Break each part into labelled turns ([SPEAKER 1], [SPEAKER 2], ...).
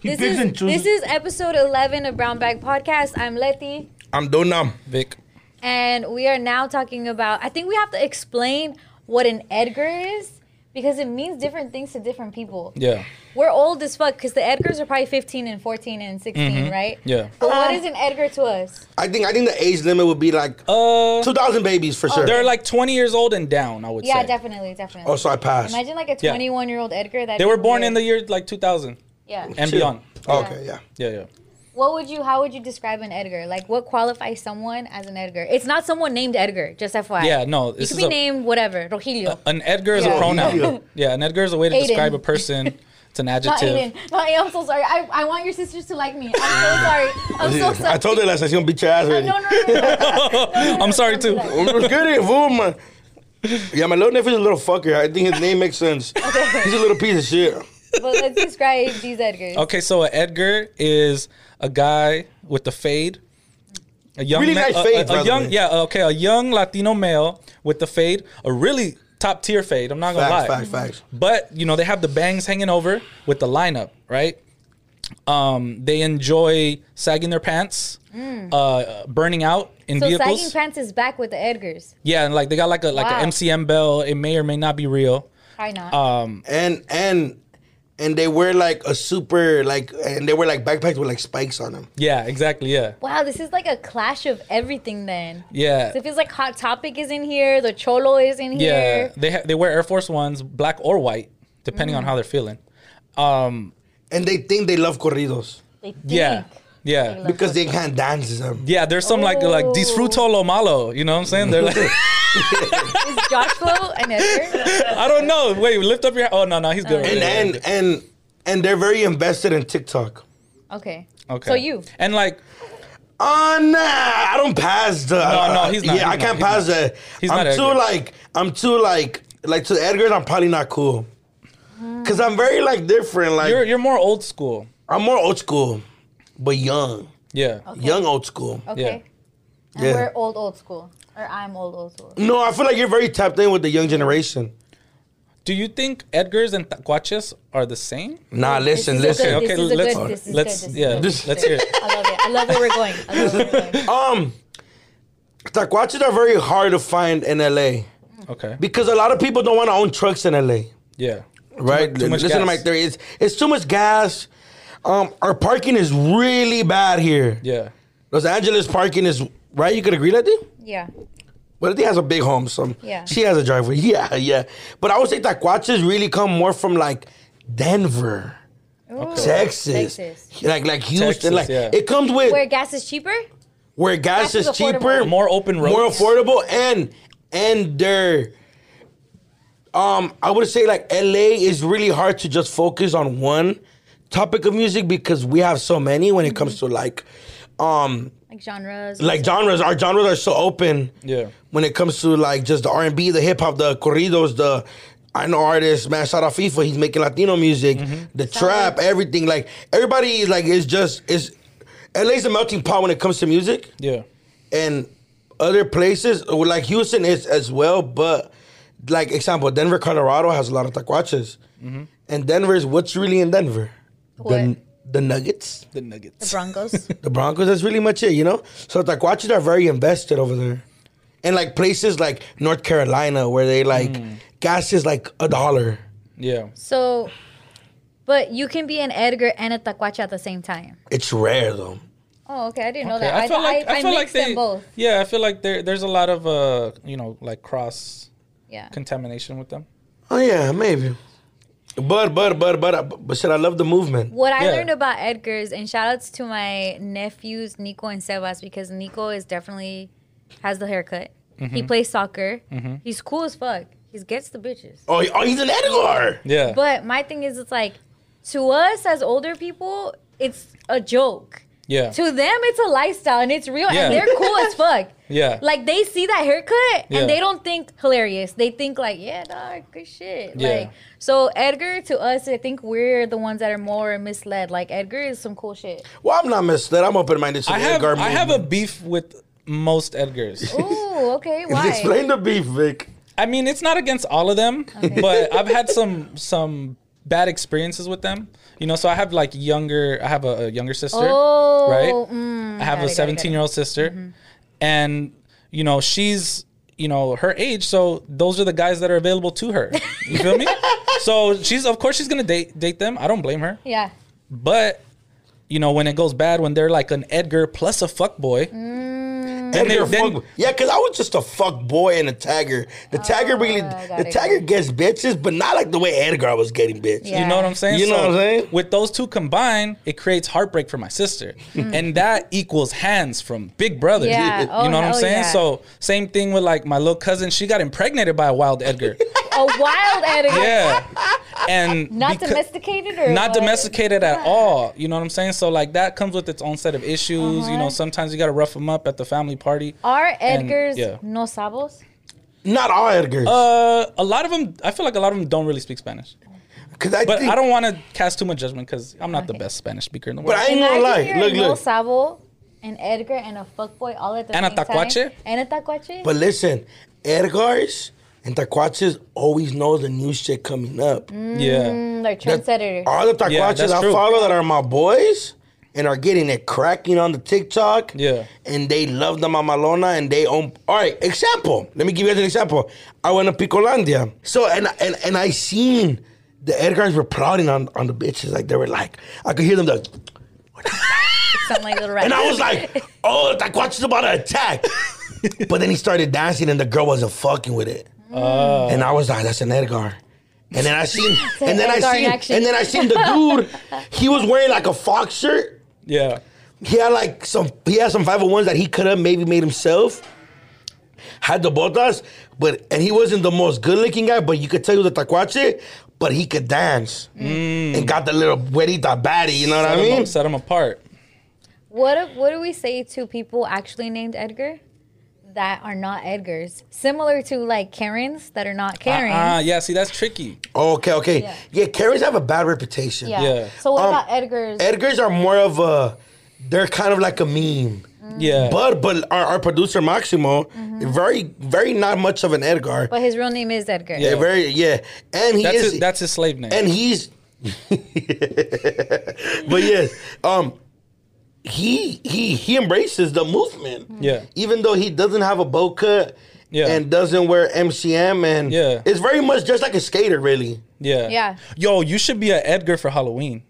[SPEAKER 1] He
[SPEAKER 2] this
[SPEAKER 1] picks
[SPEAKER 2] is
[SPEAKER 1] and chooses.
[SPEAKER 2] this is episode eleven of Brown Bag Podcast. I'm Letty,
[SPEAKER 3] I'm Donam.
[SPEAKER 4] Vic.
[SPEAKER 2] and we are now talking about. I think we have to explain what an Edgar is because it means different things to different people.
[SPEAKER 4] Yeah.
[SPEAKER 2] We're old as fuck because the Edgars are probably 15 and 14 and 16, right?
[SPEAKER 4] Mm-hmm. Yeah.
[SPEAKER 2] But what is an Edgar to us?
[SPEAKER 3] I think I think the age limit would be like
[SPEAKER 4] Uh,
[SPEAKER 3] two thousand babies
[SPEAKER 2] Oh,
[SPEAKER 3] for sure.
[SPEAKER 4] they're like 20 years old and down. I would
[SPEAKER 2] Yeah,
[SPEAKER 4] say.
[SPEAKER 2] definitely, definitely.
[SPEAKER 3] Oh, so I passed.
[SPEAKER 2] Imagine like a
[SPEAKER 4] Yeah.
[SPEAKER 2] 21 year old Edgar that
[SPEAKER 4] They were born in the year like 2000
[SPEAKER 2] yeah.
[SPEAKER 4] and
[SPEAKER 3] Sure.
[SPEAKER 4] beyond.
[SPEAKER 3] Oh, okay, yeah.
[SPEAKER 4] Yeah, yeah.
[SPEAKER 2] What would you? How would you describe an Edgar? Like, what qualifies someone as an Edgar? It's not someone named Edgar. Just FYI.
[SPEAKER 4] Yeah, no,
[SPEAKER 2] You
[SPEAKER 4] this
[SPEAKER 2] could
[SPEAKER 4] is
[SPEAKER 2] be
[SPEAKER 4] a-
[SPEAKER 2] named whatever. Rogelio.
[SPEAKER 4] An Edgar is
[SPEAKER 2] Yeah.
[SPEAKER 4] a pronoun.
[SPEAKER 3] Yeah.
[SPEAKER 4] Yeah. an Edgar is a way to
[SPEAKER 2] Aiden.
[SPEAKER 4] describe a person. It's an
[SPEAKER 2] not
[SPEAKER 4] adjective.
[SPEAKER 2] Aiden. No, I'm so sorry. I, I want your sisters to like me. I'm so sorry. I'm so sorry.
[SPEAKER 3] I told her last night she gonna beat your ass Oh,
[SPEAKER 2] No,
[SPEAKER 3] already.
[SPEAKER 2] no, no, no, no.
[SPEAKER 4] I'm sorry too.
[SPEAKER 3] Get it, fool, man. Yeah, my little nephew's a little fucker. I think his name makes sense. He's a little piece of shit.
[SPEAKER 2] But let's describe these Edgars.
[SPEAKER 4] Okay, so an Edgar is a guy with the fade. A young
[SPEAKER 3] Really nice
[SPEAKER 4] a-
[SPEAKER 3] fade,
[SPEAKER 4] a,
[SPEAKER 3] by
[SPEAKER 4] a,
[SPEAKER 3] the way.
[SPEAKER 4] young, yeah, okay, a young Latino male with the fade, a really top tier fade. I'm not gonna
[SPEAKER 3] Facts,
[SPEAKER 4] lie.
[SPEAKER 3] facts, facts.
[SPEAKER 4] But you know they have the bangs hanging over with the lineup, right? Um, they enjoy sagging their pants, uh, burning out in
[SPEAKER 2] Mm. So
[SPEAKER 4] vehicles.
[SPEAKER 2] sagging pants is back with the Edgars.
[SPEAKER 4] yeah, and like they got like a like
[SPEAKER 2] Wow.
[SPEAKER 4] a MCM bell. It may or may not be real.
[SPEAKER 2] Probably not.
[SPEAKER 4] Uh,
[SPEAKER 3] And and and they wear like a super like and they wear like backpacks with like spikes on them.
[SPEAKER 4] Yeah, exactly. Yeah,
[SPEAKER 2] wow, this is like a clash of everything then.
[SPEAKER 4] yeah,
[SPEAKER 2] So it feels like Hot Topic is in here. The Cholo is in
[SPEAKER 4] yeah.
[SPEAKER 2] here.
[SPEAKER 4] They ha- they wear Air Force Ones, black or white, depending
[SPEAKER 2] Mm.
[SPEAKER 4] on how they're feeling. Um,
[SPEAKER 3] And they think they love corridos
[SPEAKER 2] They think.
[SPEAKER 4] yeah, yeah,
[SPEAKER 2] love-
[SPEAKER 3] because they can't dance them.
[SPEAKER 4] yeah. There's some like like
[SPEAKER 2] Oh.
[SPEAKER 4] disfruto lo malo. You know what I'm saying? They're like,
[SPEAKER 2] Is Josh Flo an Edgar?
[SPEAKER 4] I don't know. Wait, lift up your. Oh no, no, he's good.
[SPEAKER 3] And
[SPEAKER 4] Yeah, yeah,
[SPEAKER 3] and and and they're very invested in TikTok.
[SPEAKER 2] Okay.
[SPEAKER 4] Okay.
[SPEAKER 2] So you.
[SPEAKER 4] and like
[SPEAKER 3] Oh nah, I don't pass the. uh,
[SPEAKER 4] No, no, he's not,
[SPEAKER 3] Yeah, I
[SPEAKER 4] he's
[SPEAKER 3] can't
[SPEAKER 4] not,
[SPEAKER 3] pass
[SPEAKER 4] he's not.
[SPEAKER 3] that.
[SPEAKER 4] He's
[SPEAKER 3] I'm
[SPEAKER 4] not
[SPEAKER 3] too
[SPEAKER 4] Edgar.
[SPEAKER 3] like I'm too like like to Edgar. I'm probably not cool.
[SPEAKER 4] Mm.
[SPEAKER 3] Cause I'm very like different. Like
[SPEAKER 4] you're you're more old school.
[SPEAKER 3] I'm more old school, but young,
[SPEAKER 4] Yeah.
[SPEAKER 3] young old school.
[SPEAKER 4] Oh.
[SPEAKER 2] Okay. And
[SPEAKER 3] Yeah.
[SPEAKER 2] we're old, old school. Or I'm old, old school.
[SPEAKER 3] No, I feel like you're very tapped in with the young generation.
[SPEAKER 4] Do you think Edgar's and Tacuaches are the same?
[SPEAKER 3] Nah, listen,
[SPEAKER 2] This is
[SPEAKER 3] listen.
[SPEAKER 2] a good-
[SPEAKER 4] Oh, Okay,
[SPEAKER 2] this is a
[SPEAKER 4] let's-
[SPEAKER 2] good- this is
[SPEAKER 4] let's-
[SPEAKER 2] good, this is
[SPEAKER 4] yeah,
[SPEAKER 2] good,
[SPEAKER 4] this-
[SPEAKER 2] is
[SPEAKER 4] let's
[SPEAKER 2] good.
[SPEAKER 4] hear it.
[SPEAKER 2] I love it. I love where we're going. I love where we're going.
[SPEAKER 3] Um, taquaches are very hard to find in LA
[SPEAKER 4] Okay.
[SPEAKER 3] because a lot of people don't want to own trucks in LA.
[SPEAKER 4] Yeah.
[SPEAKER 3] right?
[SPEAKER 4] much- too much
[SPEAKER 3] Listen to
[SPEAKER 4] gas.
[SPEAKER 3] my theory. It's it's too much gas. Um, our parking is really bad here.
[SPEAKER 4] Yeah.
[SPEAKER 3] Los Angeles parking is right. You could agree, Letty.
[SPEAKER 2] Yeah.
[SPEAKER 3] But Letty has a big home, so
[SPEAKER 2] Yeah.
[SPEAKER 3] she has a driveway. Yeah, yeah. But I would say Taquaches really come more from like Denver, Texas,
[SPEAKER 2] Texas.
[SPEAKER 3] like like Houston.
[SPEAKER 4] Texas,
[SPEAKER 3] like
[SPEAKER 4] yeah.
[SPEAKER 3] it comes with
[SPEAKER 2] Where
[SPEAKER 3] where,
[SPEAKER 2] gas is cheaper?
[SPEAKER 3] gas
[SPEAKER 2] gas is
[SPEAKER 3] is cheaper,
[SPEAKER 2] affordable.
[SPEAKER 4] More open roads.
[SPEAKER 3] more affordable, and and they're. Um, I would say like LA is really hard to just focus on one topic of music because we have so many when it comes to like, um,
[SPEAKER 2] Like genres.
[SPEAKER 3] like genres. Our genres are so open.
[SPEAKER 4] Yeah.
[SPEAKER 3] When it comes to like just the R and B, the hip hop, the corridos, the I know artists, man, shout out FIFA, he's making Latino music,
[SPEAKER 4] Mm-hmm.
[SPEAKER 3] the trap, everything. Like everybody is like it's just it's LA's a melting pot when it comes to music
[SPEAKER 4] Yeah.
[SPEAKER 3] and other places well, like Houston is as well, but like example, Denver, Colorado has a lot of taquaches, and Denver is what's really in Denver, the
[SPEAKER 2] What?
[SPEAKER 3] the Nuggets,
[SPEAKER 4] The Nuggets.
[SPEAKER 2] Broncos.
[SPEAKER 3] the Broncos. That's really much it, you know. So taquaches are very invested over there, and like places like North Carolina where they like gas is like a dollar.
[SPEAKER 4] Yeah.
[SPEAKER 2] so, but you can be an Edgar and a Taquacha at the same time.
[SPEAKER 3] It's rare though.
[SPEAKER 2] Oh, okay. I didn't know
[SPEAKER 4] Okay,
[SPEAKER 2] that. I, I, I, mixed them both.
[SPEAKER 4] Yeah, I feel like there there's a lot of uh you know like cross
[SPEAKER 2] Yeah.
[SPEAKER 4] contamination with them.
[SPEAKER 3] Oh yeah, maybe. But but but but but shit, I love the movement.
[SPEAKER 2] What I
[SPEAKER 4] Yeah.
[SPEAKER 2] learned about Edgar's and shout outs to my nephews Nico and Sebas because Nico is definitely has the haircut. He plays soccer. He's cool as fuck. He gets the bitches.
[SPEAKER 3] Oh, he- oh he's an Edgar.
[SPEAKER 4] Yeah.
[SPEAKER 2] But my thing is, it's like to us as older people, it's a joke.
[SPEAKER 4] yeah.
[SPEAKER 2] To them, it's a lifestyle and it's real
[SPEAKER 4] Yeah.
[SPEAKER 2] and they're cool as fuck.
[SPEAKER 4] yeah.
[SPEAKER 2] Like they see that haircut
[SPEAKER 4] Yeah.
[SPEAKER 2] and they don't think hilarious. They think like, yeah, dog, good shit.
[SPEAKER 4] Yeah.
[SPEAKER 2] Like so Edgar to us, I think we're the ones that are more misled. Like Edgar is some cool shit.
[SPEAKER 3] Well, I'm not misled. I'm open minded to
[SPEAKER 4] I
[SPEAKER 3] the
[SPEAKER 4] have
[SPEAKER 3] Edgar
[SPEAKER 4] I have a
[SPEAKER 3] movement.
[SPEAKER 4] beef with most Edgars.
[SPEAKER 2] Ooh, okay. Why?
[SPEAKER 3] Explain the beef, Vic.
[SPEAKER 4] I mean, it's not against all of them, but I've had some some bad experiences with them. You know, so I have like younger. I have a, a younger sister,
[SPEAKER 2] Oh,
[SPEAKER 4] right?
[SPEAKER 2] mm,
[SPEAKER 4] I have
[SPEAKER 2] got it, Mm-hmm. got it, got it.
[SPEAKER 4] a 17 year old sister, and you know she's you know her age, so those are the guys that are available to her. You feel me? So she's of course she's gonna date date them. I don't blame her,
[SPEAKER 2] Yeah.
[SPEAKER 4] but. You know when it goes bad when they're like an Edgar plus a fuckboy.
[SPEAKER 2] Mm.
[SPEAKER 3] And
[SPEAKER 4] they-
[SPEAKER 3] they're
[SPEAKER 4] then-
[SPEAKER 3] fuck- yeah, because I was just a fuck boy and a tagger. The tagger really,
[SPEAKER 2] I got
[SPEAKER 3] the
[SPEAKER 2] it,
[SPEAKER 3] tagger gets bitches, but not like the way Edgar was getting bitches.
[SPEAKER 2] Yeah.
[SPEAKER 4] You know what I'm saying?
[SPEAKER 3] You know what I'm saying?
[SPEAKER 4] With those two combined, it creates heartbreak for my sister. and that equals hands from big brother.
[SPEAKER 2] Mm-hmm. Yeah.
[SPEAKER 4] You
[SPEAKER 2] Oh,
[SPEAKER 4] know what I'm
[SPEAKER 2] hell
[SPEAKER 4] saying?
[SPEAKER 2] yeah.
[SPEAKER 4] So same thing with like my little cousin, she got impregnated by a wild Edgar.
[SPEAKER 2] A wild Edgar.
[SPEAKER 4] yeah. And
[SPEAKER 2] Not
[SPEAKER 4] beca-
[SPEAKER 2] domesticated or
[SPEAKER 4] not
[SPEAKER 2] what?
[SPEAKER 4] domesticated at all. You know what I'm saying? So like that comes with its own set of issues. You
[SPEAKER 2] Uh-huh.
[SPEAKER 4] know, sometimes you gotta rough them up at the family party.
[SPEAKER 2] Are Edgar's
[SPEAKER 4] yeah.
[SPEAKER 2] no sabos?
[SPEAKER 3] Not all Edgars.
[SPEAKER 4] Uh, a lot of them, I feel like a lot of them don't really speak Spanish.
[SPEAKER 3] Because I
[SPEAKER 4] But
[SPEAKER 3] think,
[SPEAKER 4] I don't want to cast too much judgment because I'm not the
[SPEAKER 2] Okay.
[SPEAKER 4] best Spanish speaker in the world.
[SPEAKER 3] But I ain't gonna lie.
[SPEAKER 2] you're
[SPEAKER 3] Look,
[SPEAKER 2] a no
[SPEAKER 3] look.
[SPEAKER 2] sabo, an Edgar, and a fuckboy all at the
[SPEAKER 4] And a
[SPEAKER 2] same time.
[SPEAKER 4] tacuache?
[SPEAKER 2] And a tacuache.
[SPEAKER 3] But listen, Edgars and Taquaches always know the new shit coming up.
[SPEAKER 4] yeah.
[SPEAKER 2] Mm, they're
[SPEAKER 3] That-
[SPEAKER 2] trendsetter.
[SPEAKER 3] All the Taquaches
[SPEAKER 4] Yeah, that's
[SPEAKER 3] I
[SPEAKER 4] true.
[SPEAKER 3] follow that are my boys and are getting it cracking on the TikTok.
[SPEAKER 4] Yeah.
[SPEAKER 3] And they love the Mamalona and they own. All right, example. Let me give you guys an example. I went to Picolandia. So, and, and, and I seen the Edgars were plotting on, on the bitches. Like, they were like, I could hear them like,
[SPEAKER 2] Something like little rat.
[SPEAKER 3] and I was like, oh, Taquaches about to attack. but then he started dancing and the girl wasn't fucking with it.
[SPEAKER 2] Mm-hmm.
[SPEAKER 4] Uh,
[SPEAKER 3] and I was like, that's an Edgar. And then I seen, and then I
[SPEAKER 2] Edgar in
[SPEAKER 3] seen,
[SPEAKER 2] action.
[SPEAKER 3] and then I seen the dude. He was wearing like a fox shirt.
[SPEAKER 4] Yeah.
[SPEAKER 3] He had like some, he had some 501s that he could have maybe made himself. Had the botas, but and he wasn't the most good looking guy, but you could tell he was a tacuache, but he could dance
[SPEAKER 2] Mm.
[SPEAKER 3] and got the little buenita baddie. You know what
[SPEAKER 4] Set
[SPEAKER 3] I
[SPEAKER 4] 'em
[SPEAKER 3] mean?
[SPEAKER 4] up- set them apart.
[SPEAKER 2] what, do- what do we say to people actually named Edgar that are not Edgars? Similar to like Karens that are not Karens.
[SPEAKER 4] Ah, yeah. See, that's tricky.
[SPEAKER 3] Okay, okay,
[SPEAKER 2] Yeah.
[SPEAKER 3] yeah. Karens have a bad reputation.
[SPEAKER 2] yeah.
[SPEAKER 4] yeah.
[SPEAKER 2] So what
[SPEAKER 3] Um,
[SPEAKER 2] about Edgar's?
[SPEAKER 3] Edgars are more of a, they're kind of like a meme.
[SPEAKER 2] Mm.
[SPEAKER 4] Yeah. Mm-hmm.
[SPEAKER 3] But but our, our producer Maximo, very very not much of an Edgar.
[SPEAKER 2] but his real name is Edgar.
[SPEAKER 3] Yeah, very yeah, and he
[SPEAKER 4] that's
[SPEAKER 3] is
[SPEAKER 4] his, that's his slave name.
[SPEAKER 3] and he's. but yes, um, he he he embraces the movement.
[SPEAKER 4] Mm-hmm. Yeah.
[SPEAKER 3] even though he doesn't have a bow cut.
[SPEAKER 4] Yeah.
[SPEAKER 3] and doesn't wear MCM and
[SPEAKER 4] Yeah.
[SPEAKER 3] it's very much just like a skater really.
[SPEAKER 4] yeah.
[SPEAKER 2] Yeah.
[SPEAKER 4] Yo, you should be an Edgar for Halloween.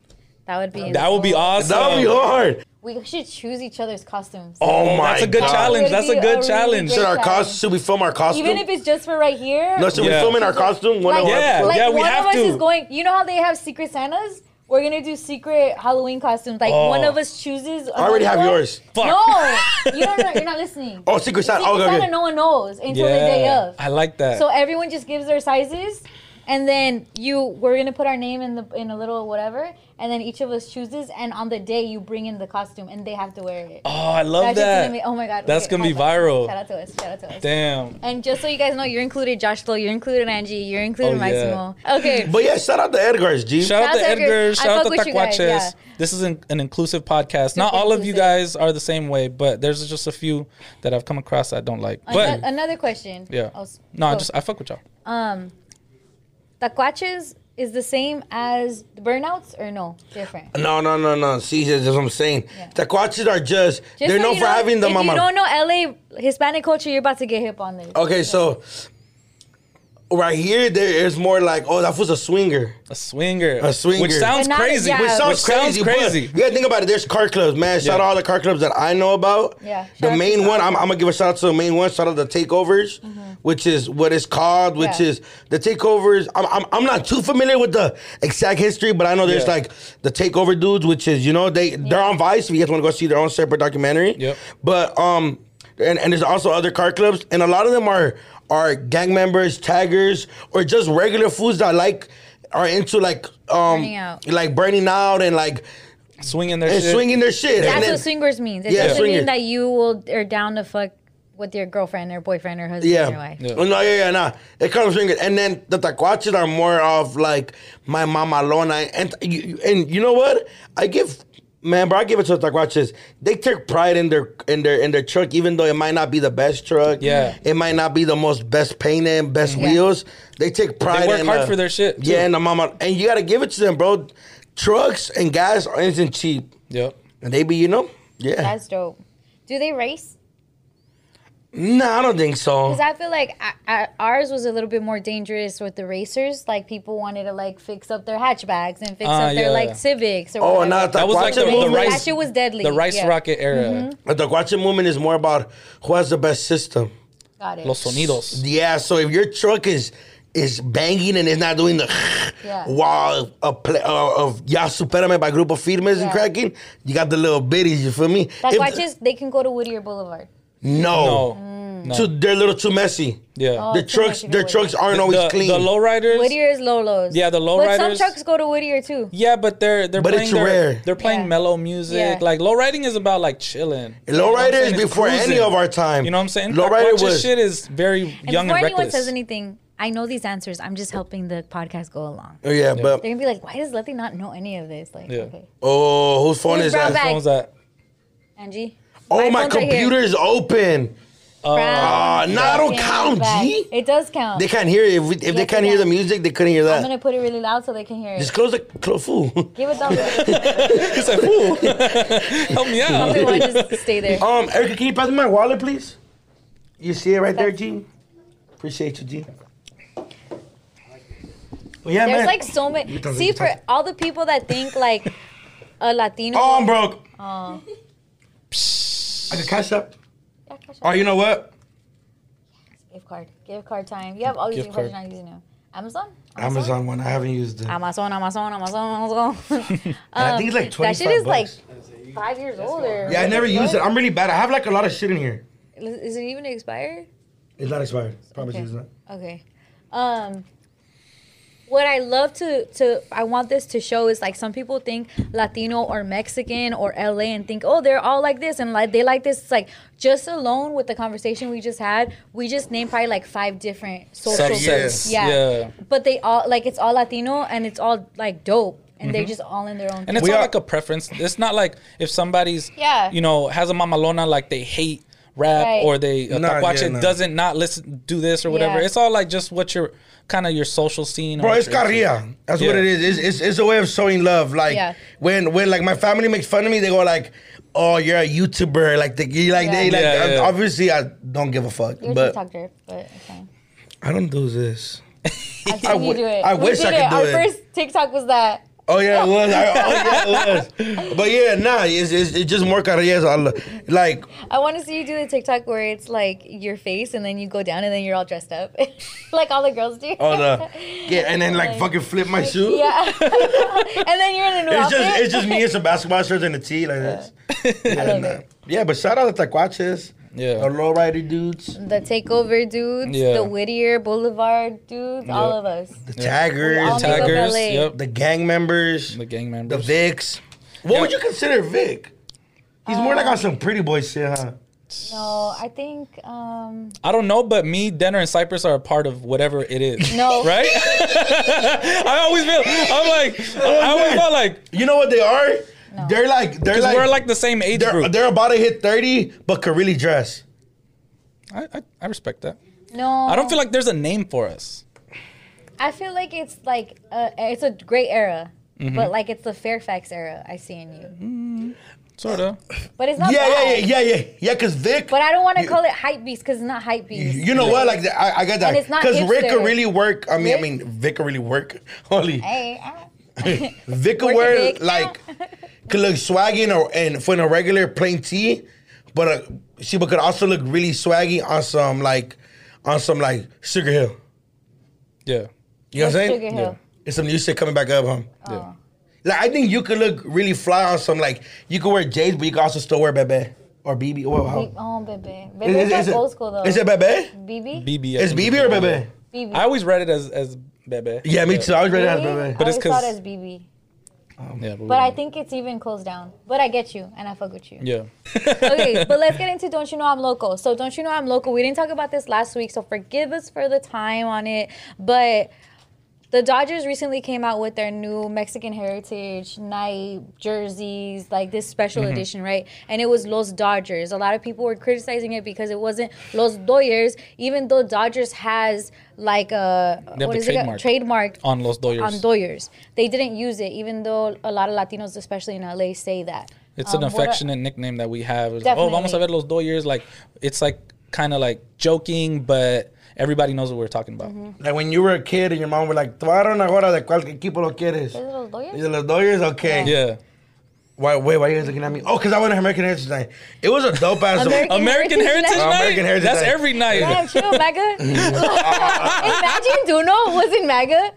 [SPEAKER 2] That would be.
[SPEAKER 4] That would be awesome.
[SPEAKER 3] That would be hard.
[SPEAKER 2] We should choose each other's costumes.
[SPEAKER 3] Oh my!
[SPEAKER 4] That's a good
[SPEAKER 3] God.
[SPEAKER 4] challenge. That's
[SPEAKER 2] That would
[SPEAKER 4] a
[SPEAKER 2] be a
[SPEAKER 4] good
[SPEAKER 2] really
[SPEAKER 4] challenge.
[SPEAKER 2] great-
[SPEAKER 3] Should our cost? Should we film our costume?
[SPEAKER 2] Even if it's just for right here.
[SPEAKER 3] no, should
[SPEAKER 4] Yeah.
[SPEAKER 3] we film in our costume? One
[SPEAKER 2] like,
[SPEAKER 3] of our
[SPEAKER 4] Yeah.
[SPEAKER 3] episodes?
[SPEAKER 2] like
[SPEAKER 4] we
[SPEAKER 2] one
[SPEAKER 4] have
[SPEAKER 2] of us
[SPEAKER 4] to.
[SPEAKER 2] is going. You know how they have secret Santas? We're gonna do secret Halloween costumes. Like
[SPEAKER 4] Oh.
[SPEAKER 2] one of us chooses.
[SPEAKER 3] I already have yours.
[SPEAKER 4] Fuck.
[SPEAKER 2] No, you don't know, you're not listening.
[SPEAKER 3] Oh, Secret Santa.
[SPEAKER 2] Secret
[SPEAKER 3] Oh, okay,
[SPEAKER 2] Santa,
[SPEAKER 3] okay.
[SPEAKER 2] no one knows until the day
[SPEAKER 4] Yeah.
[SPEAKER 2] of.
[SPEAKER 4] I like that.
[SPEAKER 2] So everyone just gives their sizes, and then you we're gonna put our name in the in a little whatever, and then each of us chooses, and on the day you bring in the costume, and they have to wear it.
[SPEAKER 4] oh, I love
[SPEAKER 2] That's just gonna
[SPEAKER 4] that.
[SPEAKER 2] be, oh my god.
[SPEAKER 4] That's
[SPEAKER 2] okay,
[SPEAKER 4] gonna be
[SPEAKER 2] high five.
[SPEAKER 4] viral.
[SPEAKER 2] Shout out to us. Shout out to us.
[SPEAKER 4] Damn.
[SPEAKER 2] And just so you guys know, you're included, Josh Lowe. You're included, Angie. You're included,
[SPEAKER 4] Oh, yeah.
[SPEAKER 2] Maximo. Okay.
[SPEAKER 3] But yeah, shout out to Edgar's G.
[SPEAKER 4] Shout out
[SPEAKER 2] Shout
[SPEAKER 4] to
[SPEAKER 2] out to Edgar.
[SPEAKER 4] Edgar.
[SPEAKER 2] I
[SPEAKER 4] Shout out to
[SPEAKER 2] fuck with you guys,
[SPEAKER 4] Taquaches.
[SPEAKER 2] yeah.
[SPEAKER 4] This is an, an inclusive podcast. Not all of you guys
[SPEAKER 2] inclusive.
[SPEAKER 4] are the same way, but there's just a few that I've come across that I don't like. But
[SPEAKER 2] Ano- another question.
[SPEAKER 4] yeah,
[SPEAKER 2] Oh, s-
[SPEAKER 4] no, I
[SPEAKER 2] go.
[SPEAKER 4] just I fuck with y'all.
[SPEAKER 2] um, taquaches is the same as the burnouts or no? Different.
[SPEAKER 3] No, no, no, no. See, that's what I'm saying.
[SPEAKER 2] Yeah.
[SPEAKER 3] Taquaches are just,
[SPEAKER 2] Just
[SPEAKER 3] they're
[SPEAKER 2] so
[SPEAKER 3] known
[SPEAKER 2] you
[SPEAKER 3] for
[SPEAKER 2] know,
[SPEAKER 3] having the
[SPEAKER 2] If
[SPEAKER 3] mama.
[SPEAKER 2] you don't know LA Hispanic culture, you're about to get hip on this.
[SPEAKER 3] okay, so right here, there is more like, oh, that was a swinger.
[SPEAKER 4] A swinger.
[SPEAKER 3] A swinger.
[SPEAKER 4] Which sounds
[SPEAKER 2] But not-
[SPEAKER 4] crazy.
[SPEAKER 2] yeah.
[SPEAKER 3] Which sounds
[SPEAKER 4] Which sounds
[SPEAKER 3] crazy. but
[SPEAKER 4] crazy.
[SPEAKER 3] yeah, think about it. There's car clubs, man. Shout out
[SPEAKER 4] Yeah.
[SPEAKER 3] all the car clubs that I know about.
[SPEAKER 2] Yeah, shout out
[SPEAKER 3] The
[SPEAKER 2] to
[SPEAKER 3] main
[SPEAKER 2] them.
[SPEAKER 3] one, I'm, I'm gonna give a shout out to the main one. Shout out the takeovers, which is what it's called. Which
[SPEAKER 2] Mm-hmm. Yeah.
[SPEAKER 3] is the takeovers. I'm, I'm I'm not too familiar with the exact history, but I know there's
[SPEAKER 4] Yeah.
[SPEAKER 3] like the takeover dudes, which is you know they they're on Vice. If you guys want to go see their own separate documentary.
[SPEAKER 4] Yep.
[SPEAKER 3] But um, and and there's also other car clubs, and a lot of them are are gang members, taggers, or just regular fools that like are into like um
[SPEAKER 2] Burning out.
[SPEAKER 3] like burning out and like
[SPEAKER 4] swinging their
[SPEAKER 3] and
[SPEAKER 4] shit.
[SPEAKER 3] swinging their shit.
[SPEAKER 2] That's
[SPEAKER 3] and then-
[SPEAKER 2] what swingers means. It
[SPEAKER 3] Yeah,
[SPEAKER 2] doesn't
[SPEAKER 3] swingers.
[SPEAKER 2] mean that you will are down to fuck with your girlfriend or boyfriend or husband or
[SPEAKER 3] yeah.
[SPEAKER 2] wife.
[SPEAKER 4] Yeah.
[SPEAKER 3] Oh, No, yeah, yeah, nah. It comes swinging. And then the taquaches are more of like my mama lona. And you, you- and you know what? I give Man, bro, I give it to them. Like, watch this. They take pride in their in their in their truck, even though it might not be the best truck.
[SPEAKER 4] Yeah.
[SPEAKER 3] it might not be the most best painted, best
[SPEAKER 2] Yeah.
[SPEAKER 3] wheels. They take pride.
[SPEAKER 4] work
[SPEAKER 3] in
[SPEAKER 4] hard
[SPEAKER 3] the-
[SPEAKER 4] for their shit, too.
[SPEAKER 3] Yeah, and the mama, and you gotta give it to them, bro. Trucks and gas isn't cheap,
[SPEAKER 4] Yep.
[SPEAKER 3] and they be, you know, yeah.
[SPEAKER 2] That's dope. Do they race?
[SPEAKER 3] nah, I don't think so.
[SPEAKER 2] Because I feel like I, I, ours was a little bit more dangerous with the racers. Like people wanted to like fix up their hatchbacks and fix
[SPEAKER 4] Ah,
[SPEAKER 2] up their
[SPEAKER 4] yeah.
[SPEAKER 2] like Civics or
[SPEAKER 3] Oh,
[SPEAKER 2] whatever.
[SPEAKER 3] and now it's
[SPEAKER 4] That
[SPEAKER 3] like,
[SPEAKER 4] was like
[SPEAKER 3] watch
[SPEAKER 4] the,
[SPEAKER 3] it
[SPEAKER 4] the
[SPEAKER 3] movement.
[SPEAKER 4] rice.
[SPEAKER 2] That shit was deadly.
[SPEAKER 4] The rice
[SPEAKER 2] Yeah. Mm-hmm.
[SPEAKER 4] rocket era.
[SPEAKER 3] The Guacha movement is more about who has the best system.
[SPEAKER 2] Got it.
[SPEAKER 4] Los sonidos.
[SPEAKER 3] Yeah, so if your truck is is banging and it's not doing the
[SPEAKER 2] Yeah.
[SPEAKER 3] while a play uh, of Ya Superame by Grupo Firmes and
[SPEAKER 2] Yeah.
[SPEAKER 3] cracking, you got the little bitties, you feel me?
[SPEAKER 2] Like
[SPEAKER 3] If-
[SPEAKER 2] watches, they can go to Whittier Boulevard.
[SPEAKER 3] no.
[SPEAKER 4] No. Mm.
[SPEAKER 3] Too- they're a little too messy.
[SPEAKER 4] Yeah.
[SPEAKER 2] Oh,
[SPEAKER 3] the
[SPEAKER 2] too
[SPEAKER 3] trucks
[SPEAKER 2] messy,
[SPEAKER 3] their
[SPEAKER 2] no
[SPEAKER 3] trucks
[SPEAKER 2] way.
[SPEAKER 3] aren't always
[SPEAKER 4] the,
[SPEAKER 3] clean.
[SPEAKER 4] the lowriders.
[SPEAKER 2] Whittier is Lolo's.
[SPEAKER 4] Yeah, the
[SPEAKER 2] But some
[SPEAKER 4] lowriders-
[SPEAKER 2] trucks go to Whittier too.
[SPEAKER 4] Yeah, but they're they're
[SPEAKER 3] But
[SPEAKER 4] playing
[SPEAKER 3] it's
[SPEAKER 4] their-
[SPEAKER 3] rare.
[SPEAKER 4] they're playing
[SPEAKER 2] Yeah.
[SPEAKER 4] mellow music.
[SPEAKER 2] Yeah.
[SPEAKER 4] Like low riding is about like chilling.
[SPEAKER 3] Lowrider
[SPEAKER 4] saying?
[SPEAKER 3] is
[SPEAKER 4] It's
[SPEAKER 3] before any
[SPEAKER 4] cruising.
[SPEAKER 3] of our time.
[SPEAKER 4] You know what I'm saying? Like,
[SPEAKER 3] Lowrider
[SPEAKER 4] Watch this
[SPEAKER 3] was
[SPEAKER 4] shit is very
[SPEAKER 2] And
[SPEAKER 4] young
[SPEAKER 2] before
[SPEAKER 4] and
[SPEAKER 2] anyone
[SPEAKER 4] reckless.
[SPEAKER 2] says anything, I know these answers. I'm just helping the podcast go along.
[SPEAKER 3] Oh, yeah, but
[SPEAKER 2] They're gonna be like, why does Letty not know any of this? Like,
[SPEAKER 4] Yeah.
[SPEAKER 2] okay,
[SPEAKER 3] oh, whose phone
[SPEAKER 2] Who's
[SPEAKER 3] is
[SPEAKER 2] brown
[SPEAKER 3] that?
[SPEAKER 2] bag?
[SPEAKER 4] Phones that-
[SPEAKER 2] Angie.
[SPEAKER 3] Oh, my
[SPEAKER 2] phone's right here.
[SPEAKER 3] computer is open.
[SPEAKER 4] Uh,
[SPEAKER 3] Ah, no, I don't count, G.
[SPEAKER 2] It does count.
[SPEAKER 3] They can't hear it. If, we, if they
[SPEAKER 2] Yes,
[SPEAKER 3] can't
[SPEAKER 2] they
[SPEAKER 3] hear the
[SPEAKER 2] can.
[SPEAKER 3] music, they couldn't hear
[SPEAKER 2] I'm
[SPEAKER 3] that.
[SPEAKER 2] gonna put it really loud so they can hear
[SPEAKER 3] Just
[SPEAKER 2] it.
[SPEAKER 3] close the close fool.
[SPEAKER 2] Give it the
[SPEAKER 4] He said, "Fool, help me out."
[SPEAKER 2] Everyone just stay there.
[SPEAKER 3] Um, Erica, can you pass me my wallet, please? You see it right there, G. Appreciate you, G. Oh, yeah,
[SPEAKER 2] There's
[SPEAKER 3] man.
[SPEAKER 2] like so many.
[SPEAKER 3] talking-
[SPEAKER 2] See,
[SPEAKER 3] you
[SPEAKER 2] for
[SPEAKER 3] talking.
[SPEAKER 2] all the people that think like a Latino.
[SPEAKER 3] oh, I'm broke.
[SPEAKER 2] Oh.
[SPEAKER 3] I can cash up.
[SPEAKER 2] Yeah, cash
[SPEAKER 3] Oh,
[SPEAKER 2] out.
[SPEAKER 3] you know what?
[SPEAKER 2] Gift card. Gift card time. You have all these
[SPEAKER 4] Gift
[SPEAKER 2] gift cards you're
[SPEAKER 4] card.
[SPEAKER 2] not using now. Amazon?
[SPEAKER 3] Amazon one. I haven't used it.
[SPEAKER 2] Amazon, Amazon, Amazon, Amazon.
[SPEAKER 3] I think it's like
[SPEAKER 2] Um,
[SPEAKER 3] twenty.
[SPEAKER 2] That shit is like five years old. or-
[SPEAKER 3] Yeah, I never used it. I'm really bad. I have like a lot of shit in here.
[SPEAKER 2] Is it even expired?
[SPEAKER 3] It's not expired. Promise you,
[SPEAKER 2] Okay.
[SPEAKER 3] it's not.
[SPEAKER 2] Okay. Um what I love to to I want this to show is like some people think Latino or Mexican or LA and think, "Oh, they're all like this and like they like this." It's like just alone with the conversation we just had, we just named probably like five different social
[SPEAKER 4] Subsets.
[SPEAKER 2] groups.
[SPEAKER 4] Yeah.
[SPEAKER 2] Yeah. But they all like it's all Latino and it's all like dope and they're just all in their own
[SPEAKER 4] And it's
[SPEAKER 3] We
[SPEAKER 4] not
[SPEAKER 3] are-
[SPEAKER 4] like a preference. It's not like if somebody's
[SPEAKER 2] Yeah.
[SPEAKER 4] you know, has a mamalona like they hate rap
[SPEAKER 2] Right.
[SPEAKER 4] or they uh,
[SPEAKER 3] Nah, yeah,
[SPEAKER 4] watch it
[SPEAKER 3] nah.
[SPEAKER 4] doesn't not listen do this or whatever.
[SPEAKER 2] Yeah.
[SPEAKER 4] It's all like just what your kind of your social scene. or
[SPEAKER 3] Bro,
[SPEAKER 4] what
[SPEAKER 3] it's
[SPEAKER 4] your-
[SPEAKER 3] carrilla. That's
[SPEAKER 4] Yeah.
[SPEAKER 3] what it is. It's, it's, it's a way of showing love. Like
[SPEAKER 2] Yeah.
[SPEAKER 3] when when like my family makes fun of me, they go like, "Oh, you're a YouTuber." Like they you like they
[SPEAKER 2] Yeah.
[SPEAKER 3] like.
[SPEAKER 4] Yeah,
[SPEAKER 3] I-
[SPEAKER 4] yeah.
[SPEAKER 3] Obviously, I don't give a fuck.
[SPEAKER 2] You're
[SPEAKER 3] but
[SPEAKER 2] a TikTok drip, but okay.
[SPEAKER 3] I don't do this.
[SPEAKER 2] I've seen you
[SPEAKER 3] wi-
[SPEAKER 2] do it.
[SPEAKER 3] I
[SPEAKER 2] We
[SPEAKER 3] wish I
[SPEAKER 2] did
[SPEAKER 3] could
[SPEAKER 2] it.
[SPEAKER 3] do
[SPEAKER 2] Our
[SPEAKER 3] it.
[SPEAKER 2] first TikTok was that.
[SPEAKER 3] Oh yeah, it was. I- oh yeah, it was. But yeah, nah, it's it's, it's just more carrillas. I lo- Like
[SPEAKER 2] I want to see you do the TikTok where it's like your face and then you go down and then you're all dressed up, like all the girls do.
[SPEAKER 3] oh the yeah, and then like fucking flip my shoe.
[SPEAKER 2] yeah, and then you're in a new
[SPEAKER 3] It's
[SPEAKER 2] outfit.
[SPEAKER 3] just it's just me and some basketball shirts and a tee like this. Yeah,
[SPEAKER 2] love
[SPEAKER 3] nah.
[SPEAKER 2] it.
[SPEAKER 3] yeah, but shout out to Taquaches.
[SPEAKER 4] Yeah.
[SPEAKER 3] The lowrider dudes,
[SPEAKER 2] the takeover dudes,
[SPEAKER 4] Yeah.
[SPEAKER 2] the Whittier Boulevard dudes, all
[SPEAKER 4] Yeah.
[SPEAKER 2] of us.
[SPEAKER 3] the
[SPEAKER 2] We all
[SPEAKER 3] taggers,
[SPEAKER 2] make up
[SPEAKER 4] Taggers,
[SPEAKER 2] LA.
[SPEAKER 4] yep.
[SPEAKER 3] the gang members,
[SPEAKER 4] The
[SPEAKER 3] the,
[SPEAKER 4] gang members.
[SPEAKER 3] Vicks. What
[SPEAKER 4] Yeah.
[SPEAKER 3] would you consider Vic? He's more
[SPEAKER 2] Um,
[SPEAKER 3] like on some pretty boy shit, huh?
[SPEAKER 2] No, I think um,
[SPEAKER 4] I don't know, but me, Denner, and Cypress are a part of whatever it is.
[SPEAKER 2] No.
[SPEAKER 4] Right? I always feel I'm like
[SPEAKER 3] Oh,
[SPEAKER 4] I always felt like
[SPEAKER 3] You know what they are? They're like they're
[SPEAKER 4] 'cause
[SPEAKER 3] like,
[SPEAKER 4] we're like the same age
[SPEAKER 3] they're,
[SPEAKER 4] group.
[SPEAKER 3] they're about to hit thirty, but could really dress.
[SPEAKER 4] I, I, I respect that.
[SPEAKER 2] no.
[SPEAKER 4] I don't feel like there's a name for us.
[SPEAKER 2] I feel like it's like uh, it's a great era.
[SPEAKER 4] Mm-hmm.
[SPEAKER 2] But like it's the Fairfax era I see in you,
[SPEAKER 4] Sort of.
[SPEAKER 2] but it's not
[SPEAKER 3] Yeah, yeah,
[SPEAKER 2] bad.
[SPEAKER 3] yeah, yeah, yeah, yeah. Cause Vic,
[SPEAKER 2] But I don't want to call it hype beast because it's not hype beast.
[SPEAKER 3] you know what? Like I, I got that.
[SPEAKER 2] And it's not
[SPEAKER 3] Cause Rick could
[SPEAKER 2] hipster.
[SPEAKER 3] really work. I mean, I
[SPEAKER 2] Rick?
[SPEAKER 3] mean, Vic could really work. Holy,
[SPEAKER 2] Hey, ah.
[SPEAKER 3] Vic could
[SPEAKER 2] Working
[SPEAKER 3] wear
[SPEAKER 2] Vic.
[SPEAKER 3] like could look swaggy or and for in a regular plain tee, but uh, she but could also look really swaggy on some like on some like Sugar Hill.
[SPEAKER 4] Yeah.
[SPEAKER 3] You know what I'm saying?
[SPEAKER 2] Sugar Hill. Oh.
[SPEAKER 3] It's some new shit coming back up, huh?
[SPEAKER 4] Yeah.
[SPEAKER 3] Like I think you could look really fly on some like you could wear J's, but you could also still wear Bebe or BB. Whoa,
[SPEAKER 2] Be-
[SPEAKER 3] how?
[SPEAKER 2] oh, Bebe. Bebe's like old school though.
[SPEAKER 3] Is it Bebe?
[SPEAKER 2] BB?
[SPEAKER 4] BB. I
[SPEAKER 3] It's
[SPEAKER 4] think
[SPEAKER 3] BB or Bebe?
[SPEAKER 2] BB.
[SPEAKER 4] I always read it as as Bebe.
[SPEAKER 3] Yeah, me too. I was ready to ask
[SPEAKER 2] Really?
[SPEAKER 3] Bebe.
[SPEAKER 4] But
[SPEAKER 2] I
[SPEAKER 4] it's
[SPEAKER 2] always thought
[SPEAKER 4] 'cause-
[SPEAKER 2] as BB.
[SPEAKER 4] Yeah. But,
[SPEAKER 2] But I think it's even closed down. But I get you, and I fuck with you.
[SPEAKER 4] yeah.
[SPEAKER 2] okay, but let's get into Don't You Know I'm Local. So, Don't You Know I'm Local, we didn't talk about this last week, so forgive us for the time on it. But The Dodgers recently came out with their new Mexican Heritage Night jerseys, like this special
[SPEAKER 4] Mm-hmm.
[SPEAKER 2] edition, right? And it was Los Dodgers. A lot of people were criticizing it because it wasn't Los Doyers, even though Dodgers has like a
[SPEAKER 4] They have
[SPEAKER 2] what
[SPEAKER 4] the
[SPEAKER 2] is it called? trademark
[SPEAKER 4] on Los Doyers.
[SPEAKER 2] on Doyers. They didn't use it, even though a lot of Latinos, especially in LA, say that.
[SPEAKER 4] It's
[SPEAKER 2] Um,
[SPEAKER 4] an
[SPEAKER 2] what a-
[SPEAKER 4] affectionate nickname that we have. It's like, oh, vamos a
[SPEAKER 2] Definitely.
[SPEAKER 4] ver los doyers. Like, it's like kind of like joking, but everybody knows what we're talking about.
[SPEAKER 2] Mm-hmm.
[SPEAKER 3] Like when you were a kid and your mom were like, "Tomaron ahora de cuál equipo lo quieres?"
[SPEAKER 2] Is it Los Doyers?
[SPEAKER 3] Is it los Dodgers? Okay.
[SPEAKER 4] Yeah.
[SPEAKER 3] Why? Wait, why are you guys looking at me? Oh, because I went to American Heritage Night. It was a dope ass.
[SPEAKER 2] American-
[SPEAKER 4] American Heritage
[SPEAKER 2] Heritage
[SPEAKER 4] Night.
[SPEAKER 2] Night?
[SPEAKER 3] American Heritage
[SPEAKER 4] That's
[SPEAKER 3] Night.
[SPEAKER 4] every night.
[SPEAKER 2] Damn, chill, MAGA.
[SPEAKER 4] Mm-hmm.
[SPEAKER 2] Imagine Duno was in MAGA.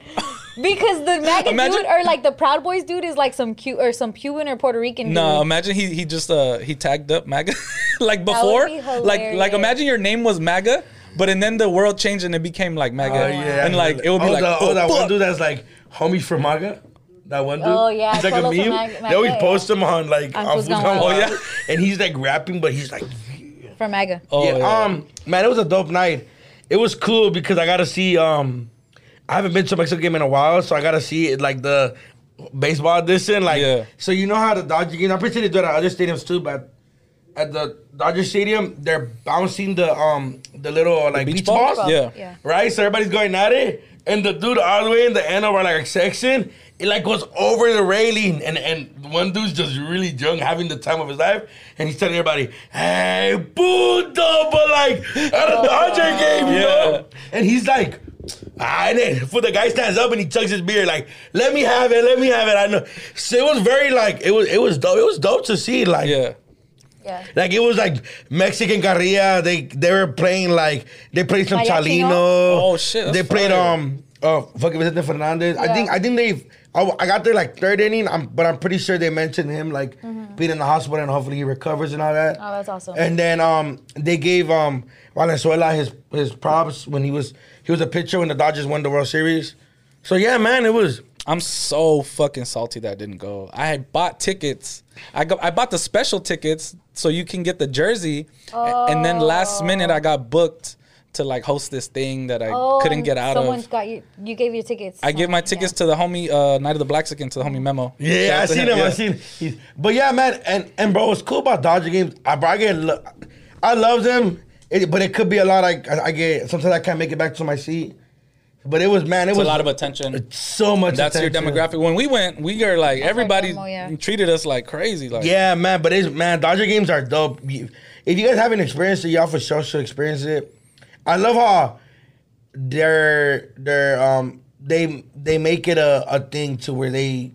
[SPEAKER 2] Because the MAGA
[SPEAKER 4] Imagine-
[SPEAKER 2] dude or like the Proud Boys dude is like some cute or some Cuban or Puerto Rican
[SPEAKER 4] No,
[SPEAKER 2] dude.
[SPEAKER 4] imagine he he just uh he tagged up MAGA like before.
[SPEAKER 2] be
[SPEAKER 4] like like
[SPEAKER 2] hilarious.
[SPEAKER 4] imagine your name was MAGA, but and then the world changed and it became like MAGA.
[SPEAKER 3] Oh, yeah.
[SPEAKER 4] And like it would be
[SPEAKER 3] oh,
[SPEAKER 4] like
[SPEAKER 3] the,
[SPEAKER 4] oh,
[SPEAKER 3] oh, that one
[SPEAKER 4] fuck.
[SPEAKER 3] dude that's like homie from MAGA. That one dude.
[SPEAKER 2] Oh, yeah,
[SPEAKER 3] He's like a
[SPEAKER 2] Cholo from
[SPEAKER 3] meme.
[SPEAKER 2] Mag-
[SPEAKER 3] they always
[SPEAKER 2] Maga,
[SPEAKER 3] post him on like
[SPEAKER 2] On
[SPEAKER 3] on Who's
[SPEAKER 2] Who's Gonna
[SPEAKER 3] Gone
[SPEAKER 4] Wild.
[SPEAKER 3] Wild.
[SPEAKER 4] Oh, yeah.
[SPEAKER 3] and he's like rapping, but he's like,
[SPEAKER 2] For MAGA.
[SPEAKER 4] Oh,
[SPEAKER 3] yeah,
[SPEAKER 4] yeah.
[SPEAKER 3] Um, man, it was a dope night. It was cool because I got to see. Um, I haven't been to a Mexican game in a while, so I got to see it like the baseball edition. Like,
[SPEAKER 4] Yeah.
[SPEAKER 3] so you know how the Dodger games. I'm pretty sure they do it at other stadiums too, but at the Dodger Stadium, they're bouncing the um the little like
[SPEAKER 4] beach
[SPEAKER 3] beach,
[SPEAKER 4] ball?
[SPEAKER 3] balls.
[SPEAKER 4] Yeah.
[SPEAKER 2] Yeah.
[SPEAKER 3] Right, so everybody's going at it, and the dude all the way in the end of our like section, it like goes over the railing, and and one dude's just really drunk, having the time of his life, and he's telling everybody, "Hey, boo, but like at a Dodger game, you know?" And he's like, "I didn't." For the guy stands up and he chugs his beer, like, "Let me have it, let me have it." I know. So it was very like it was it was dope. It was dope to see, like.
[SPEAKER 4] yeah.
[SPEAKER 2] Yeah.
[SPEAKER 3] Like it was like Mexican carrilla. They they were playing like they played some
[SPEAKER 2] Mariachi,
[SPEAKER 3] Chalino.
[SPEAKER 4] Oh, shit, that's
[SPEAKER 3] They played
[SPEAKER 4] fire.
[SPEAKER 3] um uh fucking Vicente Fernandez. I
[SPEAKER 2] Yeah.
[SPEAKER 3] think I think they. I, I got there like third inning, I'm, but I'm pretty sure they mentioned him like being in the hospital and hopefully he recovers and all that.
[SPEAKER 2] Mm-hmm. Oh, that's awesome.
[SPEAKER 3] And then um they gave um Valenzuela his his props when he was he was a pitcher when the Dodgers won the World Series. So yeah, man, it was
[SPEAKER 4] I'm so fucking salty that I didn't go. I had bought tickets. I got I bought the special tickets so you can get the jersey. A- And then last minute I got booked to like host this thing that I couldn't
[SPEAKER 2] and
[SPEAKER 4] get out
[SPEAKER 2] Oh, someone's
[SPEAKER 4] of.
[SPEAKER 2] got you you gave your tickets.
[SPEAKER 4] I gave my tickets to the homie uh Night of the Black Skin to the homie Memo. Shout
[SPEAKER 3] Yeah,
[SPEAKER 4] out
[SPEAKER 3] I
[SPEAKER 4] to
[SPEAKER 3] seen him. I
[SPEAKER 4] yeah.
[SPEAKER 3] seen. He's, but yeah, man, and and bro, what's cool about Dodger games? I bro, I get, lo- I love them, it, but it could be a lot. Like I, I get sometimes I can't make it back to my seat. But it was man, it
[SPEAKER 4] It's
[SPEAKER 3] was
[SPEAKER 4] a lot of attention.
[SPEAKER 3] so much.
[SPEAKER 4] That's your
[SPEAKER 3] attention.
[SPEAKER 4] demographic. When we went, we are like everybody
[SPEAKER 2] demo, yeah.
[SPEAKER 4] treated us like crazy. Like
[SPEAKER 3] Yeah, man, but it's man, Dodger games are dope. You- If you guys haven't experienced it, y'all for sure should experience it. I love how they're they're um they they make it a, a thing to where they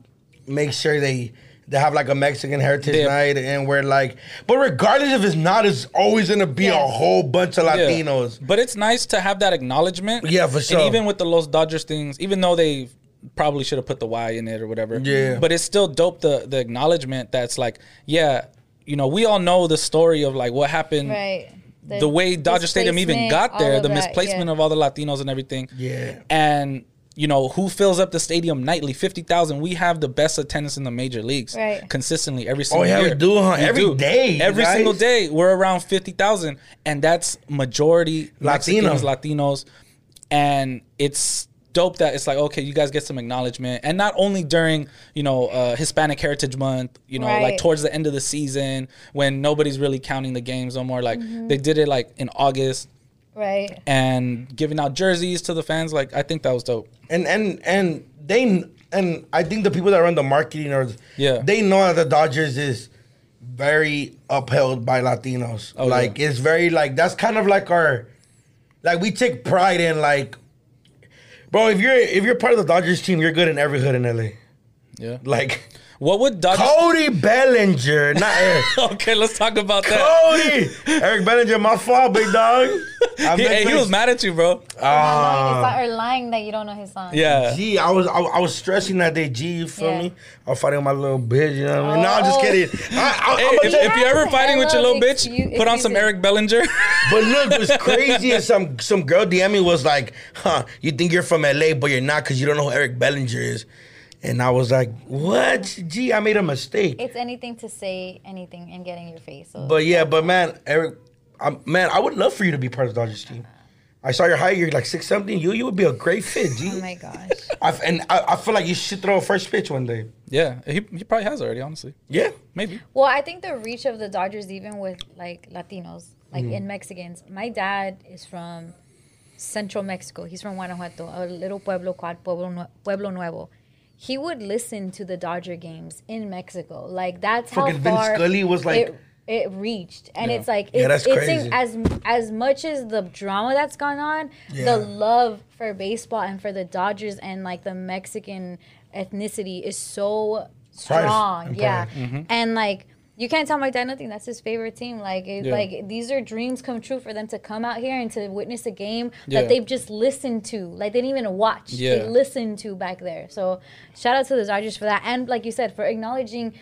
[SPEAKER 3] make sure they they have like a Mexican heritage
[SPEAKER 4] They-
[SPEAKER 3] night and we're like but regardless if it's not, it's always gonna be a
[SPEAKER 2] Yes.
[SPEAKER 3] whole bunch of
[SPEAKER 4] Yeah.
[SPEAKER 3] Latinos.
[SPEAKER 4] But it's nice to have that acknowledgement.
[SPEAKER 3] Yeah, for sure.
[SPEAKER 4] And even with the Los Dodgers things, even though they probably should have put the Y in it or whatever.
[SPEAKER 3] Yeah.
[SPEAKER 4] But it's still dope the the acknowledgement that's like, yeah, you know, we all know the story of like what happened.
[SPEAKER 2] Right.
[SPEAKER 4] The, way Dodger Stadium even
[SPEAKER 2] displacement,
[SPEAKER 4] got
[SPEAKER 2] all
[SPEAKER 4] there,
[SPEAKER 2] of
[SPEAKER 4] the
[SPEAKER 2] that,
[SPEAKER 4] misplacement
[SPEAKER 2] yeah.
[SPEAKER 4] of all the Latinos and everything.
[SPEAKER 3] Yeah.
[SPEAKER 4] And you know, who fills up the stadium nightly? 50,000. We have the best attendance in the major leagues
[SPEAKER 2] Right.
[SPEAKER 4] consistently every single
[SPEAKER 3] Oh, yeah, we
[SPEAKER 4] year.
[SPEAKER 3] do, huh? Every day,
[SPEAKER 4] Every
[SPEAKER 3] guys.
[SPEAKER 4] single day, we're around 50,000 and that's majority
[SPEAKER 3] Latino.
[SPEAKER 4] Mexicans, Latinos, and it's dope that it's like okay, you guys get some acknowledgement, and not only during you know uh, Hispanic Heritage Month, you know, like
[SPEAKER 2] Right.
[SPEAKER 4] towards the end of the season when nobody's really counting the games no more. Like
[SPEAKER 3] Mm-hmm.
[SPEAKER 4] they did it like in August
[SPEAKER 2] Right.
[SPEAKER 4] and giving out jerseys to the fans. Like I think that was dope.
[SPEAKER 3] and and and they and I think the people that run the marketing or
[SPEAKER 4] Yeah.
[SPEAKER 3] they know that the Dodgers is very upheld by Latinos.
[SPEAKER 4] Oh,
[SPEAKER 3] like
[SPEAKER 4] yeah.
[SPEAKER 3] it's very like that's kind of like our like we take pride in like bro if you're if you're part of the Dodgers team you're good in every hood in LA.
[SPEAKER 4] Yeah.
[SPEAKER 3] Like
[SPEAKER 4] What would Dodgers?
[SPEAKER 3] Cody Bellinger, not Eric.
[SPEAKER 4] okay, let's talk about that.
[SPEAKER 3] Cody, Eric Bellinger, my fault, big dog. I'm
[SPEAKER 4] He, hey, he
[SPEAKER 3] Netflix.
[SPEAKER 4] was mad at you, bro.
[SPEAKER 2] Not knowing his song or lying that you don't know his song.
[SPEAKER 4] Ah. Yeah.
[SPEAKER 3] G, I was I, I was stressing that day. G, you feel
[SPEAKER 2] Yeah.
[SPEAKER 3] me? I'm fighting my little bitch. You know what I mean? No, I'm just
[SPEAKER 2] Oh.
[SPEAKER 3] kidding. I, I,
[SPEAKER 4] Hey,
[SPEAKER 3] I'm
[SPEAKER 4] if, if you're ever
[SPEAKER 2] Hella
[SPEAKER 4] fighting with your little bitch,
[SPEAKER 2] excu-
[SPEAKER 4] put on some
[SPEAKER 2] excuses.
[SPEAKER 4] Eric Bellinger.
[SPEAKER 3] but look, what's crazy is some some girl DM me was like, "Huh? You think you're from LA, but you're not because you don't know who Eric Bellinger is." And I was like, "What? G, I made a mistake."
[SPEAKER 2] It's anything to say anything and get in your face. So
[SPEAKER 3] But yeah, but man, Eric, i man, I would love for you to be part of the Dodgers team. I saw your height. You're like six something. You you would be a great fit, G.
[SPEAKER 2] Oh my gosh.
[SPEAKER 3] I, and I, I feel like you should throw a first pitch one day.
[SPEAKER 4] Yeah, he, he probably has already, honestly.
[SPEAKER 3] Yeah.
[SPEAKER 4] Maybe.
[SPEAKER 2] Well, I think the reach of the Dodgers, even with like Latinos, like
[SPEAKER 3] Mm-hmm.
[SPEAKER 2] in Mexicans. My dad is from central Mexico. He's from Guanajuato, a little pueblo called Pueblo, Nue- pueblo Nuevo. He would listen to the Dodger games in Mexico. Like that's how
[SPEAKER 3] Fucking Vin
[SPEAKER 2] far
[SPEAKER 3] Scully was like-
[SPEAKER 2] it, it reached, and
[SPEAKER 4] Yeah.
[SPEAKER 2] it's like it's,
[SPEAKER 3] Yeah, that's
[SPEAKER 2] it's
[SPEAKER 3] crazy.
[SPEAKER 2] in- as as much as the drama that's gone on,
[SPEAKER 3] Yeah.
[SPEAKER 2] the love for baseball and for the Dodgers and like the Mexican ethnicity is so
[SPEAKER 3] Price
[SPEAKER 2] strong.
[SPEAKER 3] and
[SPEAKER 2] Yeah.
[SPEAKER 3] price.
[SPEAKER 4] Mm-hmm.
[SPEAKER 2] And like you can't tell my dad nothing. That's his favorite team. Like it,
[SPEAKER 4] Yeah.
[SPEAKER 2] like these are dreams come true for them to come out here and to witness a game
[SPEAKER 4] Yeah.
[SPEAKER 2] that they've just listened to. Like they didn't even watch.
[SPEAKER 4] Yeah.
[SPEAKER 2] They listened to back there. So shout out to the Dodgers for that. And like you said, for acknowledging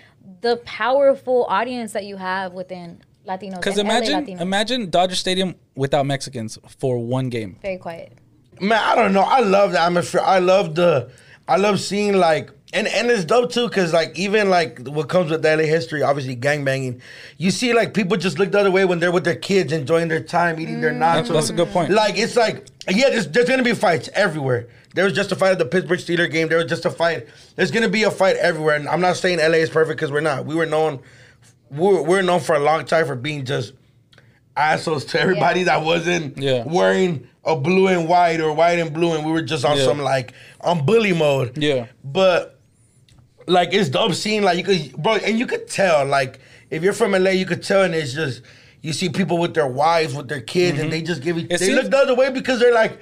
[SPEAKER 2] the powerful audience that you have within Latinos.
[SPEAKER 4] Because
[SPEAKER 2] and LA
[SPEAKER 4] imagine
[SPEAKER 2] Latinos.
[SPEAKER 4] imagine Dodger Stadium without Mexicans for one game.
[SPEAKER 2] very quiet.
[SPEAKER 3] Man, I don't know. I love the atmosphere. I love the. I love seeing like. And, and it's dope too, cause like even like what comes with LA history, obviously gang banging, you see like people just look the other way when they're with their kids, enjoying their time, eating their nachos.
[SPEAKER 4] Mm. That's, that's a good point.
[SPEAKER 3] Like it's like yeah, there's, there's gonna be fights everywhere. There was just a fight at the Pittsburgh Steelers game. There was just a fight. There's gonna be a fight everywhere. And I'm not saying LA is perfect because we're not. We were known, we were, we were known for a long time for being just assholes to everybody
[SPEAKER 2] Yeah.
[SPEAKER 3] that wasn't
[SPEAKER 4] Yeah.
[SPEAKER 3] wearing a blue and white or white and blue, and we were just on
[SPEAKER 4] Yeah.
[SPEAKER 3] some like on bully mode.
[SPEAKER 4] Yeah.
[SPEAKER 3] but like it's dope seeing like you could bro and you could tell like if you're from LA you could tell and it's just you see people with their wives with their kids and they just give each, they
[SPEAKER 4] Mm-hmm. It seems-
[SPEAKER 3] look the other way because they're like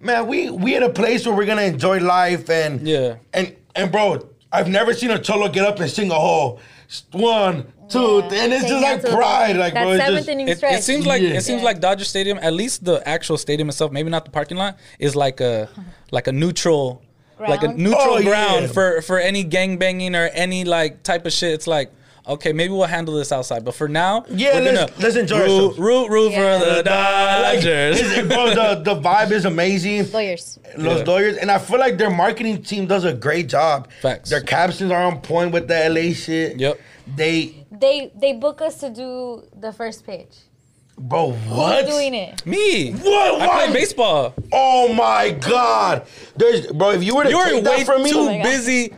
[SPEAKER 3] man we we in a place where we're gonna enjoy life and
[SPEAKER 4] Yeah.
[SPEAKER 3] and and bro I've never seen a cholo get up and sing a whole s- one two
[SPEAKER 2] Yeah.
[SPEAKER 3] th- and it's
[SPEAKER 2] Take
[SPEAKER 3] just
[SPEAKER 2] that
[SPEAKER 3] like
[SPEAKER 2] to the-
[SPEAKER 3] pride like
[SPEAKER 2] that
[SPEAKER 3] bro it's
[SPEAKER 2] seventh
[SPEAKER 3] just,
[SPEAKER 2] inning
[SPEAKER 4] It,
[SPEAKER 2] stretch.
[SPEAKER 4] it seems like
[SPEAKER 3] Yeah.
[SPEAKER 4] it seems
[SPEAKER 2] Yeah.
[SPEAKER 4] like Dodger Stadium. At least the actual stadium itself, maybe not the parking lot, is like a like a neutral, like a
[SPEAKER 2] Ground?
[SPEAKER 4] neutral
[SPEAKER 3] Oh,
[SPEAKER 4] ground
[SPEAKER 3] yeah.
[SPEAKER 4] for for any gang banging or any like type of shit. It's like. Okay, maybe we'll handle this outside, but for now,
[SPEAKER 3] Yeah,
[SPEAKER 4] we're
[SPEAKER 3] let's-
[SPEAKER 4] gonna
[SPEAKER 3] let's enjoy
[SPEAKER 4] root,
[SPEAKER 3] ourselves.
[SPEAKER 4] root, root
[SPEAKER 2] Yeah.
[SPEAKER 4] for the
[SPEAKER 3] like,
[SPEAKER 4] Dodgers.
[SPEAKER 3] it's- bro the, the vibe is amazing
[SPEAKER 2] Lawyers.
[SPEAKER 3] Los
[SPEAKER 4] Yeah.
[SPEAKER 3] Doyers, and I feel like their marketing team does a great job.
[SPEAKER 4] Facts.
[SPEAKER 3] Their captions are on point with the LA shit.
[SPEAKER 4] Yep.
[SPEAKER 3] They,
[SPEAKER 2] They they book us to do the first pitch.
[SPEAKER 3] bro, what?
[SPEAKER 2] Doing it.
[SPEAKER 4] Me,
[SPEAKER 3] What?
[SPEAKER 4] I
[SPEAKER 3] Why?
[SPEAKER 4] play baseball.
[SPEAKER 3] Oh my god! There's, bro, if you were to
[SPEAKER 4] You're
[SPEAKER 3] take that
[SPEAKER 4] way
[SPEAKER 3] from me,
[SPEAKER 4] too
[SPEAKER 2] Oh my God.
[SPEAKER 4] busy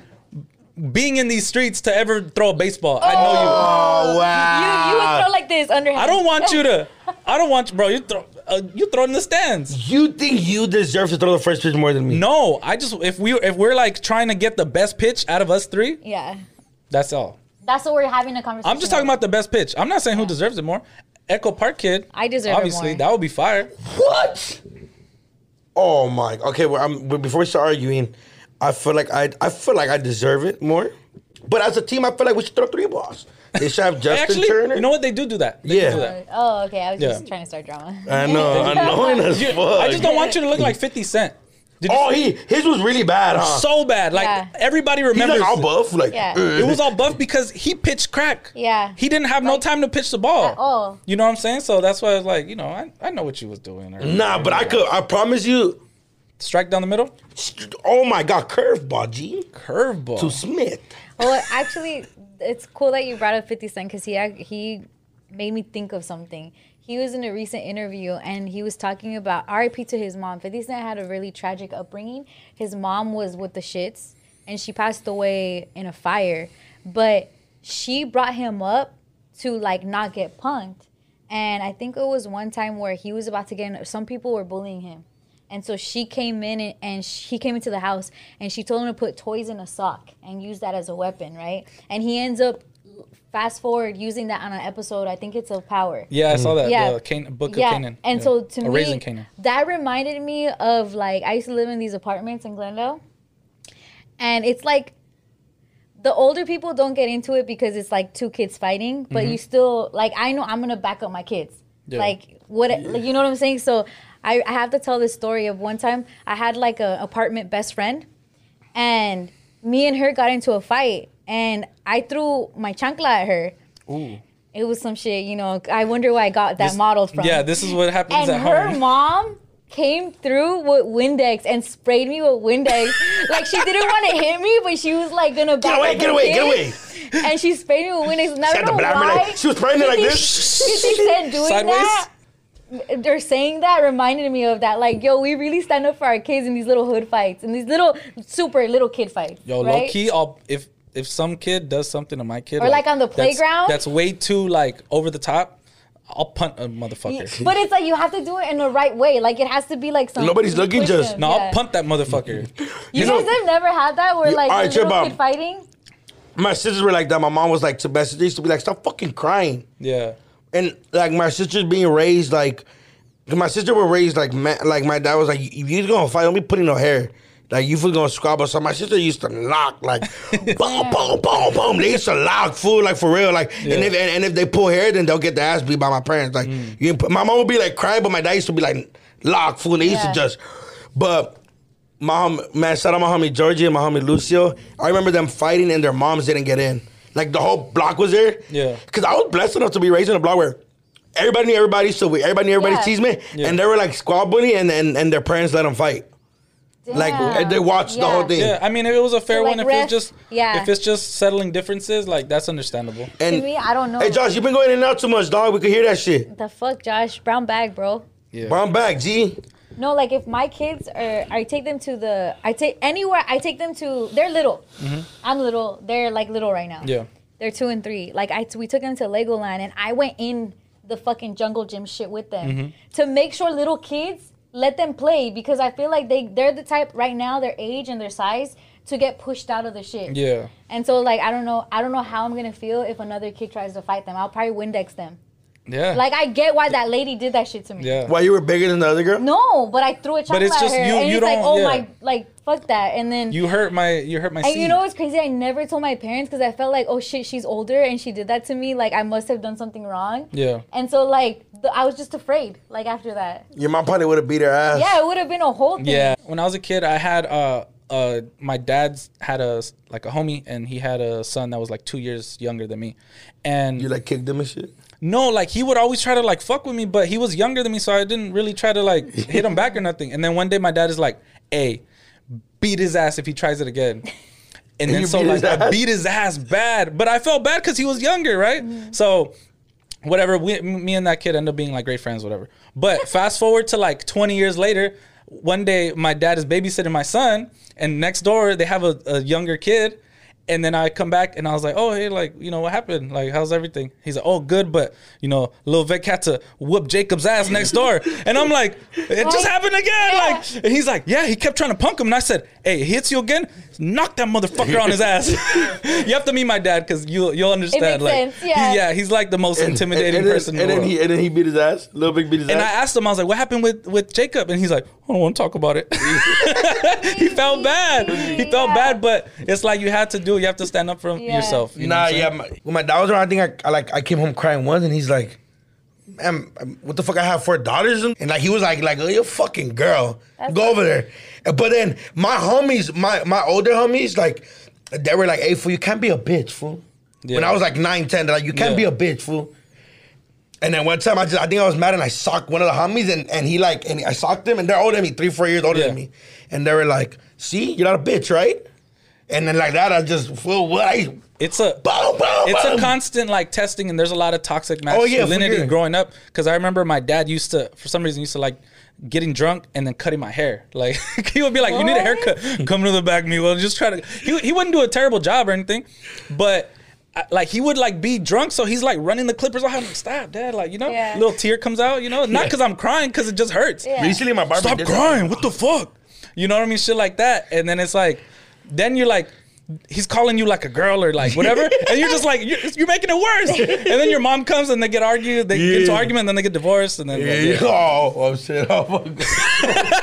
[SPEAKER 4] being in these streets to ever throw a baseball. I know you.
[SPEAKER 3] oh
[SPEAKER 2] You
[SPEAKER 3] wow!
[SPEAKER 2] you would throw like this underhand.
[SPEAKER 4] I don't want you to. I don't want you, bro. You throw. Uh, you throw in the stands.
[SPEAKER 3] You think you deserve to throw the first pitch more than me?
[SPEAKER 4] No, I just if we if we're like trying to get the best pitch out of us three,
[SPEAKER 2] Yeah.
[SPEAKER 4] that's all.
[SPEAKER 2] That's what we're having a conversation.
[SPEAKER 4] I'm just talking
[SPEAKER 2] with.
[SPEAKER 4] about the best pitch. I'm not saying who deserves it more. Echo Park kid.
[SPEAKER 2] I deserve it
[SPEAKER 4] obviously
[SPEAKER 2] more.
[SPEAKER 4] that would be fire.
[SPEAKER 3] What? Oh my. Okay, well, I'm, but before we start arguing, I feel like I I feel like I deserve it more. But as a team, I feel like we should throw three balls. They should have Justin
[SPEAKER 4] Actually,
[SPEAKER 3] Turner.
[SPEAKER 4] you know what they do do that. They do
[SPEAKER 3] Yeah.
[SPEAKER 4] do that.
[SPEAKER 2] Oh, okay. I was
[SPEAKER 4] Yeah.
[SPEAKER 2] just trying to start drama.
[SPEAKER 3] I know, annoying as fuck.
[SPEAKER 4] I just don't want you to look like Fifty Cent. Did you
[SPEAKER 3] Oh, he his was really bad, huh?
[SPEAKER 4] so bad? Like
[SPEAKER 2] Yeah.
[SPEAKER 4] everybody
[SPEAKER 3] He's
[SPEAKER 4] remembers.
[SPEAKER 3] like all buff, like uh,
[SPEAKER 2] Yeah.
[SPEAKER 3] "Ugh."
[SPEAKER 4] It was all buff because he pitched crack.
[SPEAKER 2] Yeah.
[SPEAKER 4] He didn't have no
[SPEAKER 2] Like,
[SPEAKER 4] time to pitch the ball.
[SPEAKER 2] at all.
[SPEAKER 4] You know what I'm saying? So that's why I was like, you know, I, I know what you was doing. or-
[SPEAKER 3] Nah, but I could. I promise you.
[SPEAKER 4] strike down the middle,
[SPEAKER 3] st- Oh my God, curveball, G
[SPEAKER 4] curveball.
[SPEAKER 3] to Smith.
[SPEAKER 2] Well, actually, it's cool that you brought up 50 Cent because he ac- he made me think of something. He was in a recent interview and he was talking about RIP to his mom. 50 Cent had a really tragic upbringing. His mom was with the shits and she passed away in a fire, but she brought him up to like not get punked. And I think it was one time where he was about to get in, some people were bullying him. And so she came in and, and she, he came into the house and she told him to put toys in a sock and use that as a weapon, right? And he ends up fast forward using that on an episode. I think it's of Power.
[SPEAKER 4] Yeah, I
[SPEAKER 3] Mm.
[SPEAKER 4] saw that.
[SPEAKER 2] Yeah.
[SPEAKER 4] The Can- book of Canaan.
[SPEAKER 2] And
[SPEAKER 4] Yeah.
[SPEAKER 2] so to
[SPEAKER 4] Or
[SPEAKER 2] me,
[SPEAKER 4] Raising Canaan.
[SPEAKER 2] that reminded me of like I used to live in these apartments in Glendale, and it's like the older people don't get into it because it's like two kids fighting, but you still like I know I'm gonna back up my kids.
[SPEAKER 4] Mm-hmm. Yeah.
[SPEAKER 2] Like what like, you know what I'm saying? So I, I have to tell this story of one time I had like a apartment best friend and me and her got into a fight and I threw my chancla at her.
[SPEAKER 4] Ooh.
[SPEAKER 2] It was some shit, you know. I wonder where I got that
[SPEAKER 4] This-
[SPEAKER 2] model from.
[SPEAKER 4] Yeah, this is what happens
[SPEAKER 2] And
[SPEAKER 4] at
[SPEAKER 2] her
[SPEAKER 4] home.
[SPEAKER 2] mom came through with Windex and sprayed me with Windex. like she didn't want to hit me, but she was like gonna back
[SPEAKER 3] away,
[SPEAKER 2] up
[SPEAKER 3] get
[SPEAKER 2] her
[SPEAKER 3] away, get
[SPEAKER 2] kids. And she sprayed me with Windex. And I
[SPEAKER 3] She had
[SPEAKER 2] don't
[SPEAKER 3] the
[SPEAKER 2] know
[SPEAKER 3] black man,
[SPEAKER 2] why.
[SPEAKER 3] like, she was spraying it like
[SPEAKER 2] Fifty-
[SPEAKER 3] this.
[SPEAKER 2] Fifty Cent doing
[SPEAKER 4] Sideways?
[SPEAKER 2] that. they're saying that reminded me of that. Like, yo, we really stand up for our kids in these little hood fights and these little super little kid fights.
[SPEAKER 4] Yo,
[SPEAKER 2] right?
[SPEAKER 4] low key, I'll, if if some kid does something to my kid,
[SPEAKER 2] Or, like, on the
[SPEAKER 4] that's-
[SPEAKER 2] playground?
[SPEAKER 4] that's, way too like over the top. I'll punt a motherfucker.
[SPEAKER 2] But it's like you have to do it in the right way. Like it has to be like something.
[SPEAKER 3] Nobody's looking, just-
[SPEAKER 4] no,
[SPEAKER 2] yeah.
[SPEAKER 4] I'll punt that motherfucker.
[SPEAKER 2] You,
[SPEAKER 3] know-
[SPEAKER 2] guys have never had that where
[SPEAKER 3] You-
[SPEAKER 2] like
[SPEAKER 3] alright,
[SPEAKER 2] a little
[SPEAKER 3] Jabba.
[SPEAKER 2] kid fighting.
[SPEAKER 3] My sisters were like that. My mom was like to best. They used to be like, stop fucking crying.
[SPEAKER 4] Yeah,
[SPEAKER 3] and like my sister's being raised like 'cause my sister were raised like ma- like my dad was like if you gonna fight don't be putting no hair like you feel gonna squabble so my sister used to knock like boom boom boom boom they used to knock food like for real like and
[SPEAKER 4] Yeah.
[SPEAKER 3] if and, and if they pull hair then they'll get the ass beat by my parents like you ain't put- my mom would be like crying but my dad used to be like lock food they used
[SPEAKER 2] Yeah.
[SPEAKER 3] to just but my hom- man, shout out my homie Georgie and my homie Lucio. I remember them fighting and their moms didn't get in. Like the whole block was there.
[SPEAKER 4] Yeah.
[SPEAKER 3] Cause I was blessed enough to be raised in a block where everybody knew everybody, so we, everybody knew everybody's
[SPEAKER 2] Yeah.
[SPEAKER 3] cheeseman.
[SPEAKER 4] Yeah.
[SPEAKER 3] And they were like squabbling and, and and their parents let them fight. Like,
[SPEAKER 2] Damn.
[SPEAKER 3] they watched the whole thing.
[SPEAKER 4] yeah. I mean, if it was a fair
[SPEAKER 2] So, like,
[SPEAKER 4] one, if
[SPEAKER 2] ref-
[SPEAKER 4] it's just
[SPEAKER 2] yeah.
[SPEAKER 4] if it's just settling differences, like that's understandable.
[SPEAKER 3] And
[SPEAKER 2] to me, I don't know.
[SPEAKER 3] Hey Josh, you've been going in and out too much, dog. We could hear that shit.
[SPEAKER 2] The fuck, Josh? Brown bag, bro.
[SPEAKER 4] Yeah,
[SPEAKER 3] But I'm back, G.
[SPEAKER 2] No, like if my kids are, I take them to the, I take anywhere, I take them to, they're little.
[SPEAKER 3] Mm-hmm.
[SPEAKER 2] I'm little. They're like little right now.
[SPEAKER 4] yeah.
[SPEAKER 2] They're two and three. Like I, we took them to Legoland, and I went in the fucking jungle gym shit with them
[SPEAKER 3] Mm-hmm.
[SPEAKER 2] to make sure little kids let them play because I feel like they they're the type right now their age and their size to get pushed out of the shit.
[SPEAKER 4] Yeah.
[SPEAKER 2] And so like I don't know I don't know how I'm gonna feel if another kid tries to fight them. I'll probably Windex them.
[SPEAKER 4] Yeah.
[SPEAKER 2] Like I get why that lady did that shit to me.
[SPEAKER 4] yeah.
[SPEAKER 3] Why you were bigger than the other girl?
[SPEAKER 2] No, but I threw a chocolate
[SPEAKER 4] it's just
[SPEAKER 2] at her,
[SPEAKER 4] you-
[SPEAKER 2] and
[SPEAKER 4] you
[SPEAKER 2] it's like,
[SPEAKER 4] don't-
[SPEAKER 2] oh
[SPEAKER 4] yeah.
[SPEAKER 2] my, like fuck that, and then
[SPEAKER 4] You hurt my you hurt my
[SPEAKER 2] and
[SPEAKER 4] seed.
[SPEAKER 2] you know what's crazy? I never told my parents because I felt like, oh shit, she's older and she did that to me. Like I must have done something wrong.
[SPEAKER 4] yeah.
[SPEAKER 2] And so like the, I was just afraid. Like after that,
[SPEAKER 3] Your mom probably would have beat her ass.
[SPEAKER 2] yeah, it would have been a whole thing.
[SPEAKER 4] Yeah. When I was a kid, I had uh uh my dad's had a s- like a homie, and he had a son that was like two years younger than me, and
[SPEAKER 3] You like kicked them and shit.
[SPEAKER 4] no, like he would always try to like fuck with me, but he was younger than me, so I didn't really try to like hit him back or nothing. And then one day, my dad is like, "Hey, beat his ass if he tries it again." And then
[SPEAKER 3] You
[SPEAKER 4] so
[SPEAKER 3] beat his
[SPEAKER 4] like I
[SPEAKER 3] ass?
[SPEAKER 4] beat his ass bad, but I felt bad because he was younger, right? So whatever we, m- me and that kid end up being like great friends whatever but fast forward to like 20 years later one day my dad is babysitting my son and next door they have a, a younger kid and then i come back and i was like oh hey like you know what happened like how's everything he's like oh good but you know little vic had to whoop jacob's ass next door and i'm like it just
[SPEAKER 2] Right.
[SPEAKER 4] happened again
[SPEAKER 2] Yeah.
[SPEAKER 4] like and he's like yeah he kept trying to punk him and i said hey he hits you again knock that motherfucker on his ass you have to meet my dad because you, you'll understand like
[SPEAKER 2] sense,
[SPEAKER 4] he-
[SPEAKER 2] yeah.
[SPEAKER 4] yeah he's like the most intimidating
[SPEAKER 3] and, and
[SPEAKER 4] person.
[SPEAKER 3] Then,
[SPEAKER 4] in the
[SPEAKER 3] and then
[SPEAKER 4] world.
[SPEAKER 3] he and then he beat his ass. Little big beat his
[SPEAKER 4] and I
[SPEAKER 3] ass.
[SPEAKER 4] asked him, I was like, "What happened with with Jacob?" And he's like, "I don't want to talk about it." he felt bad. He felt
[SPEAKER 2] Yeah.
[SPEAKER 4] bad, but it's like you had to do. it. You have to stand up for
[SPEAKER 2] Yeah.
[SPEAKER 4] yourself. You know
[SPEAKER 3] Nah,
[SPEAKER 4] what I'm
[SPEAKER 3] yeah.
[SPEAKER 4] saying?
[SPEAKER 3] My, when my dad was around, I think I, I like I came home crying once, and he's like, "Man, um, what the fuck? I have four daughters," and like he was like, "Like, oh, you fucking girl,
[SPEAKER 2] That's-
[SPEAKER 3] go over there." And- But then my homies, my my older homies, like they were like, "Hey, fool, you can't be a bitch, fool." When
[SPEAKER 4] Yeah.
[SPEAKER 3] I was like nine, ten, they're like, "You can't
[SPEAKER 4] Yeah.
[SPEAKER 3] be a bitch, fool." And then one time, I just I think I was mad, and I socked one of the homies, and, and he like and I socked him, and they're older than me, three, four years older
[SPEAKER 4] Yeah.
[SPEAKER 3] than me, and they were like, "See, you're not a bitch, right?" And then like that, I just fool what I
[SPEAKER 4] It's a
[SPEAKER 3] Boom, boom,
[SPEAKER 4] it's a
[SPEAKER 3] boom.
[SPEAKER 4] constant like testing, and there's a lot of toxic
[SPEAKER 3] um, Oh, yeah, for
[SPEAKER 4] masculinity
[SPEAKER 3] sure.
[SPEAKER 4] growing up. Because I remember my dad used to, for some reason, used to like getting drunk and then cutting my hair. Like he would be like, "You need a
[SPEAKER 2] What?
[SPEAKER 4] haircut? Come to the back, me. Well, just try to." He he wouldn't do a terrible job or anything, but. I- Like he would like be drunk, so he's like running the clippers off. I'm like, stop, dad! Like you know,
[SPEAKER 2] Yeah.
[SPEAKER 4] little tear comes out. You know, not because I'm crying, because it just hurts.
[SPEAKER 2] Yeah.
[SPEAKER 3] Recently, my barber
[SPEAKER 4] Stop
[SPEAKER 3] did-
[SPEAKER 4] crying. What the fuck? You know what I mean? Shit like that. And then it's like, then you're like, he's calling you like a girl or like whatever. and you're just like, you're, you're making it worse. And then your mom comes and they get argued, they get into
[SPEAKER 3] Yeah.
[SPEAKER 4] argument, and then they get divorced. And then, like,
[SPEAKER 3] Yeah. Oh, oh shit! Oh, my God.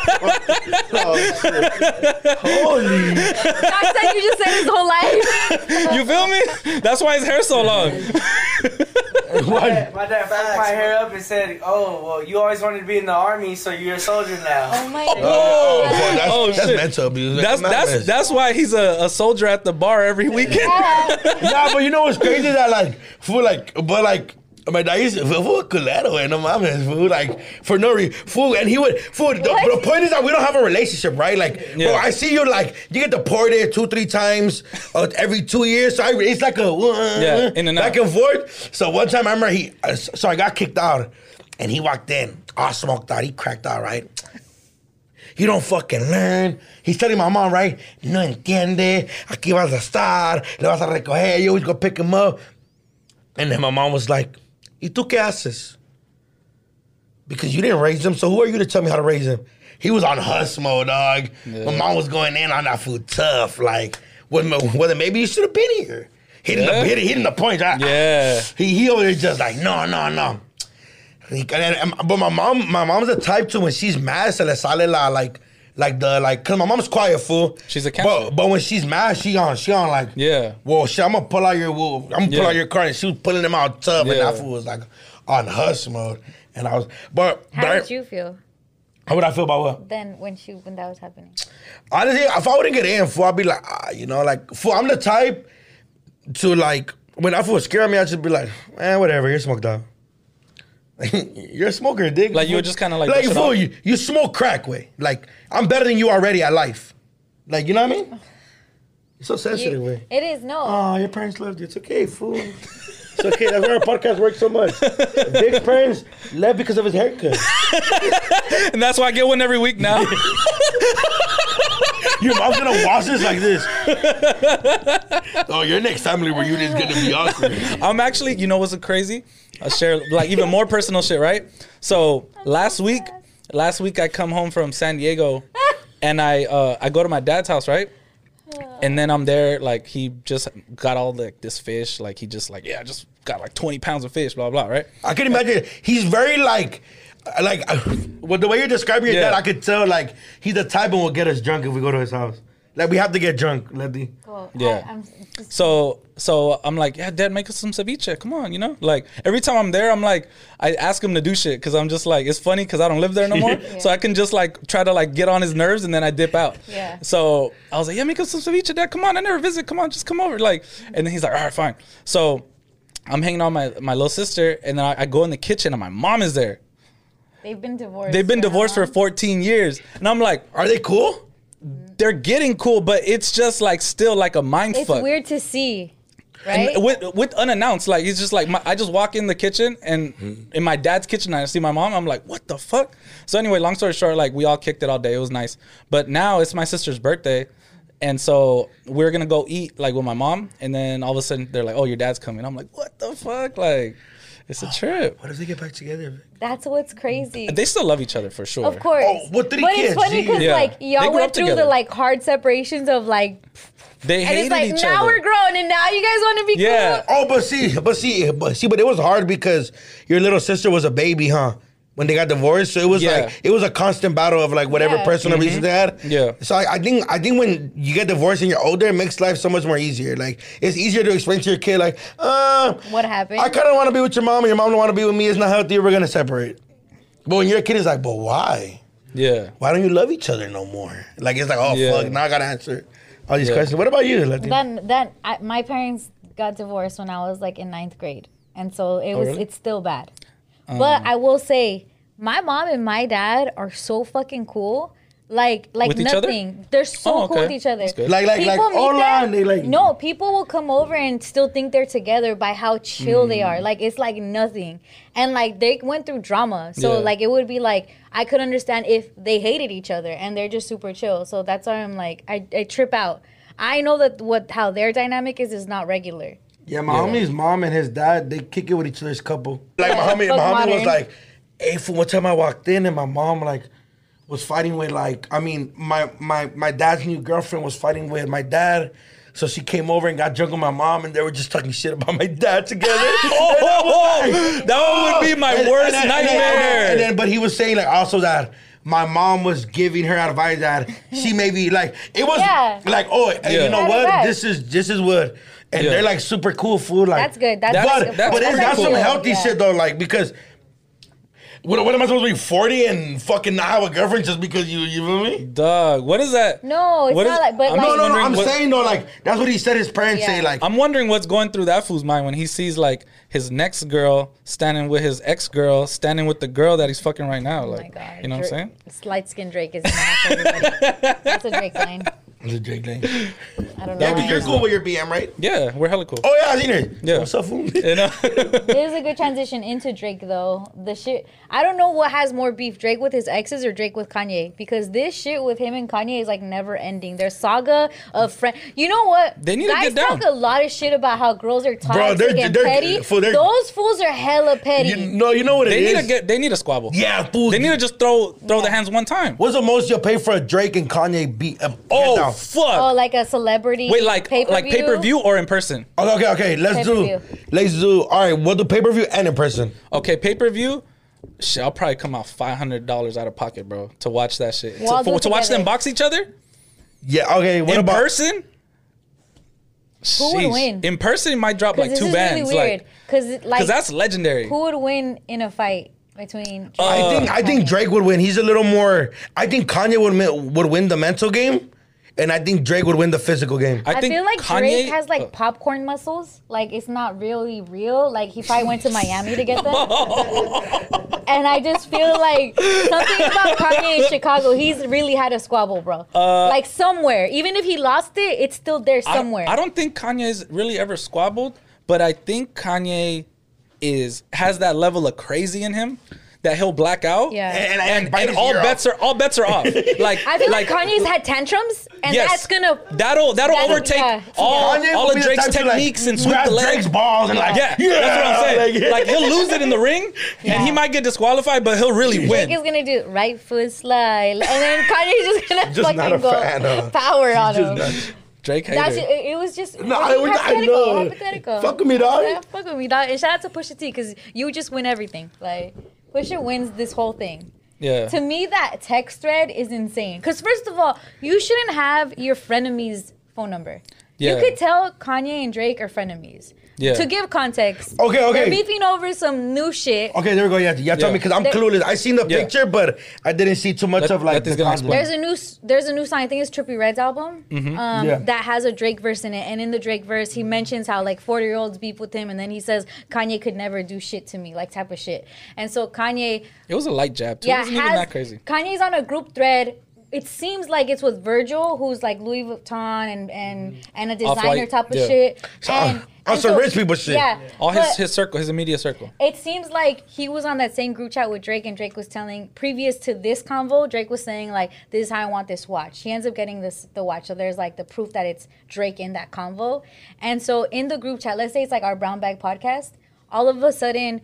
[SPEAKER 3] oh, shit. Holy!
[SPEAKER 2] Josh said you just said his whole life.
[SPEAKER 4] you feel me? That's why his hair's so long.
[SPEAKER 3] Oh, What?
[SPEAKER 1] My dad fucked my hair up and said, "Oh, well, you always wanted to be in the army, so you're a soldier now."
[SPEAKER 2] Oh my
[SPEAKER 4] Oh,
[SPEAKER 3] Oh, that's,
[SPEAKER 4] oh,
[SPEAKER 3] that's
[SPEAKER 4] shit.
[SPEAKER 3] mental abuse.
[SPEAKER 4] That's that's that's why he's a, a soldier at the bar every weekend.
[SPEAKER 2] god.
[SPEAKER 3] nah, but you know what's crazy? That like, fool, like, but like. My dad used to fool culero and mames fool like for no reason fool and he would fool. The,
[SPEAKER 2] What?
[SPEAKER 3] the point is that we don't have a relationship, right? Like,
[SPEAKER 4] Yeah.
[SPEAKER 3] bro, I see you like you get deported two three times uh, every two years, so I, it's like a
[SPEAKER 4] Yeah, in and out.
[SPEAKER 3] back and forth. So one time I remember he, uh, so I uh, got kicked out. And he walked in, all smoked out. He cracked out, right? You don't fucking learn. He's telling my mom, right? No entiende. Aquí vas a estar. Le vas a recoger. You always go pick him up. And then my mom was like, ¿Y tú qué haces? Because you didn't raise him, so who are you to tell me how to raise him? He was on hustle, dog. My mom was going in on that food tough. Like, whether, whether maybe you should have been here. Hitting,
[SPEAKER 4] Yeah.
[SPEAKER 3] the, hitting, hitting the point. I-
[SPEAKER 4] Yeah.
[SPEAKER 3] He, he over there just like, no, no, no. He- and- and- But my mom, my mom's the type to when she's mad, se le sale la like, like the like. Cause my mom's quiet fool.
[SPEAKER 4] She's a
[SPEAKER 3] but,
[SPEAKER 4] counselor.
[SPEAKER 3] but when she's mad, she on she on like
[SPEAKER 4] Yeah.
[SPEAKER 3] Well, shit, I'm gonna pull out your well, I'm gonna pull
[SPEAKER 4] Yeah.
[SPEAKER 3] out your car, and she was pulling them out tough, and
[SPEAKER 4] Yeah.
[SPEAKER 3] that fool was like on hustle mode, and I was but
[SPEAKER 2] How
[SPEAKER 3] but-
[SPEAKER 2] did you feel
[SPEAKER 3] how would I feel about what?
[SPEAKER 2] then when she when that was happening?
[SPEAKER 3] Honestly, if I wouldn't get in, fool, I'd be like, ah, you know, like, fool, I'm the type to like, when I fool scared me, I'd just be like, man, whatever, you're smoked out. you're a smoker, dig.
[SPEAKER 4] Like, you
[SPEAKER 3] fool.
[SPEAKER 4] would just kinda, like,
[SPEAKER 3] like
[SPEAKER 4] brush it
[SPEAKER 3] fool,
[SPEAKER 4] off?
[SPEAKER 3] you, you smoke crack, way. Like, I'm better than you already at life. Like, you know what I mean? You're so sensitive,
[SPEAKER 2] You-
[SPEAKER 3] way.
[SPEAKER 2] it is no.
[SPEAKER 3] Oh, your parents loved you. It's okay, fool. It's okay. That's why our podcast works so much. Big parents left because of his haircut.
[SPEAKER 4] And that's why I get one every week now.
[SPEAKER 3] Your mom's gonna watch this like this. oh, your next family reunion is gonna be awkward.
[SPEAKER 4] I'm actually, you know what's crazy? I'll share like even more personal shit, right? So last week, last week I come home from San Diego and I uh I go to my dad's house, right? And then I'm there, like he just got all like this fish, like he just like, yeah, I just got like 20 pounds of fish, blah blah, right?
[SPEAKER 3] I can imagine. He's very like, like, uh, with the way you're describing your
[SPEAKER 4] Yeah.
[SPEAKER 3] dad, I could tell like he's the type and will get us drunk if we go to his house. Like we have to get drunk, Letty.
[SPEAKER 2] Cool.
[SPEAKER 4] Yeah.
[SPEAKER 2] I, I'm just,
[SPEAKER 4] So so I'm like, yeah, dad, make us some ceviche. Come on, you know? Like every time I'm there, I'm like, I ask him to do shit because I'm just like, it's funny because I don't live there no more. So I can just like try to like get on his nerves and then I dip out.
[SPEAKER 2] Yeah.
[SPEAKER 4] So I was like, yeah, make us some ceviche, dad. Come on, I never visit. Come on, just come over. Like, and then he's like, all right, fine. So I'm hanging out with my my little sister, and then I, I go in the kitchen and my mom is there.
[SPEAKER 2] they've been divorced.
[SPEAKER 4] They've been
[SPEAKER 2] for how
[SPEAKER 4] divorced for
[SPEAKER 2] long?
[SPEAKER 4] 14 years, and I'm like,
[SPEAKER 3] Are they cool?
[SPEAKER 4] they're getting cool, but it's just like still like a mind
[SPEAKER 2] It's
[SPEAKER 4] fuck.
[SPEAKER 2] weird to see,
[SPEAKER 4] And
[SPEAKER 2] right?
[SPEAKER 4] with with unannounced, like it's just like my, I just walk in the kitchen and
[SPEAKER 3] Mm-hmm.
[SPEAKER 4] in my dad's kitchen, I see my mom. I'm like, what the fuck? So anyway, long story short, like we all kicked it all day. It was nice, but now it's my sister's birthday, and so we're gonna go eat like with my mom, and then all of a sudden they're like, oh, your dad's coming. I'm like, what the fuck? Like, it's a trip.
[SPEAKER 3] What if they get back together? man?
[SPEAKER 2] That's what's crazy.
[SPEAKER 4] They still love each other for sure.
[SPEAKER 2] Of course.
[SPEAKER 3] Oh, with three
[SPEAKER 2] but
[SPEAKER 3] kids,
[SPEAKER 2] it's funny because
[SPEAKER 4] yeah.
[SPEAKER 2] like
[SPEAKER 4] They grew
[SPEAKER 2] y'all went
[SPEAKER 4] up
[SPEAKER 2] through the
[SPEAKER 4] together.
[SPEAKER 2] like hard separations of like,
[SPEAKER 4] they
[SPEAKER 2] and
[SPEAKER 4] hated
[SPEAKER 2] it's like
[SPEAKER 4] each
[SPEAKER 2] now
[SPEAKER 4] other.
[SPEAKER 2] we're grown and now you guys want to be
[SPEAKER 4] Yeah.
[SPEAKER 2] cool.
[SPEAKER 3] Oh, but see, but see, but see, but it was hard because your little sister was a baby, huh? When they got divorced, so it was
[SPEAKER 4] Yeah. Mm-hmm.
[SPEAKER 3] like it was a constant battle of like whatever
[SPEAKER 2] Yeah.
[SPEAKER 3] personal reasons they had.
[SPEAKER 4] Yeah.
[SPEAKER 3] So I, I think I think when you get divorced and you're older, it makes life so much more easier. Like it's easier to explain to your kid, like, uh,
[SPEAKER 2] What happened?
[SPEAKER 3] I kind of want to be with your mom, and your mom don't want to be with me. It's not healthy. We're gonna separate. But when your kid is like, but why?
[SPEAKER 4] yeah.
[SPEAKER 3] Why don't you love each other no more? Like it's like, oh
[SPEAKER 4] Yeah.
[SPEAKER 3] fuck, now I gotta answer all these
[SPEAKER 4] Yeah.
[SPEAKER 3] questions. What about you, Latina?
[SPEAKER 2] Then then I, my parents got divorced when I was like in ninth grade, and so it was
[SPEAKER 4] Oh, really? Um,
[SPEAKER 2] it's still bad. but I will say, my mom and my dad are so fucking cool. Like like
[SPEAKER 4] With each other?
[SPEAKER 2] nothing. They're so
[SPEAKER 4] Oh,
[SPEAKER 2] cool
[SPEAKER 4] okay.
[SPEAKER 2] with each other.
[SPEAKER 4] That's good.
[SPEAKER 3] Like- like- like,
[SPEAKER 2] meet
[SPEAKER 3] hola,
[SPEAKER 2] them-
[SPEAKER 3] and they like-
[SPEAKER 2] no people will come over and still think they're together by how chill they
[SPEAKER 4] Hmm.
[SPEAKER 2] are. Like it's like nothing, and like they went through drama. So
[SPEAKER 4] Yeah.
[SPEAKER 2] like it would be like I could understand if they hated each other and they're just super chill. So that's why I'm like I, I trip out. I know that what how their dynamic is is not regular.
[SPEAKER 3] Yeah, my homie's mom and his dad, they kick it with each other's couple. Like my homie, my
[SPEAKER 2] Fuck
[SPEAKER 3] homie was
[SPEAKER 2] modern.
[SPEAKER 3] like, hey, fool, one time I walked in and my mom like was fighting with like, I mean, my my my dad's new girlfriend was fighting with my dad. So she came over and got drunk with my mom, and they were just talking shit about my dad together.
[SPEAKER 4] Oh, that would be my worst
[SPEAKER 3] then- and then- and then-
[SPEAKER 4] nightmare.
[SPEAKER 3] and then- but he was saying like also that my mom was giving her advice that she maybe like it was
[SPEAKER 2] Yeah.
[SPEAKER 3] like oh and
[SPEAKER 4] Yeah.
[SPEAKER 3] you know
[SPEAKER 2] Good
[SPEAKER 3] what
[SPEAKER 2] advice.
[SPEAKER 3] this is this is what and
[SPEAKER 4] Yeah.
[SPEAKER 3] they're like super cool food like
[SPEAKER 2] That's good. That's,
[SPEAKER 4] That's-
[SPEAKER 2] good.
[SPEAKER 3] but
[SPEAKER 4] that's
[SPEAKER 3] but it's got
[SPEAKER 4] pretty
[SPEAKER 3] some
[SPEAKER 4] cool.
[SPEAKER 3] healthy
[SPEAKER 2] Yeah.
[SPEAKER 3] shit though like because. What, what am I supposed to be forty and fucking not have a girlfriend just because you you feel me?
[SPEAKER 4] Dog, what is that?
[SPEAKER 2] No, it's
[SPEAKER 4] What
[SPEAKER 2] not like- but
[SPEAKER 4] I'm
[SPEAKER 2] like-
[SPEAKER 3] No, no,
[SPEAKER 4] just
[SPEAKER 3] no.
[SPEAKER 4] wondering
[SPEAKER 3] I'm
[SPEAKER 4] what-
[SPEAKER 3] saying though, like that's what he said. His parents
[SPEAKER 2] Yeah.
[SPEAKER 3] say like,
[SPEAKER 4] I'm wondering what's going through that fool's mind when he sees like his next girl standing with his ex girl, standing with the girl that he's fucking right now.
[SPEAKER 2] Oh my
[SPEAKER 4] Like,
[SPEAKER 2] god.
[SPEAKER 4] you know what I'm
[SPEAKER 2] Drake-
[SPEAKER 4] saying?
[SPEAKER 2] Light skin Drake is not for everybody. That's a Drake line.
[SPEAKER 3] Is it Drake Lane?
[SPEAKER 2] I don't know.
[SPEAKER 3] Yeah, because you're cool with your BM, right?
[SPEAKER 4] Yeah, we're hella cool.
[SPEAKER 3] Oh yeah, I seen it.
[SPEAKER 4] Yeah.
[SPEAKER 3] What's up, fool?
[SPEAKER 4] You know?
[SPEAKER 2] It is a good transition into Drake though. The shit I don't know what has more beef, Drake with his exes or Drake with Kanye, because this shit with him and Kanye is like never ending. Their saga of friend. You know what?
[SPEAKER 4] They need to
[SPEAKER 2] Guys
[SPEAKER 4] get down.
[SPEAKER 2] talk a lot of shit about how girls are toxic
[SPEAKER 3] they're-
[SPEAKER 2] and
[SPEAKER 3] they're-
[SPEAKER 2] petty.
[SPEAKER 3] for their-
[SPEAKER 2] Those fools are hella petty.
[SPEAKER 3] You, no, you know what it
[SPEAKER 4] they
[SPEAKER 3] is.
[SPEAKER 4] need to get. They need to squabble.
[SPEAKER 3] yeah, fool.
[SPEAKER 4] They need to just throw throw the hands one time.
[SPEAKER 3] What's the most you'll pay for a Drake and Kanye beat? Um,
[SPEAKER 4] Oh
[SPEAKER 3] oh,
[SPEAKER 4] fuck!
[SPEAKER 2] oh, like a celebrity.
[SPEAKER 4] Wait, like like pay per view or in person?
[SPEAKER 3] okay, okay, okay. Let's do.
[SPEAKER 2] Pay-per-view.
[SPEAKER 3] Let's do. All right, we'll do pay per view and in person.
[SPEAKER 4] Okay, pay per view. Shit, I'll probably come out five hundred dollars out of pocket, bro, to watch that shit.
[SPEAKER 2] We'll all
[SPEAKER 4] to,
[SPEAKER 2] do
[SPEAKER 4] for-
[SPEAKER 2] it
[SPEAKER 4] to watch
[SPEAKER 2] together.
[SPEAKER 4] them box each other
[SPEAKER 3] Yeah. Okay. What
[SPEAKER 4] in
[SPEAKER 3] about
[SPEAKER 4] person.
[SPEAKER 2] Who would
[SPEAKER 4] Sheesh.
[SPEAKER 2] win?
[SPEAKER 4] In person, it might drop
[SPEAKER 2] Because this
[SPEAKER 4] like two
[SPEAKER 2] is
[SPEAKER 4] bands,
[SPEAKER 2] really weird.
[SPEAKER 4] like
[SPEAKER 2] Because like
[SPEAKER 4] because that's Uh, legendary.
[SPEAKER 2] who would win in a fight between? Drake
[SPEAKER 3] I think I
[SPEAKER 2] and
[SPEAKER 3] think
[SPEAKER 2] Kanye?
[SPEAKER 3] Drake would win. He's a little more. I think Kanye would mi- would win the mental game, and I think Drake would win the physical game.
[SPEAKER 2] I, feel like Drake has like
[SPEAKER 4] Oh.
[SPEAKER 2] popcorn muscles. Like it's not really real. Like he probably went to Miami to get them. and I just feel like something about Kanye in Chicago. He's really had a squabble, bro. like somewhere, even if he lost it, it's still there
[SPEAKER 4] Uh, I-
[SPEAKER 2] somewhere.
[SPEAKER 4] I, don't think Kanye's really ever squabbled, but I think Kanye is has that level of crazy in him that he'll black out.
[SPEAKER 2] Yeah.
[SPEAKER 3] And- and I-
[SPEAKER 4] and,
[SPEAKER 3] bite
[SPEAKER 4] and
[SPEAKER 3] his
[SPEAKER 4] all
[SPEAKER 3] ear
[SPEAKER 4] bets
[SPEAKER 3] off.
[SPEAKER 4] are all bets are off. like
[SPEAKER 2] I feel like, Kanye's had tantrums, and
[SPEAKER 4] yes,
[SPEAKER 2] that's gonna.
[SPEAKER 4] that'll that'll
[SPEAKER 2] that'll-
[SPEAKER 4] overtake
[SPEAKER 2] yeah.
[SPEAKER 4] all
[SPEAKER 3] Kanye
[SPEAKER 4] all
[SPEAKER 3] would be
[SPEAKER 4] of
[SPEAKER 3] the
[SPEAKER 4] Drake's
[SPEAKER 3] type to, like,
[SPEAKER 4] techniques and sweep
[SPEAKER 3] grab
[SPEAKER 4] the leg.
[SPEAKER 3] Drake's balls and like
[SPEAKER 4] Yeah, that's what I'm saying. Like,
[SPEAKER 3] like-
[SPEAKER 4] he'll lose it in the ring, and he
[SPEAKER 2] Yeah.
[SPEAKER 4] might get disqualified, but he'll really
[SPEAKER 2] Drake
[SPEAKER 4] win.
[SPEAKER 2] is gonna do right foot slide, and then Kanye's just gonna
[SPEAKER 3] Just
[SPEAKER 2] fucking
[SPEAKER 3] not a
[SPEAKER 2] go
[SPEAKER 3] fan of-
[SPEAKER 2] power on
[SPEAKER 3] Just
[SPEAKER 2] him.
[SPEAKER 3] nuts.
[SPEAKER 4] Drake
[SPEAKER 2] That's
[SPEAKER 4] hated.
[SPEAKER 2] it, it was just
[SPEAKER 3] No, I, would- I
[SPEAKER 2] hypothetical,
[SPEAKER 3] know.
[SPEAKER 2] hypothetical.
[SPEAKER 3] Fuck with me, dog.
[SPEAKER 2] Yeah, fuck with me, dog. And shout out to Pusha T because you just win everything. Like Pusha wins this whole thing.
[SPEAKER 4] Yeah.
[SPEAKER 2] To me, that text thread is insane. Because first of all, you shouldn't have your frenemy's phone number.
[SPEAKER 4] Yeah.
[SPEAKER 2] You could tell Kanye and Drake are frenemies.
[SPEAKER 4] Yeah.
[SPEAKER 2] To give context.
[SPEAKER 3] Okay, okay.
[SPEAKER 2] They're beefing over some new shit.
[SPEAKER 3] Okay, there we go. Yeah, yeah. Tell
[SPEAKER 4] Yeah.
[SPEAKER 3] me because I'm
[SPEAKER 2] There-
[SPEAKER 3] clueless. I seen the
[SPEAKER 4] Yeah.
[SPEAKER 3] picture, but I didn't see too much
[SPEAKER 4] Let-
[SPEAKER 3] of like
[SPEAKER 4] let this
[SPEAKER 3] the
[SPEAKER 4] guy
[SPEAKER 3] concept.
[SPEAKER 4] explain.
[SPEAKER 2] There's a new s- there's a new song. I think it's Trippy Red's album um,
[SPEAKER 3] Mm-hmm. Yeah.
[SPEAKER 2] that has a Drake verse in it. And in the Drake verse, he mentions how like 40 year olds beef with him, and then he says Kanye could never do shit to me, like type of shit. And so Kanye,
[SPEAKER 4] It was a light jab too. it
[SPEAKER 2] yeah,
[SPEAKER 4] wasn't
[SPEAKER 2] has
[SPEAKER 4] even that crazy.
[SPEAKER 2] Kanye's on a group thread. It seems like it's with Virgil, who's like Louis Vuitton and and and a designer
[SPEAKER 4] Off-White,
[SPEAKER 2] type of
[SPEAKER 4] yeah.
[SPEAKER 2] shit.
[SPEAKER 3] uh,
[SPEAKER 2] And,
[SPEAKER 3] on
[SPEAKER 2] and
[SPEAKER 3] some rich people shit.
[SPEAKER 2] Yeah,
[SPEAKER 4] All his
[SPEAKER 2] but-
[SPEAKER 4] his circle, his immediate circle.
[SPEAKER 2] it seems like he was on that same group chat with Drake, and Drake was telling previous to this convo, Drake was saying like, "This is how I want this watch." He ends up getting this the watch, so there's like the proof that it's Drake in that convo. And so in the group chat, let's say it's like our Brown Bag podcast, all of a sudden.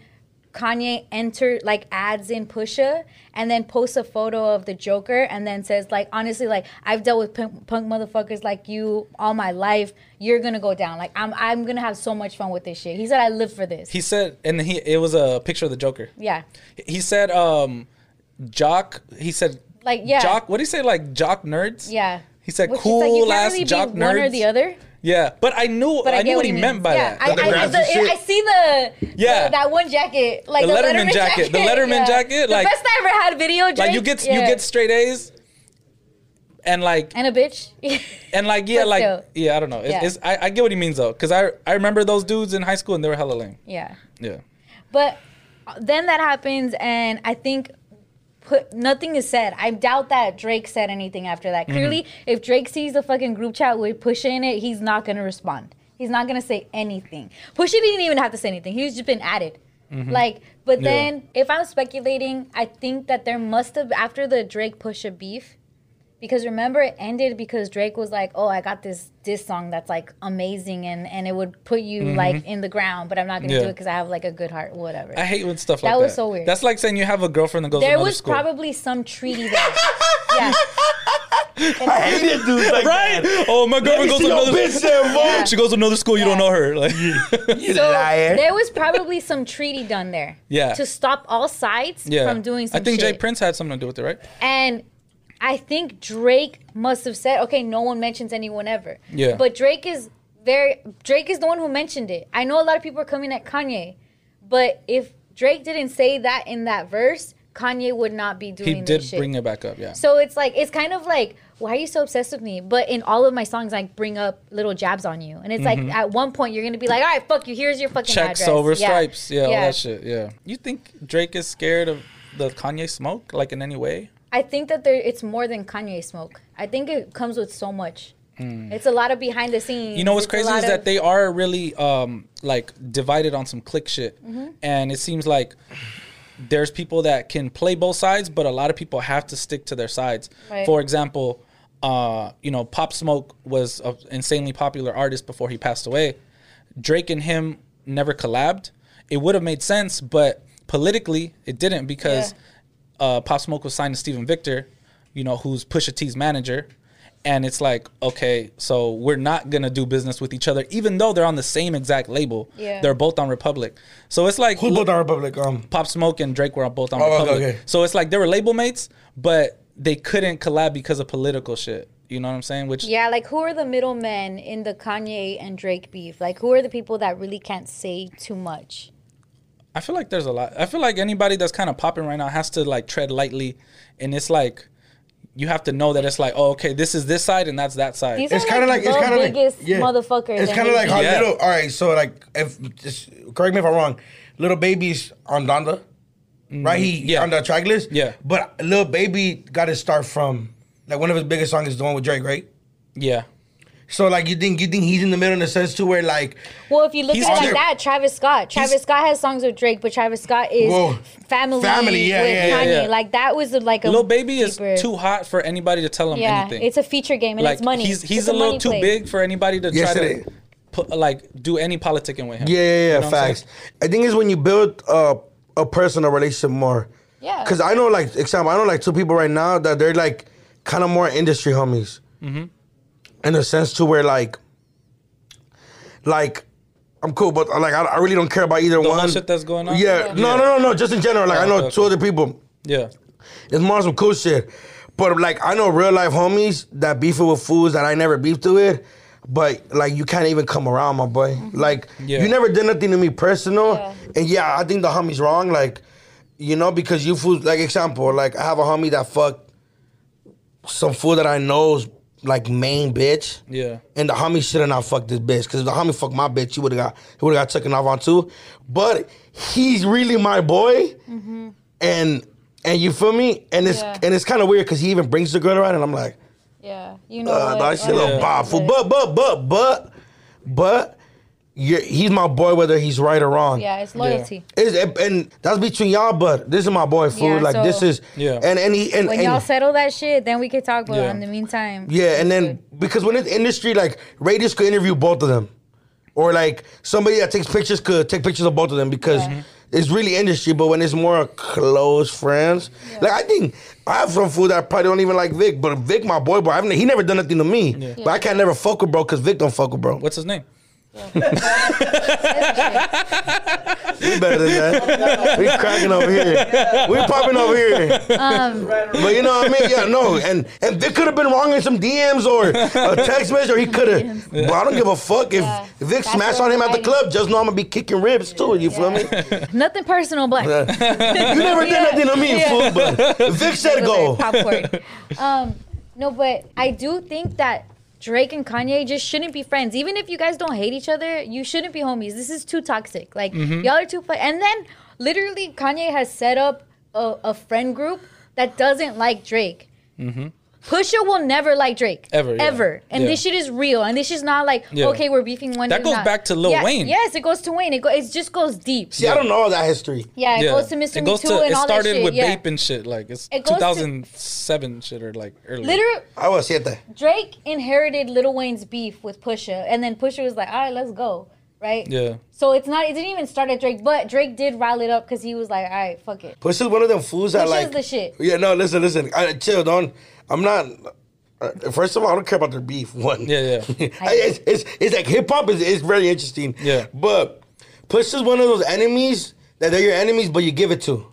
[SPEAKER 2] Kanye enter like adds in Pusha and then posts a photo of the Joker and then says like honestly like I've dealt with punk, punk motherfuckers like you all my life you're gonna go down like I'm I'm gonna have so much fun with this shit he said I live for this
[SPEAKER 4] He said, and he it was a picture of the Joker.
[SPEAKER 2] yeah
[SPEAKER 4] He said, um, jock. He said,
[SPEAKER 2] Like, yeah.
[SPEAKER 4] jock. What did he say? Like jock nerds.
[SPEAKER 2] Yeah.
[SPEAKER 4] He said,
[SPEAKER 2] Which is
[SPEAKER 4] cool
[SPEAKER 2] you can't
[SPEAKER 4] ass
[SPEAKER 2] really be
[SPEAKER 4] jock nerds.
[SPEAKER 2] One or the other.
[SPEAKER 4] Yeah, but I knew
[SPEAKER 2] But I,
[SPEAKER 4] I,
[SPEAKER 2] get
[SPEAKER 4] knew what he
[SPEAKER 2] you
[SPEAKER 4] meant
[SPEAKER 2] mean.
[SPEAKER 4] by
[SPEAKER 2] yeah,
[SPEAKER 4] that.
[SPEAKER 2] I,
[SPEAKER 3] The
[SPEAKER 2] I,
[SPEAKER 3] grassy
[SPEAKER 2] the-
[SPEAKER 3] shit.
[SPEAKER 2] I see the
[SPEAKER 4] Yeah.
[SPEAKER 2] the- that one jacket, like
[SPEAKER 4] The
[SPEAKER 2] the,
[SPEAKER 4] Letterman
[SPEAKER 2] Letterman, jacket.
[SPEAKER 4] jacket, the Letterman jacket,
[SPEAKER 2] the
[SPEAKER 4] like-
[SPEAKER 2] best I ever had video. Drake.
[SPEAKER 4] like you get you
[SPEAKER 2] yeah.
[SPEAKER 4] get straight A's, and like
[SPEAKER 2] and a bitch.
[SPEAKER 4] and like yeah
[SPEAKER 2] But
[SPEAKER 4] like
[SPEAKER 2] still.
[SPEAKER 4] yeah I don't know. It's,
[SPEAKER 2] Yeah.
[SPEAKER 4] it's, I, I get what he means though, because I I remember those dudes in high school and they were hella lame.
[SPEAKER 2] yeah.
[SPEAKER 4] Yeah.
[SPEAKER 2] But uh, then that happens, and I think put nothing is said. I doubt that Drake said anything after that.
[SPEAKER 4] Mm-hmm.
[SPEAKER 2] Clearly, if Drake sees the fucking group chat with Pusha in it, he's not gonna respond. He's not gonna say anything. Pusha didn't even have to say anything. He's just been added. Like, but
[SPEAKER 4] Mm-hmm. Yeah.
[SPEAKER 2] then if I'm speculating, I think that there must have after the Drake Pusha beef. Because remember, it ended because Drake was like, "Oh, I got this this song that's like amazing, and and it would put you like in the ground, but I'm not gonna
[SPEAKER 4] Mm-hmm. Yeah.
[SPEAKER 2] do it because I have like a good heart, whatever."
[SPEAKER 4] I hate when stuff
[SPEAKER 2] That
[SPEAKER 4] like that.
[SPEAKER 2] was so weird.
[SPEAKER 4] That's like saying you have a girlfriend that goes to
[SPEAKER 2] There
[SPEAKER 4] another
[SPEAKER 2] was
[SPEAKER 4] school.
[SPEAKER 2] probably some treaty there. yeah.
[SPEAKER 3] I hate it, dude. Like,
[SPEAKER 4] right. Oh, my
[SPEAKER 3] Let me
[SPEAKER 4] girlfriend goes
[SPEAKER 3] see
[SPEAKER 4] to
[SPEAKER 3] your
[SPEAKER 4] another.
[SPEAKER 3] bitch there,
[SPEAKER 4] Yeah,
[SPEAKER 3] bro.
[SPEAKER 4] She goes to another school. You don't
[SPEAKER 2] Yeah.
[SPEAKER 4] know her. Like,
[SPEAKER 3] You
[SPEAKER 2] So
[SPEAKER 3] liar.
[SPEAKER 2] there was probably some treaty done there.
[SPEAKER 4] Yeah.
[SPEAKER 2] To stop all sides
[SPEAKER 4] yeah.
[SPEAKER 2] from doing
[SPEAKER 4] I
[SPEAKER 2] some
[SPEAKER 4] think
[SPEAKER 2] shit.
[SPEAKER 4] Jay Prince had something to do with it, right?
[SPEAKER 2] And I think Drake must have said, okay, no one mentions anyone ever.
[SPEAKER 4] Yeah.
[SPEAKER 2] But Drake is very Drake is the one who mentioned it. I know a lot of people are coming at Kanye, but if Drake didn't say that in that verse, Kanye would not be doing
[SPEAKER 4] He did
[SPEAKER 2] this shit.
[SPEAKER 4] bring it back up. Yeah.
[SPEAKER 2] So it's like it's kind of like why are you so obsessed with me? But in all of my songs, I bring up little jabs on you, and it's like at one point you're gonna be like, all right, fuck you. Here's your fucking
[SPEAKER 4] Mm-hmm. checks
[SPEAKER 2] address.
[SPEAKER 4] over stripes. Yeah, all that shit. Yeah. You think Drake is scared of the Kanye smoke, like in any way?
[SPEAKER 2] I think that there it's more than Kanye smoke. I think it comes with so much. It's a lot of behind the scenes.
[SPEAKER 4] Mm. You know what's
[SPEAKER 2] It's a
[SPEAKER 4] crazy
[SPEAKER 2] lot
[SPEAKER 4] is that
[SPEAKER 2] of-
[SPEAKER 4] they are really um, like divided on some click shit,
[SPEAKER 2] Mm-hmm.
[SPEAKER 4] and it seems like there's people that can play both sides, but a lot of people have to stick to their sides.
[SPEAKER 2] Right.
[SPEAKER 4] For example, uh, you know, Pop Smoke was an insanely popular artist before he passed away. Drake and him never collabed. It would have made sense, but politically, it didn't because uh, Pop Smoke was signed to Steven Victor, you know, who's Pusha T's manager. And it's like, okay, so we're not gonna do business with each other, even though they're on the same exact label.
[SPEAKER 2] Yeah.
[SPEAKER 4] They're both on Republic. So it's like
[SPEAKER 3] Who's both on Republic? Um,
[SPEAKER 4] Pop Smoke and Drake were on both on
[SPEAKER 3] Oh, okay,
[SPEAKER 4] Republic.
[SPEAKER 3] okay.
[SPEAKER 4] So it's like they were label mates, but they couldn't collab because of political shit. You know what I'm saying? Which
[SPEAKER 2] Yeah, like who are the middlemen in the Kanye and Drake beef? Like who are the people that really can't say too much?
[SPEAKER 4] I feel like there's a lot. I feel like anybody that's kind of popping right now has to like tread lightly, and it's like you have to know that it's like, oh, okay, this is this side and that's that side.
[SPEAKER 2] These
[SPEAKER 3] It's
[SPEAKER 2] are
[SPEAKER 3] kinda
[SPEAKER 2] like,
[SPEAKER 3] like- it's
[SPEAKER 2] the
[SPEAKER 3] kinda like-
[SPEAKER 2] biggest
[SPEAKER 3] yeah.
[SPEAKER 2] motherfuckers.
[SPEAKER 3] it's
[SPEAKER 2] in
[SPEAKER 3] kind of
[SPEAKER 2] the
[SPEAKER 3] like how
[SPEAKER 4] Yeah.
[SPEAKER 3] little. All right, so like if just correct me if I'm wrong. Little baby's on Donda, right? He
[SPEAKER 4] Mm-hmm. yeah.
[SPEAKER 3] on the track list.
[SPEAKER 4] Yeah.
[SPEAKER 3] but little baby got his start from like one of his biggest songs is the one with Drake, right?
[SPEAKER 4] yeah,
[SPEAKER 3] So like you think you think he's in the middle in the sense too where like
[SPEAKER 2] Well, if you look at
[SPEAKER 4] He's
[SPEAKER 2] it like
[SPEAKER 4] on-
[SPEAKER 2] that, Travis Scott. Travis Scott has songs with Drake, but Travis Scott is
[SPEAKER 3] Whoa.
[SPEAKER 2] family,
[SPEAKER 3] Family, yeah,
[SPEAKER 2] with
[SPEAKER 3] yeah, yeah,
[SPEAKER 2] Kanye.
[SPEAKER 4] yeah.
[SPEAKER 2] Like that was like a
[SPEAKER 4] Lil baby is
[SPEAKER 2] deeper-
[SPEAKER 4] too hot for anybody to tell him
[SPEAKER 2] Yeah,
[SPEAKER 4] anything.
[SPEAKER 2] it's a feature game and
[SPEAKER 4] like
[SPEAKER 2] it's money.
[SPEAKER 4] he's
[SPEAKER 2] It's
[SPEAKER 4] he's a, little
[SPEAKER 2] money
[SPEAKER 4] too
[SPEAKER 2] play.
[SPEAKER 4] big for anybody to
[SPEAKER 3] Yes,
[SPEAKER 4] try
[SPEAKER 3] it
[SPEAKER 4] to
[SPEAKER 3] is.
[SPEAKER 4] put, like do any politicking with him.
[SPEAKER 3] Yeah, yeah, yeah.
[SPEAKER 4] You know what I'm
[SPEAKER 3] facts.
[SPEAKER 4] saying?
[SPEAKER 3] I think it's when you build a a personal relationship more.
[SPEAKER 2] Yeah.
[SPEAKER 3] Cause I know like example, I know like two people right now that they're like kind of more industry homies.
[SPEAKER 4] Mm-hmm.
[SPEAKER 3] In a sense to where like, like. I'm cool, but like I, I really don't care about either
[SPEAKER 4] whole
[SPEAKER 3] one.
[SPEAKER 4] shit that's going on?
[SPEAKER 3] Yeah.
[SPEAKER 4] Yeah.
[SPEAKER 3] no, no, no, no. Just in general, like I know
[SPEAKER 4] okay,
[SPEAKER 3] two other people.
[SPEAKER 4] Yeah.
[SPEAKER 3] It's more some cool shit. But like I know real life homies that beef it with fools that I never beefed to it. But like you can't even come around, my boy. Like
[SPEAKER 4] Mm-hmm. Yeah.
[SPEAKER 3] you never did nothing to me personal.
[SPEAKER 2] Yeah.
[SPEAKER 3] And yeah, I think the homie's wrong. Like, you know, because you fools like example, like I have a homie that fucked some fool that I know's like main bitch.
[SPEAKER 4] Yeah.
[SPEAKER 3] And the homie should have not fucked this bitch. Cause if the homie fucked my bitch, he would have got he would have got taken off on too. But he's really my boy. And and you feel me? And it's
[SPEAKER 2] Yeah.
[SPEAKER 3] and it's kind of weird because he even brings the girl around, and I'm like,
[SPEAKER 2] Yeah, you know.
[SPEAKER 3] uh,
[SPEAKER 2] what?
[SPEAKER 3] that shit a
[SPEAKER 2] Oh,
[SPEAKER 3] little
[SPEAKER 2] yeah.
[SPEAKER 3] powerful. But but but but but you he's my boy, whether he's right or wrong.
[SPEAKER 2] yeah, it's loyalty.
[SPEAKER 3] It's, and that's between y'all, but this is my boy, fool.
[SPEAKER 2] Yeah,
[SPEAKER 3] like
[SPEAKER 2] so-
[SPEAKER 3] this is,
[SPEAKER 4] Yeah.
[SPEAKER 3] And and he and,
[SPEAKER 2] When
[SPEAKER 3] and
[SPEAKER 2] y'all settle that shit, then we could talk about it.
[SPEAKER 4] Yeah.
[SPEAKER 2] In the meantime,
[SPEAKER 3] Yeah, and then because when it's industry, like Radius could interview both of them, or like somebody that takes pictures could take pictures of both of them because it's really industry. But when it's more close friends, like I think I have some fool that probably don't even like Vic, but Vic, my boy, bro, I've, ne- he never done nothing to me. But I can't never fuck with bro because Vic don't fuck with bro.
[SPEAKER 4] What's his name?
[SPEAKER 3] We better than that. we cracking over here. We popping over here. But you know what I mean? Yeah, no. And and Vic could have been wrong in some DMs or a text message, or he could have. But I don't give a fuck if
[SPEAKER 2] Yeah.
[SPEAKER 3] Vic
[SPEAKER 2] That's
[SPEAKER 3] smashed on
[SPEAKER 2] what
[SPEAKER 3] him at the
[SPEAKER 2] I'm
[SPEAKER 3] club. Just know I'm gonna be kicking ribs too. You feel me?
[SPEAKER 2] nothing personal, but
[SPEAKER 3] Uh, you never did nothing to me, fool. But Vic said go.
[SPEAKER 2] popcorn. um, no, but I do think that Drake and Kanye just shouldn't be friends. Even if you guys don't hate each other, you shouldn't be homies. This is too toxic. Like
[SPEAKER 4] Mm-hmm.
[SPEAKER 2] y'all are too. fu- And then literally, Kanye has set up a, a friend group that doesn't like Drake. Pusha will never like Drake
[SPEAKER 4] Mm-hmm. Ever, yeah.
[SPEAKER 2] ever, and
[SPEAKER 4] Yeah.
[SPEAKER 2] this shit is real, and this is not like
[SPEAKER 4] Yeah.
[SPEAKER 2] okay, we're beefing one.
[SPEAKER 4] That
[SPEAKER 2] dude,
[SPEAKER 4] goes
[SPEAKER 2] not-
[SPEAKER 4] back to Lil
[SPEAKER 2] Yeah,
[SPEAKER 4] Wayne.
[SPEAKER 2] Yes, it goes to Wayne. It go, it just goes deep.
[SPEAKER 3] See, I don't know all that history.
[SPEAKER 2] Yeah, it
[SPEAKER 4] yeah.
[SPEAKER 2] goes to Mr.
[SPEAKER 4] It goes
[SPEAKER 2] Me Too
[SPEAKER 4] to-
[SPEAKER 2] and
[SPEAKER 4] it
[SPEAKER 2] all
[SPEAKER 4] started
[SPEAKER 2] that shit.
[SPEAKER 4] with
[SPEAKER 2] yeah.
[SPEAKER 4] vape and shit. Like it's
[SPEAKER 2] It goes to-
[SPEAKER 4] 2007 shit or like early.
[SPEAKER 2] Literally,
[SPEAKER 3] I was here. that.
[SPEAKER 2] Drake inherited Lil Wayne's beef with Pusha, and then Pusha was like, "All right, let's go." Right?
[SPEAKER 4] Yeah.
[SPEAKER 2] So it's not. It didn't even start at Drake, but Drake did rile it up because he was like, "All right, fuck it."
[SPEAKER 3] Push is one of them fools that
[SPEAKER 2] Pusha's
[SPEAKER 3] like
[SPEAKER 2] the shit.
[SPEAKER 3] Yeah, no, listen, listen. I, chill, don't. I'm not. uh, First of all, I don't care about their beef. One.
[SPEAKER 4] Yeah, yeah.
[SPEAKER 3] I- it's, it's it's like hip hop is is very interesting.
[SPEAKER 4] Yeah.
[SPEAKER 3] But Push is one of those enemies that they're your enemies, but you give it to.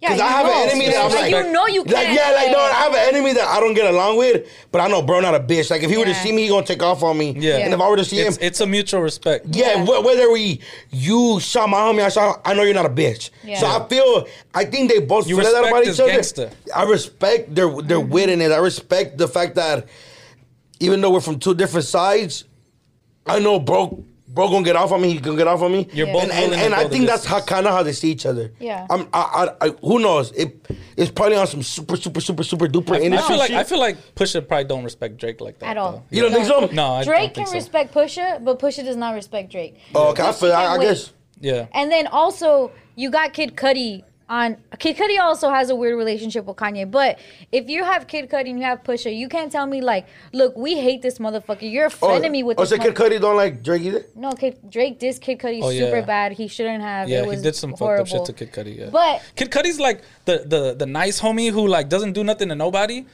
[SPEAKER 2] Yeah,
[SPEAKER 3] 'Cause I have an enemy
[SPEAKER 4] that I'm
[SPEAKER 2] Like,
[SPEAKER 4] like-
[SPEAKER 2] you know you can't.
[SPEAKER 3] Like yeah, like no, I have an enemy that I don't get along with, but I know bro not a bitch. Like if he were to
[SPEAKER 2] Yeah.
[SPEAKER 3] see me, he gonna take off on me.
[SPEAKER 4] Yeah.
[SPEAKER 3] And if I were to see him,
[SPEAKER 4] it's, it's a mutual respect.
[SPEAKER 3] yeah, wh- whether we you shot my homie, I shot. I know you're not a bitch.
[SPEAKER 2] Yeah.
[SPEAKER 3] So I feel. I think they both
[SPEAKER 4] You
[SPEAKER 3] feel that
[SPEAKER 4] respect
[SPEAKER 3] about
[SPEAKER 4] this
[SPEAKER 3] each other.
[SPEAKER 4] gangster.
[SPEAKER 3] I respect their their
[SPEAKER 2] Mm-hmm.
[SPEAKER 3] wit in it. I respect the fact that even though we're from two different sides, I know bro bro gonna get off on me. He gonna get off on me.
[SPEAKER 4] You're
[SPEAKER 2] Yeah.
[SPEAKER 4] both
[SPEAKER 3] and and,
[SPEAKER 4] willing to
[SPEAKER 3] and
[SPEAKER 4] go
[SPEAKER 3] I
[SPEAKER 4] the
[SPEAKER 3] think that's how
[SPEAKER 4] distance.
[SPEAKER 3] kind of how they see each other.
[SPEAKER 2] Yeah.
[SPEAKER 3] I'm. I, I, I. Who knows? It. It's probably on some super, super, super, super duper industry.
[SPEAKER 4] I feel like
[SPEAKER 3] shit.
[SPEAKER 4] I feel like Pusha probably don't respect Drake like that
[SPEAKER 2] At all.
[SPEAKER 4] though.
[SPEAKER 3] you don't think so?
[SPEAKER 4] No, I
[SPEAKER 2] Drake
[SPEAKER 4] don't
[SPEAKER 2] can
[SPEAKER 4] think so.
[SPEAKER 2] respect Pusha, but Pusha does not respect Drake.
[SPEAKER 3] Oh, okay. I, feel, I, I
[SPEAKER 2] Wait.
[SPEAKER 3] guess.
[SPEAKER 4] Yeah,
[SPEAKER 2] And then also, you got Kid Cudi on. Kid Cudi also has a weird relationship with Kanye. But if you have Kid Cudi and you have Pusha, you can't tell me like, look, we hate this motherfucker. You're a
[SPEAKER 3] Oh,
[SPEAKER 2] frenemy with
[SPEAKER 3] oh,
[SPEAKER 2] this.
[SPEAKER 3] so Kid
[SPEAKER 2] mother-
[SPEAKER 3] Cudi don't like Drake either.
[SPEAKER 2] no, Kid, Drake dissed Kid Cudi
[SPEAKER 4] Oh,
[SPEAKER 2] super
[SPEAKER 4] yeah.
[SPEAKER 2] bad. He shouldn't have.
[SPEAKER 4] yeah,
[SPEAKER 2] it
[SPEAKER 4] he
[SPEAKER 2] was
[SPEAKER 4] did some
[SPEAKER 2] horrible.
[SPEAKER 4] fucked up shit to Kid Cudi. Yeah,
[SPEAKER 2] But
[SPEAKER 4] Kid Cudi's like the the the nice homie who like doesn't do nothing to nobody,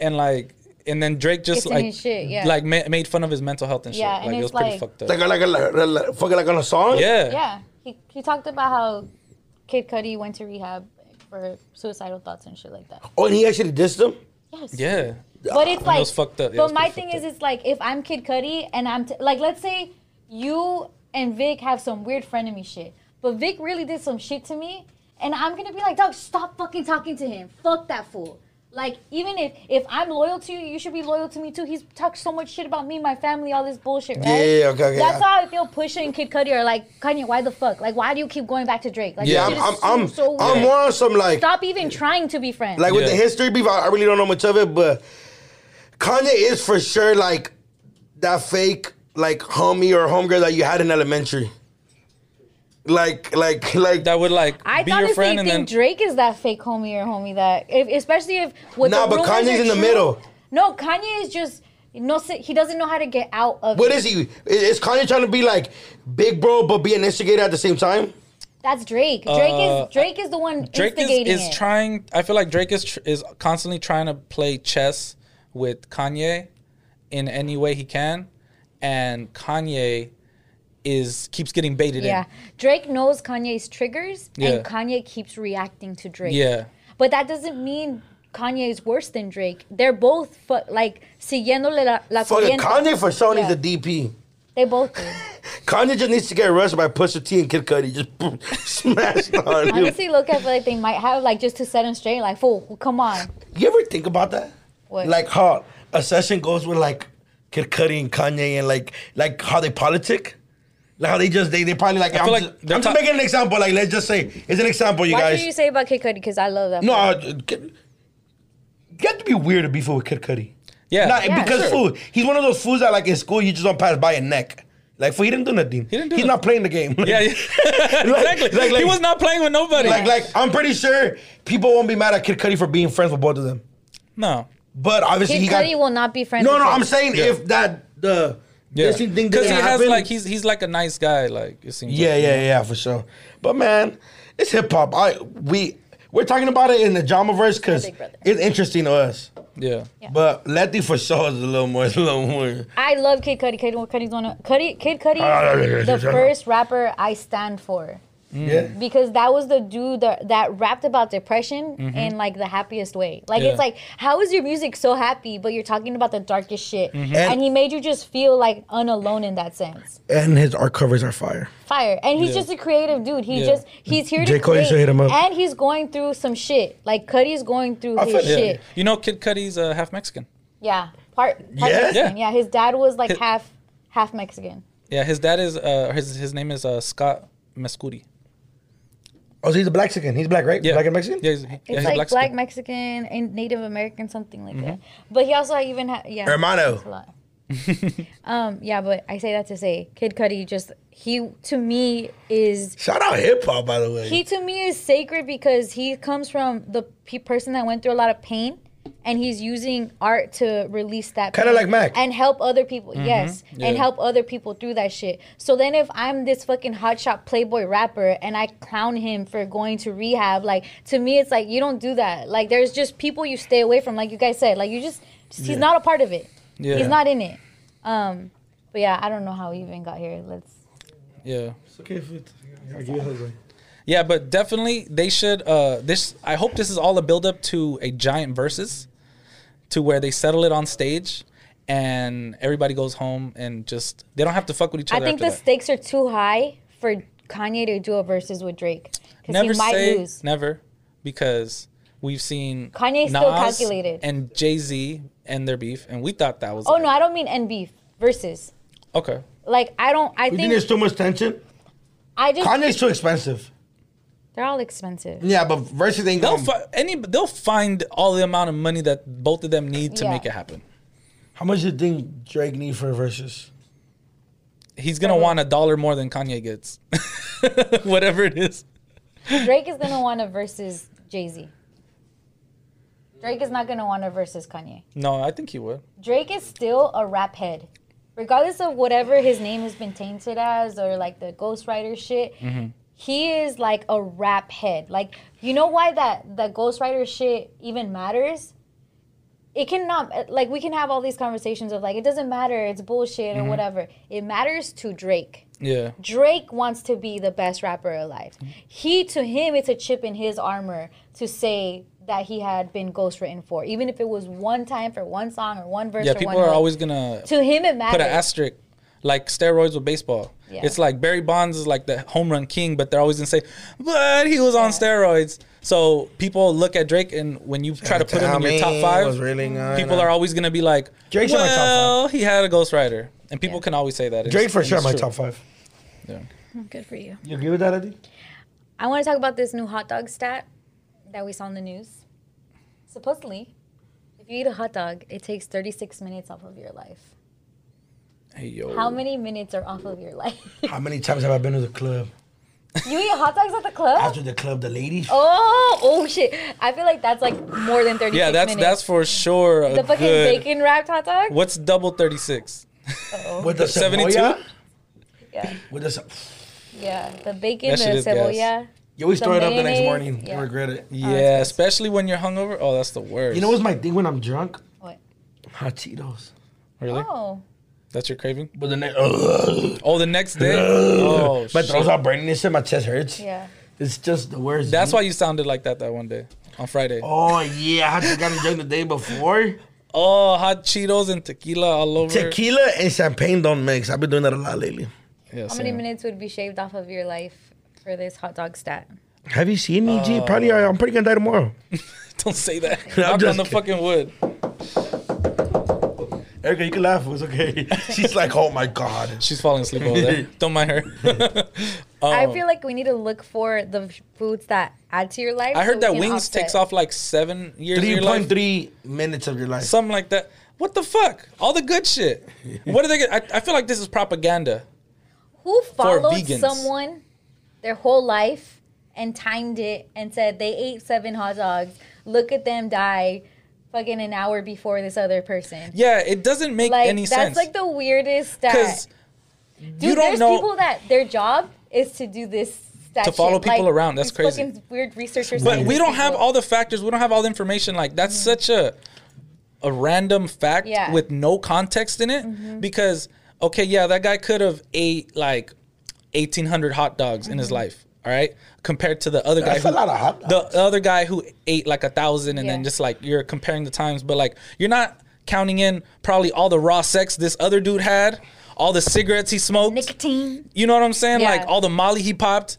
[SPEAKER 4] and like and then Drake just
[SPEAKER 2] Gets in
[SPEAKER 4] like
[SPEAKER 2] his shit, yeah.
[SPEAKER 4] like ma- made fun of his mental health and shit.
[SPEAKER 2] Yeah,
[SPEAKER 4] like
[SPEAKER 2] and
[SPEAKER 4] it was
[SPEAKER 2] it's
[SPEAKER 4] pretty
[SPEAKER 2] like-
[SPEAKER 4] fucked up.
[SPEAKER 3] Like, a- like, a- like, a- like, fucking like on a song.
[SPEAKER 4] yeah,
[SPEAKER 2] yeah, he, he talked about how Kid Cudi went to rehab for suicidal thoughts and shit like that.
[SPEAKER 3] Oh, and he actually dissed him.
[SPEAKER 2] Yes.
[SPEAKER 4] yeah.
[SPEAKER 2] But it's like
[SPEAKER 4] was fucked up. Yeah, it was
[SPEAKER 2] but my
[SPEAKER 4] pretty
[SPEAKER 2] thing
[SPEAKER 4] fucked
[SPEAKER 2] is, it's like if I'm Kid Cudi and I'm t- like, let's say you and Vic have some weird frenemy shit, but Vic really did some shit to me, and I'm gonna be like, dog, stop fucking talking to him. Fuck that fool. Like even if if I'm loyal to you, you should be loyal to me too. He's talked so much shit about me, my family, all this bullshit, right?
[SPEAKER 3] Yeah, yeah, yeah, okay, okay,
[SPEAKER 2] That's
[SPEAKER 3] yeah.
[SPEAKER 2] how I feel. Pusha and Kid Cudi are like Kanye. Why the fuck? Like why do you keep going back to Drake? Like
[SPEAKER 4] Yeah,
[SPEAKER 3] Yeah,
[SPEAKER 2] that shit
[SPEAKER 3] I'm,
[SPEAKER 2] is
[SPEAKER 3] I'm,
[SPEAKER 2] so-
[SPEAKER 3] I'm,
[SPEAKER 2] so
[SPEAKER 3] I'm
[SPEAKER 2] weird.
[SPEAKER 3] more on some like,
[SPEAKER 2] Stop even trying to be friends.
[SPEAKER 3] like with the
[SPEAKER 4] Yeah.
[SPEAKER 3] history beef. I, I really don't know much of it, but Kanye is for sure like that fake like homie or homegirl that you had in elementary. Like, like, like
[SPEAKER 4] That would like
[SPEAKER 2] I
[SPEAKER 4] be your
[SPEAKER 2] honestly
[SPEAKER 4] friend and
[SPEAKER 2] think
[SPEAKER 4] then
[SPEAKER 2] Drake is that fake homie or homie that, if, especially if what
[SPEAKER 3] Nah,
[SPEAKER 2] the
[SPEAKER 3] but
[SPEAKER 2] rumors
[SPEAKER 3] Kanye's
[SPEAKER 2] are
[SPEAKER 3] in the
[SPEAKER 2] true.
[SPEAKER 3] middle.
[SPEAKER 2] No, Kanye is just no. He doesn't know how to get out of.
[SPEAKER 3] What
[SPEAKER 2] it.
[SPEAKER 3] is he? Is, is Kanye trying to be like big bro but be an instigator at the same time?
[SPEAKER 2] That's Drake. Drake
[SPEAKER 4] Uh,
[SPEAKER 2] is Drake is the one
[SPEAKER 4] Drake
[SPEAKER 2] instigating
[SPEAKER 4] is,
[SPEAKER 2] it.
[SPEAKER 4] is trying. I feel like Drake is tr- is constantly trying to play chess with Kanye in any way he can, and Kanye is keeps getting baited
[SPEAKER 2] yeah, Drake knows Kanye's triggers,
[SPEAKER 4] Yeah.
[SPEAKER 2] and Kanye keeps reacting to Drake.
[SPEAKER 4] in. Yeah,
[SPEAKER 2] but that doesn't mean. Kanye is worse than Drake. They're both fu- like siguiéndole la, la
[SPEAKER 3] Fucking
[SPEAKER 2] corriente.
[SPEAKER 3] Kanye for sure
[SPEAKER 2] Yeah.
[SPEAKER 3] needs a DP.
[SPEAKER 2] They both do.
[SPEAKER 3] Kanye just needs to get rushed by Pusha T and Kid Cudi. Just boom, smashed on him.
[SPEAKER 2] Honestly, look, I feel like they might have like just to set him straight. Like, fool, come on.
[SPEAKER 3] You ever think about that?
[SPEAKER 2] What?
[SPEAKER 3] Like how a session goes with like Kid Cudi and Kanye and like like how they politic. Like how they just they they probably like I am
[SPEAKER 4] feel like
[SPEAKER 3] just,
[SPEAKER 4] they're
[SPEAKER 3] I'm just
[SPEAKER 4] ta-
[SPEAKER 3] making an example. Like let's just say it's an example, you
[SPEAKER 2] Why
[SPEAKER 3] guys.
[SPEAKER 2] did you say about Kid Cudi? Because I love that.
[SPEAKER 3] no,
[SPEAKER 2] fool.
[SPEAKER 3] I, Kid- you have to be weird to be fool with Kid Cudi.
[SPEAKER 4] yeah.
[SPEAKER 3] Not,
[SPEAKER 2] Yeah,
[SPEAKER 3] because
[SPEAKER 2] sure.
[SPEAKER 3] fool, he's one of those fools that like in school you just don't pass by a neck. Like fool, he didn't do nothing.
[SPEAKER 4] didn't do
[SPEAKER 3] he's
[SPEAKER 4] nothing.
[SPEAKER 3] not playing the game.
[SPEAKER 4] yeah, yeah. exactly.
[SPEAKER 3] like- like-
[SPEAKER 4] he was not playing with nobody.
[SPEAKER 3] like like I'm pretty sure people won't be mad at Kid Cudi for being friends with both of them.
[SPEAKER 4] no.
[SPEAKER 3] But obviously
[SPEAKER 2] Kid
[SPEAKER 3] he
[SPEAKER 2] Cudi
[SPEAKER 3] got
[SPEAKER 2] will not be friends.
[SPEAKER 3] No,
[SPEAKER 2] with
[SPEAKER 3] no,
[SPEAKER 2] Drake.
[SPEAKER 3] I'm saying
[SPEAKER 4] Yeah.
[SPEAKER 3] if that the
[SPEAKER 4] Yeah,
[SPEAKER 3] this thing didn't
[SPEAKER 4] because he has
[SPEAKER 3] happen-
[SPEAKER 4] like he's he's like a nice guy. Like it seems.
[SPEAKER 3] yeah,
[SPEAKER 4] like,
[SPEAKER 3] yeah, yeah, for sure. But man, it's hip hop. I we we're talking about it in the drama verse because
[SPEAKER 2] Big Brother.
[SPEAKER 3] it's interesting to us.
[SPEAKER 4] yeah.
[SPEAKER 3] But Letty for sure is a little more, is a little more.
[SPEAKER 2] I love Kid Cudi. Kid Cudi's one of Cudi. Kid
[SPEAKER 3] Ah,
[SPEAKER 2] Cudi, is the first rapper I stand for
[SPEAKER 4] Mm.
[SPEAKER 3] Yeah,
[SPEAKER 2] because that was the dude that, that rapped about depression
[SPEAKER 3] Mm-hmm.
[SPEAKER 2] in like the happiest way. Like
[SPEAKER 4] Yeah.
[SPEAKER 2] it's like, how is your music so happy, but you're talking about the darkest shit?
[SPEAKER 3] Mm-hmm. And-
[SPEAKER 2] And he made you just feel like unalone in that sense.
[SPEAKER 3] and his art covers are fire.
[SPEAKER 2] Fire. And he's
[SPEAKER 4] Yeah.
[SPEAKER 2] just a creative dude. He
[SPEAKER 4] Yeah.
[SPEAKER 2] just he's here to
[SPEAKER 3] J. Cole used to
[SPEAKER 2] create.
[SPEAKER 3] hit him up.
[SPEAKER 2] And he's going through some shit. Like Cudi's going through
[SPEAKER 3] I
[SPEAKER 2] his
[SPEAKER 3] feel-
[SPEAKER 4] Yeah.
[SPEAKER 2] shit.
[SPEAKER 4] You know, Kid Cudi's uh, half Mexican.
[SPEAKER 2] Yeah. Part, part
[SPEAKER 3] Yeah?
[SPEAKER 2] Mexican.
[SPEAKER 4] Yeah.
[SPEAKER 2] Yeah. His dad was like
[SPEAKER 4] His-
[SPEAKER 2] half half Mexican.
[SPEAKER 4] Yeah, his dad is uh, his his name is uh, Scott Mescudi.
[SPEAKER 3] Oh, so he's a black Mexican. He's black, right?
[SPEAKER 4] Yeah,
[SPEAKER 3] Black and Mexican.
[SPEAKER 4] Yeah, he's, yeah,
[SPEAKER 2] It's
[SPEAKER 4] he's
[SPEAKER 2] like
[SPEAKER 4] black. Mm-hmm.
[SPEAKER 2] black, Mexican and Native American, something like that. But he also even ha- yeah,
[SPEAKER 3] Hermano.
[SPEAKER 2] it's a lot. um, yeah, but I say that to say Kid Cudi just he to me is
[SPEAKER 3] Shout out hip hop, by the way.
[SPEAKER 2] he to me is sacred because he comes from the pe- person that went through a lot of pain. And he's using art to release that
[SPEAKER 3] Kinda
[SPEAKER 2] pain
[SPEAKER 3] like Mac.
[SPEAKER 2] and help other people. Yes, and
[SPEAKER 4] Yeah.
[SPEAKER 2] help other people through that shit. So then, if I'm this fucking hotshot playboy rapper and I clown him for going to rehab, like to me, it's like you don't do that. Like there's just people you stay away from. Like you guys said, like you just, just he's not a part of it.
[SPEAKER 4] Yeah.
[SPEAKER 2] He's not in it. Um, but yeah, I don't know how he even got here. Let's.
[SPEAKER 4] yeah.
[SPEAKER 3] okay,
[SPEAKER 4] Yeah, but definitely they should. Uh, this I hope this is all a buildup to a giant versus, to where they settle it on stage, and everybody goes home and just they don't have to fuck with each
[SPEAKER 2] I
[SPEAKER 4] other.
[SPEAKER 2] think the
[SPEAKER 4] after that.
[SPEAKER 2] stakes are too high for Kanye to do a versus with Drake because
[SPEAKER 4] never
[SPEAKER 2] he might
[SPEAKER 4] say
[SPEAKER 2] lose.
[SPEAKER 4] never because we've seen
[SPEAKER 2] Kanye still calculated.
[SPEAKER 4] and Jay Z and their beef, and we thought that was
[SPEAKER 2] Oh no, I don't mean and beef versus.
[SPEAKER 4] Okay.
[SPEAKER 2] Like I don't. I
[SPEAKER 3] You
[SPEAKER 2] think
[SPEAKER 3] think there's too much tension?
[SPEAKER 2] I just
[SPEAKER 3] Kanye's too expensive.
[SPEAKER 2] they're all expensive.
[SPEAKER 3] Yeah, but versus ain't
[SPEAKER 4] They'll
[SPEAKER 3] going.
[SPEAKER 4] fi- any they'll find all the amount of money that both of them need to
[SPEAKER 2] Yeah.
[SPEAKER 4] make it happen.
[SPEAKER 3] How much do you think Drake need for a versus?
[SPEAKER 4] He's gonna want a dollar more than Kanye gets, whatever it is.
[SPEAKER 2] Drake is gonna want to versus Jay Z. Drake is not gonna want to versus Kanye.
[SPEAKER 4] No, I think he would.
[SPEAKER 2] Drake is still a rap head. Regardless of whatever his name has been tainted as or like the ghostwriter shit, he is like a rap head. Like, you know why that that ghostwriter shit even matters? It cannot like we can have all these conversations of like it doesn't matter, it's bullshit or whatever. It matters to Drake.
[SPEAKER 4] Yeah.
[SPEAKER 2] Drake wants to be the best rapper alive.
[SPEAKER 4] Mm-hmm.
[SPEAKER 2] He to him it's a chip in his armor to say that he had been ghostwritten for, even if it was one time for one song or one verse.
[SPEAKER 4] Yeah.
[SPEAKER 2] or
[SPEAKER 4] People
[SPEAKER 2] one
[SPEAKER 4] are
[SPEAKER 2] hook.
[SPEAKER 4] always gonna
[SPEAKER 2] to him it matters.
[SPEAKER 4] put an asterisk, like steroids with baseball.
[SPEAKER 2] Yeah.
[SPEAKER 4] It's like Barry Bonds is like the home run king, but they're always gonna say, "But he was on steroids." So people look at Drake, and when you try to put him in your top five, people are always gonna be like,
[SPEAKER 3] Drake's in my top five.
[SPEAKER 4] "Well, he had a ghostwriter," and people
[SPEAKER 2] Yeah.
[SPEAKER 4] can always say that.
[SPEAKER 3] Drake
[SPEAKER 4] It's-
[SPEAKER 3] for
[SPEAKER 4] and
[SPEAKER 3] sure
[SPEAKER 4] it's
[SPEAKER 3] my
[SPEAKER 4] true.
[SPEAKER 3] top five.
[SPEAKER 4] Yeah.
[SPEAKER 2] Good for you.
[SPEAKER 3] You agree with that, Eddie?
[SPEAKER 2] I want to talk about this new hot dog stat that we saw in the news. Supposedly, if you eat a hot dog, it takes 36 minutes off of your life.
[SPEAKER 4] Hey yo.
[SPEAKER 2] How many minutes are off of your life?
[SPEAKER 3] How many times have I been to the club?
[SPEAKER 2] you eat hot dogs at the club?
[SPEAKER 3] After the club, the ladies.
[SPEAKER 2] Oh, oh shit! I feel like that's like more than 36
[SPEAKER 4] Yeah, that's
[SPEAKER 2] minutes.
[SPEAKER 4] that's for sure. A
[SPEAKER 2] the fucking
[SPEAKER 4] good,
[SPEAKER 2] bacon Oh, wrapped hot dog.
[SPEAKER 4] What's double thirty six?
[SPEAKER 3] With the
[SPEAKER 4] 72?
[SPEAKER 3] cebolla?
[SPEAKER 2] Yeah,
[SPEAKER 3] With the ce-
[SPEAKER 2] yeah. The bacon,
[SPEAKER 4] That shit
[SPEAKER 2] the
[SPEAKER 4] is gas.
[SPEAKER 2] cebolla.
[SPEAKER 3] you always
[SPEAKER 2] The
[SPEAKER 3] throw it up the next
[SPEAKER 2] mayonnaise,
[SPEAKER 3] morning.
[SPEAKER 2] yeah.
[SPEAKER 3] You regret it.
[SPEAKER 4] Yeah, especially when you're hungover. Oh, that's the worst.
[SPEAKER 3] You know what's my thing when I'm drunk?
[SPEAKER 2] What?
[SPEAKER 3] Hot Cheetos.
[SPEAKER 4] Really?
[SPEAKER 2] Oh,
[SPEAKER 4] That's your craving?
[SPEAKER 3] But the next,
[SPEAKER 4] Oh, the next day. oh,
[SPEAKER 3] uh, my
[SPEAKER 4] shit.
[SPEAKER 3] throat's all burning and shit. My chest hurts.
[SPEAKER 2] yeah.
[SPEAKER 3] It's just the worst.
[SPEAKER 4] That's
[SPEAKER 3] dude.
[SPEAKER 4] why you sounded like that that one day on Friday. Oh,
[SPEAKER 3] Oh yeah, I had gotten drunk the day before.
[SPEAKER 4] Oh, hot Cheetos and tequila all over.
[SPEAKER 3] Tequila and champagne don't mix. I've been doing that a lot lately.
[SPEAKER 4] Yeah,
[SPEAKER 2] How many
[SPEAKER 4] same.
[SPEAKER 2] minutes would be shaved off of your life for this hot dog stat?
[SPEAKER 3] Have you seen me, G? Probably I, I'm probably gonna die tomorrow.
[SPEAKER 4] Don't say that.
[SPEAKER 3] No, I'm
[SPEAKER 4] Knock on
[SPEAKER 3] just
[SPEAKER 4] the
[SPEAKER 3] kidding.
[SPEAKER 4] fucking wood.
[SPEAKER 3] Erica, you can laugh. It's okay. She's like, oh my god.
[SPEAKER 4] She's falling asleep over there. Don't mind her. um,
[SPEAKER 2] I feel like we need to look for the foods that add to your life.
[SPEAKER 4] I
[SPEAKER 2] so
[SPEAKER 4] heard
[SPEAKER 2] we
[SPEAKER 4] that
[SPEAKER 2] can
[SPEAKER 4] wings
[SPEAKER 2] offset.
[SPEAKER 4] takes off like seven years of
[SPEAKER 3] Three
[SPEAKER 4] your life.
[SPEAKER 3] point three minutes of your life.
[SPEAKER 4] Something like that. What the fuck? All the good shit. What are they? Gonna, I, I feel like this is propaganda.
[SPEAKER 2] Who followed
[SPEAKER 4] vegans.
[SPEAKER 2] someone their whole life and timed it and said they ate seven hot dogs. Look at them die, fucking an hour before this other person.
[SPEAKER 4] Yeah, it doesn't make
[SPEAKER 2] like
[SPEAKER 4] any
[SPEAKER 2] that's
[SPEAKER 4] sense.
[SPEAKER 2] like the weirdest stat.
[SPEAKER 4] Because
[SPEAKER 2] Dude,
[SPEAKER 4] you don't
[SPEAKER 2] there's
[SPEAKER 4] know.
[SPEAKER 2] people that their job is to do this. stat
[SPEAKER 4] To follow
[SPEAKER 2] shit,
[SPEAKER 4] people
[SPEAKER 2] like,
[SPEAKER 4] around, that's
[SPEAKER 2] these
[SPEAKER 4] crazy.
[SPEAKER 2] Fucking weird researchers.
[SPEAKER 4] But
[SPEAKER 2] saying
[SPEAKER 4] we
[SPEAKER 2] these
[SPEAKER 4] don't have
[SPEAKER 2] people-
[SPEAKER 4] all the factors. We don't have all the information. Like that's such a a random fact
[SPEAKER 2] Yeah.
[SPEAKER 4] with no context in it.
[SPEAKER 3] Mm-hmm.
[SPEAKER 4] Because okay, yeah, that guy could have ate like eighteen hundred hot dogs in his life. All right, compared to the other
[SPEAKER 3] Mm-hmm. That's
[SPEAKER 4] guy.
[SPEAKER 3] a
[SPEAKER 4] who-
[SPEAKER 3] lot of hot
[SPEAKER 4] the other guy who ate like a thousand, and then
[SPEAKER 2] Yeah.
[SPEAKER 4] just like you're comparing the times, but like you're not counting in probably all the raw sex this other dude had, all the cigarettes he smoked.
[SPEAKER 2] nicotine.
[SPEAKER 4] You know what I'm saying?
[SPEAKER 2] Yeah.
[SPEAKER 4] Like all the Molly he popped.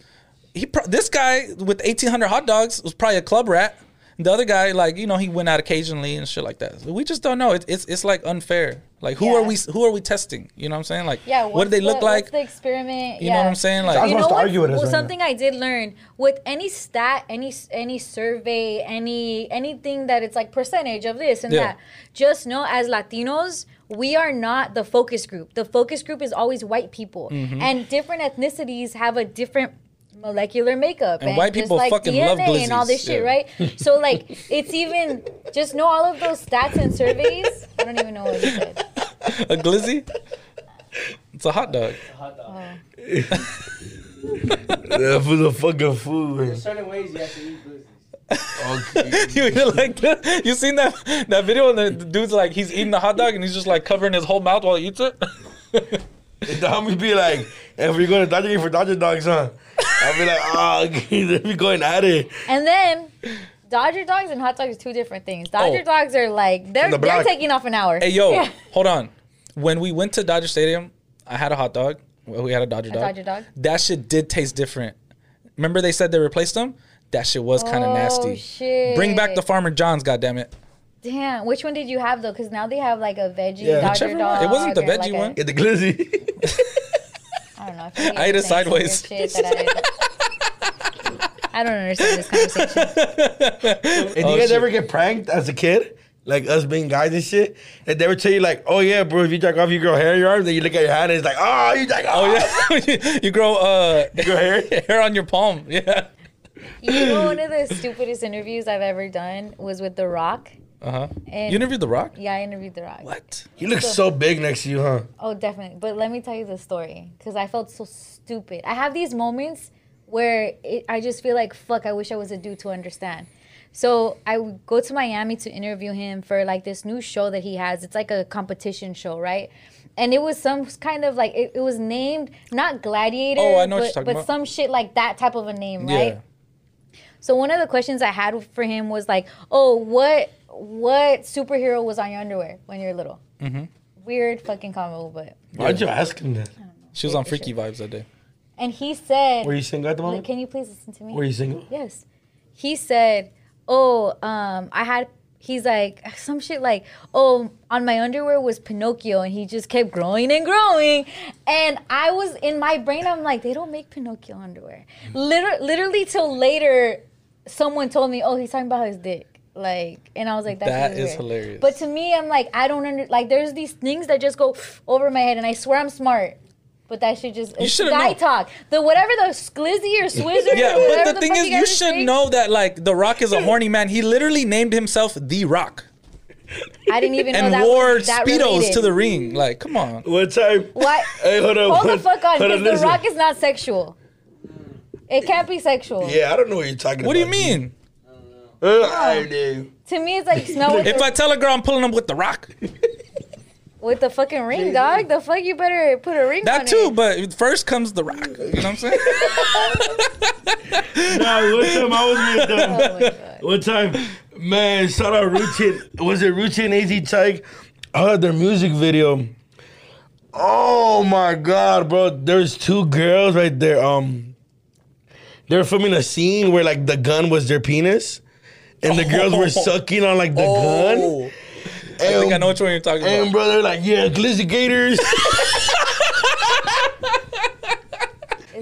[SPEAKER 4] He pro- this guy with 1,800 hot dogs was probably a club rat. The other guy, like you know, he went out occasionally and shit like that. We just don't know. It, it's it's like unfair. Like who
[SPEAKER 2] Yeah.
[SPEAKER 4] are we? Who are we testing? You know what I'm saying? Like
[SPEAKER 2] Yeah.
[SPEAKER 4] what
[SPEAKER 2] what's
[SPEAKER 4] do they look
[SPEAKER 2] the-
[SPEAKER 4] like?
[SPEAKER 2] What's the experiment.
[SPEAKER 4] you
[SPEAKER 2] yeah.
[SPEAKER 4] know what I'm saying?
[SPEAKER 3] I
[SPEAKER 4] Like
[SPEAKER 3] was
[SPEAKER 2] You
[SPEAKER 3] supposed
[SPEAKER 2] know
[SPEAKER 3] to
[SPEAKER 2] what?
[SPEAKER 3] argue with us
[SPEAKER 2] well,
[SPEAKER 3] right now.
[SPEAKER 2] something I did learn with any stat, any any survey, any anything that it's like percentage of this and
[SPEAKER 4] Yeah.
[SPEAKER 2] that. Just know as Latinos, we are not the focus group. The focus group is always white people,
[SPEAKER 4] Mm-hmm.
[SPEAKER 2] and different ethnicities have a different molecular makeup
[SPEAKER 4] And white people fucking love
[SPEAKER 2] and all this
[SPEAKER 4] glizzies,
[SPEAKER 2] shit,
[SPEAKER 4] yeah.
[SPEAKER 2] right? So like, it's even just know all of those stats and surveys. I don't even know what you said.
[SPEAKER 4] a glizzy. It's a hot dog.
[SPEAKER 3] Yeah, for the fucking food.
[SPEAKER 1] Certain ways you have to eat glizzies.
[SPEAKER 3] Okay.
[SPEAKER 4] you you like that? You seen that that video and the dude's like he's eating the hot dog and he's just like covering his whole mouth while he eats it.
[SPEAKER 3] the homies be like, if we're going to Dodger Game for Dodger Dogs, huh? I'll be like, ah, okay, we going at it.
[SPEAKER 2] And then Dodger dogs and hot dogs are two different things. Dodger
[SPEAKER 4] Oh.
[SPEAKER 2] dogs are like they're
[SPEAKER 3] the
[SPEAKER 2] they're
[SPEAKER 3] block.
[SPEAKER 2] taking off an hour.
[SPEAKER 4] Hey yo,
[SPEAKER 2] Yeah.
[SPEAKER 4] hold on. When we went to Dodger Stadium, I had a hot dog. Well, we had a Dodger dog.
[SPEAKER 2] Dodger dog?
[SPEAKER 4] That shit did taste different. Remember they said they replaced them? That shit was kind of
[SPEAKER 2] Oh,
[SPEAKER 4] nasty.
[SPEAKER 2] shit.
[SPEAKER 4] Bring back the Farmer John's, goddammit.
[SPEAKER 2] Damn, which one did you have though? Because now they have like a veggie
[SPEAKER 3] Yeah.
[SPEAKER 2] Dodger
[SPEAKER 4] Whichever one.
[SPEAKER 2] dog.
[SPEAKER 4] It wasn't the
[SPEAKER 2] or,
[SPEAKER 4] veggie
[SPEAKER 2] like, a-
[SPEAKER 4] one.
[SPEAKER 3] Get the glizzy.
[SPEAKER 2] I don't know. I, feel like
[SPEAKER 4] I ate
[SPEAKER 2] you're
[SPEAKER 4] it
[SPEAKER 2] saying some weird shit
[SPEAKER 4] sideways.
[SPEAKER 2] that I, I don't understand this conversation.
[SPEAKER 3] And
[SPEAKER 4] Oh,
[SPEAKER 3] do you guys ever get pranked as a kid? Like us being guys and shit? And they would tell you like, oh yeah, bro, if you jack off, you grow hair in your arm. Then you look at your hand and it's like, oh, you jack off.
[SPEAKER 4] Oh yeah, you grow uh
[SPEAKER 3] You grow hair.
[SPEAKER 4] hair on your palm. Yeah.
[SPEAKER 2] You know, one of the stupidest interviews I've ever done was with The Rock.
[SPEAKER 4] Uh huh.
[SPEAKER 2] And
[SPEAKER 4] You interviewed The Rock.
[SPEAKER 2] Yeah, I interviewed The Rock.
[SPEAKER 4] What?
[SPEAKER 3] You look so big next to you, huh?
[SPEAKER 2] Oh, definitely. But let me tell you the story because I felt so stupid. I have these moments where it, I just feel like, fuck, I wish I was a dude to understand. So I would go to Miami to interview him for like this new show that he has. It's like a competition show, right? And it was some kind of like it, it was named not gladiator,
[SPEAKER 4] Oh, I know what
[SPEAKER 2] but,
[SPEAKER 4] you're talking
[SPEAKER 2] but
[SPEAKER 4] about.
[SPEAKER 2] some shit like that type of a name, right?
[SPEAKER 4] Yeah.
[SPEAKER 2] So one of the questions I had for him was like, "Oh, what what superhero was on your underwear when you were little?"
[SPEAKER 4] Mm-hmm.
[SPEAKER 2] Weird fucking combo, but
[SPEAKER 3] Why'd you ask him that?
[SPEAKER 4] She was on Freaky Vibes that day.
[SPEAKER 2] and he said,
[SPEAKER 3] Were you single at the moment?
[SPEAKER 2] "Can you please listen to me?"
[SPEAKER 3] Were you single?
[SPEAKER 2] Yes. He said, "Oh, um, I had." He's like some shit like, "Oh, on my underwear was Pinocchio," and he just kept growing and growing. And I was in my brain, I'm like, they don't make Pinocchio underwear. Liter- literally till later, someone told me, "Oh, he's talking about his dick." Like, and I was like, That's
[SPEAKER 4] That
[SPEAKER 2] really
[SPEAKER 4] is
[SPEAKER 2] weird."
[SPEAKER 4] hilarious.
[SPEAKER 2] But to me, I'm like, I don't under like. There's these things that just go over my head, and I swear I'm smart. But that should just it's
[SPEAKER 4] should've
[SPEAKER 2] guy
[SPEAKER 4] known.
[SPEAKER 2] talk. The whatever the sglizzy or swizzer.
[SPEAKER 4] Yeah,
[SPEAKER 2] or whatever
[SPEAKER 4] but the thing
[SPEAKER 2] fuck
[SPEAKER 4] is, you
[SPEAKER 2] guys
[SPEAKER 4] should
[SPEAKER 2] think-
[SPEAKER 4] know that like The Rock is a horny man. He literally named himself The Rock
[SPEAKER 2] I didn't even know
[SPEAKER 4] and
[SPEAKER 2] that
[SPEAKER 4] wore
[SPEAKER 2] was that
[SPEAKER 4] speedos
[SPEAKER 2] related.
[SPEAKER 4] to the ring. Like, come on.
[SPEAKER 3] What time?
[SPEAKER 2] What?
[SPEAKER 3] Hey, hold on.
[SPEAKER 2] Hold the fuck on,
[SPEAKER 3] Hold
[SPEAKER 2] because
[SPEAKER 3] on,
[SPEAKER 2] the
[SPEAKER 3] listen.
[SPEAKER 2] rock is not sexual. It can't be sexual.
[SPEAKER 3] Yeah, I don't know what you're talking about.
[SPEAKER 4] What do you mean?
[SPEAKER 3] Uh, I do.
[SPEAKER 2] To me, it's like smell with,
[SPEAKER 4] If
[SPEAKER 2] the,
[SPEAKER 4] I tell a girl I'm pulling up with The Rock,
[SPEAKER 2] with the fucking ring, dog. The fuck, you better put a ring on
[SPEAKER 4] that
[SPEAKER 2] it.
[SPEAKER 4] too. But first comes The Rock. You know what I'm saying?
[SPEAKER 3] Nah, what time I was with
[SPEAKER 4] uh,
[SPEAKER 3] them?
[SPEAKER 2] Oh my God.
[SPEAKER 3] One time, man, shout out Ruchin. Was it Ruchin AZ Tyke? I heard their music video. Oh my god, bro. There's two girls right there. Um they were filming a scene where like the gun was their penis. And the girls were sucking on like the gun. Um,
[SPEAKER 4] Oh,
[SPEAKER 3] And,
[SPEAKER 4] I think I know which one you're talking
[SPEAKER 3] and
[SPEAKER 4] about.
[SPEAKER 3] bro, they're like, yeah, glizzy gators.
[SPEAKER 2] Is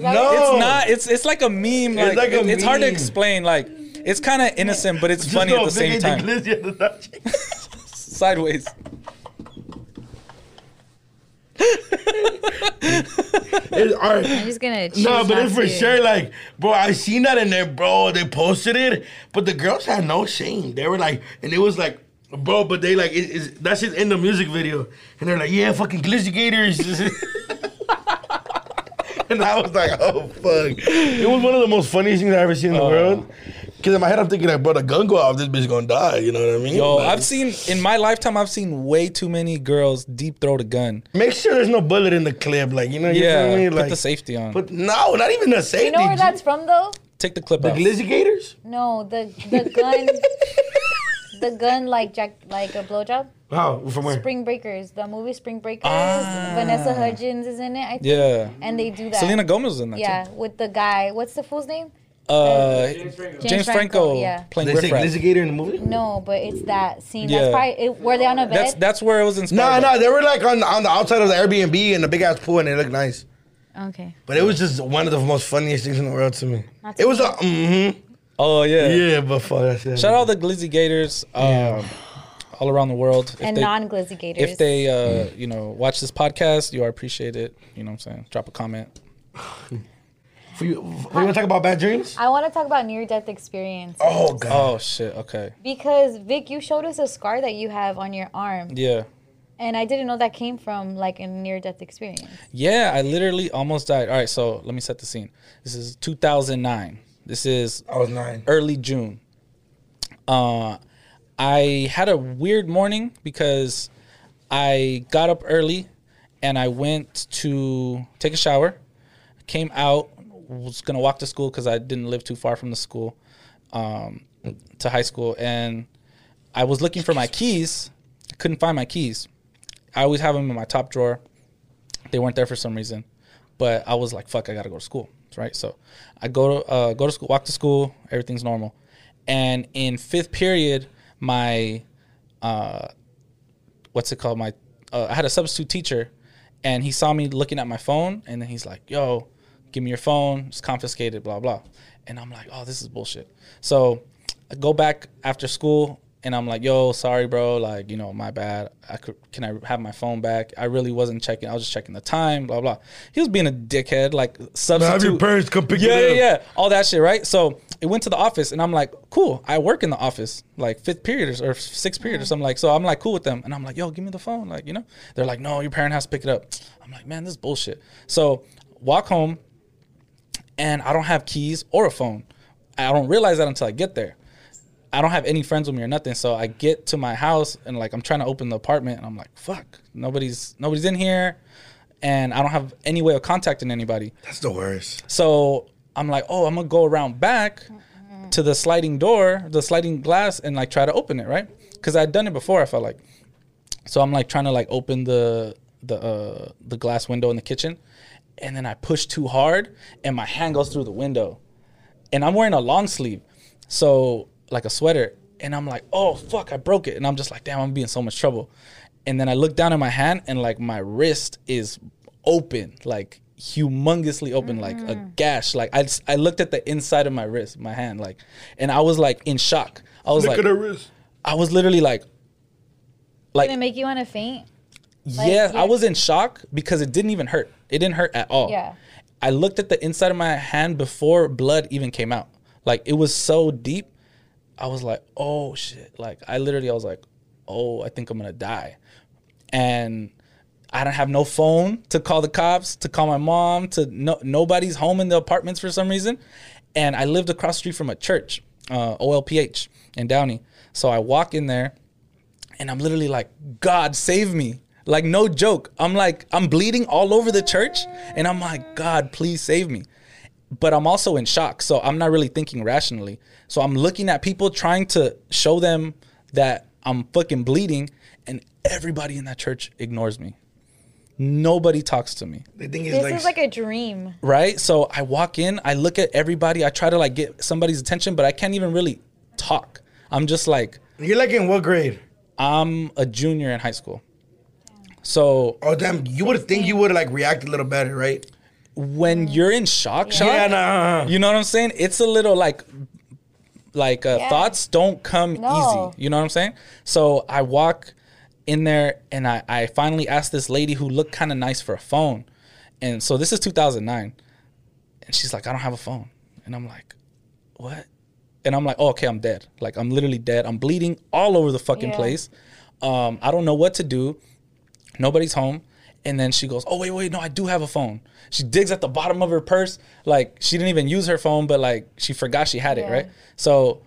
[SPEAKER 2] that
[SPEAKER 3] No.
[SPEAKER 2] what-
[SPEAKER 4] It's not. It's it's like a meme. Like,
[SPEAKER 3] like a
[SPEAKER 4] it- it's hard to
[SPEAKER 3] meme.
[SPEAKER 4] explain. Like it's kind of innocent, but it's funny at the same time. Sideways.
[SPEAKER 3] It's, all right.
[SPEAKER 2] I'm just gonna. choose
[SPEAKER 3] No, but
[SPEAKER 2] not
[SPEAKER 3] it's for
[SPEAKER 2] to.
[SPEAKER 3] sure. Like, bro, I seen that in there, bro. They posted it, but the girls had no shame. They were like, and it was like, bro, but they like, it, it's, that shit's in the music video, and they're like, yeah, fucking glizzy gators. and I was like, oh fuck. It was one of the most funniest things I ever seen in the world. Cause in my head, I'm thinking like, bro, the gun go off, this bitch gonna die. You know what I mean?
[SPEAKER 4] Yo,
[SPEAKER 3] Like,
[SPEAKER 4] I've seen in my lifetime. I've seen way too many girls deep throat a gun.
[SPEAKER 3] make sure there's no bullet in the clip. Like, you know, you
[SPEAKER 4] Yeah,
[SPEAKER 3] feel me?
[SPEAKER 4] put
[SPEAKER 3] Like,
[SPEAKER 4] the safety on.
[SPEAKER 3] But no, not even the safety.
[SPEAKER 2] You know where that's from, though?
[SPEAKER 4] Take the clip
[SPEAKER 3] the
[SPEAKER 4] out.
[SPEAKER 3] glizzy gators?
[SPEAKER 2] No, the the gun, the gun like Jack, like a blowjob.
[SPEAKER 3] How? From where?
[SPEAKER 2] Spring Breakers, the movie Spring Breakers. Vanessa Hudgens is in it, I think.
[SPEAKER 4] Ah. yeah,
[SPEAKER 2] And they do that.
[SPEAKER 4] Selena Gomez in that.
[SPEAKER 2] Yeah, with the guy. What's the fool's name?
[SPEAKER 4] Too. Uh,
[SPEAKER 1] James Franco.
[SPEAKER 4] James Franco.
[SPEAKER 2] yeah.
[SPEAKER 4] Playing
[SPEAKER 3] They
[SPEAKER 4] Riff
[SPEAKER 3] say glizzy
[SPEAKER 4] Raff.
[SPEAKER 3] gator in the movie?
[SPEAKER 2] No, but it's that scene.
[SPEAKER 4] Yeah.
[SPEAKER 2] That's probably. It, were they on a bed?
[SPEAKER 4] That's that's where it was
[SPEAKER 3] No,
[SPEAKER 4] inspired. by.
[SPEAKER 3] no, they were like on on the outside of the Airbnb in the big ass pool, and it looked nice.
[SPEAKER 2] okay.
[SPEAKER 3] But it was just one of the most funniest things in the world to me.
[SPEAKER 2] Not
[SPEAKER 3] It was a
[SPEAKER 2] too
[SPEAKER 3] mm-hmm.
[SPEAKER 4] Oh yeah.
[SPEAKER 3] yeah, but fuck that shit.
[SPEAKER 4] Shout out the glizzy gators. Um, all around the world. If
[SPEAKER 2] And
[SPEAKER 4] they-
[SPEAKER 2] non glizzy gators.
[SPEAKER 4] if they uh you know watch this podcast you are appreciated you know what i'm saying drop a comment
[SPEAKER 3] We, we want to talk about bad dreams?
[SPEAKER 2] I want to talk about near death experience
[SPEAKER 3] Oh god,
[SPEAKER 4] oh shit okay
[SPEAKER 2] because Vic, you showed us a scar that you have on your arm,
[SPEAKER 4] yeah
[SPEAKER 2] and I didn't know that came from like a near death experience.
[SPEAKER 4] yeah i literally almost died all right so let me set the scene this is 2009 this is
[SPEAKER 3] I was nine.
[SPEAKER 4] early June. Uh, I had a weird morning because I got up early and I went to take a shower, came out, was gonna walk to school because I didn't live too far from the school um, to high school, and I was looking for my keys. I couldn't find my keys. I always have them in my top drawer. They weren't there for some reason, but I was like, "Fuck, I gotta go to school." Right, so I go to uh, go to school, walk to school. Everything's normal, and in fifth period, my uh, what's it called? My uh, I had a substitute teacher, and he saw me looking at my phone, and then he's like, "Yo, give me your phone. It's confiscated." Blah blah. And I'm like, "Oh, this is bullshit." So I go back after school, and I'm like, "Yo, sorry, bro. Like, you know, my bad. I could can I have my phone back? I really wasn't checking. I was just checking the time. Blah blah." He was being a dickhead, like substitute.
[SPEAKER 3] Have your parents come pick
[SPEAKER 4] Yeah,
[SPEAKER 3] it
[SPEAKER 4] yeah,
[SPEAKER 3] up.
[SPEAKER 4] yeah. All that shit, right? So it went to the office, and I'm like, cool. I work in the office, like fifth period or, or sixth period or something. Like, so I'm like cool with them, and I'm like, yo, give me the phone, like you know. They're like, no, your parent has to pick it up. I'm like, man, this is bullshit. So walk home, and I don't have keys or a phone. I don't realize that until I get there. I don't have any friends with me or nothing. So I get to my house and like I'm trying to open the apartment and I'm like, fuck, nobody's nobody's in here, and I don't have any way of contacting anybody.
[SPEAKER 3] That's the worst.
[SPEAKER 4] So I'm like, oh, I'm gonna go around back to the sliding door, the sliding glass, and like try to open it, right? Because I'd done it before. I felt like, so I'm like trying to like open the the uh, the glass window in the kitchen, and then I push too hard, and my hand goes through the window, and I'm wearing a long sleeve, so like a sweater, and I'm like, oh fuck, I broke it, and I'm just like, damn, I'm being so much trouble, and then I look down at my hand, and like my wrist is open, like humongously open, like a gash, like I s- I looked at the inside of my wrist, my hand, like, and I was like in shock. I was
[SPEAKER 3] Look
[SPEAKER 4] like,
[SPEAKER 3] at her wrist.
[SPEAKER 4] I was literally like,
[SPEAKER 2] Did it
[SPEAKER 4] like,
[SPEAKER 2] make you want to faint? Like,
[SPEAKER 4] yeah, I
[SPEAKER 2] yeah.
[SPEAKER 4] was in shock because it didn't even hurt. It didn't hurt at all.
[SPEAKER 2] Yeah.
[SPEAKER 4] I looked at the inside of my hand before blood even came out. Like it was so deep. I was like, oh shit. Like I literally I was like, oh, I think I'm gonna die. And I don't have no phone to call the cops, to call my mom, to no nobody's home in the apartments for some reason. And I lived across the street from a church, uh, OLPH in Downey. So I walk in there and I'm literally like, God save me. Like no joke. I'm like, I'm bleeding all over the church, and I'm like, God, please save me. But I'm also in shock, so I'm not really thinking rationally. So I'm looking at people trying to show them that I'm fucking bleeding, and everybody in that church ignores me. Nobody talks to me
[SPEAKER 3] They think it's
[SPEAKER 2] This
[SPEAKER 3] like,
[SPEAKER 2] is like a dream.
[SPEAKER 4] right? So I walk in, I look at everybody, I try to like get somebody's attention, but I can't even really talk. I'm just like
[SPEAKER 3] you're like in what grade?
[SPEAKER 4] I'm a junior in high school. So
[SPEAKER 3] Oh damn! You would think you would like react a little better, right?
[SPEAKER 2] Oh.
[SPEAKER 4] when you're in shock, shock
[SPEAKER 3] Yeah, nah. uh-huh.
[SPEAKER 4] you know what I'm saying? It's a little like like uh,
[SPEAKER 2] Yeah.
[SPEAKER 4] thoughts don't come
[SPEAKER 2] No.
[SPEAKER 4] easy. You know what I'm saying? So I walk in there and I, I finally asked this lady who looked kind of nice for a phone. And so this is 2009. And she's like, I don't have a phone. And I'm like, what? And I'm like, oh, okay, I'm dead. Like, I'm literally dead. I'm bleeding all over the fucking
[SPEAKER 2] Yeah.
[SPEAKER 4] place. Um, I don't know what to do. Nobody's home. And then she goes, oh, wait, wait, no, I do have a phone. She digs at the bottom of her purse. Like, she didn't even use her phone, but like, she forgot she had it,
[SPEAKER 2] Yeah.
[SPEAKER 4] right? So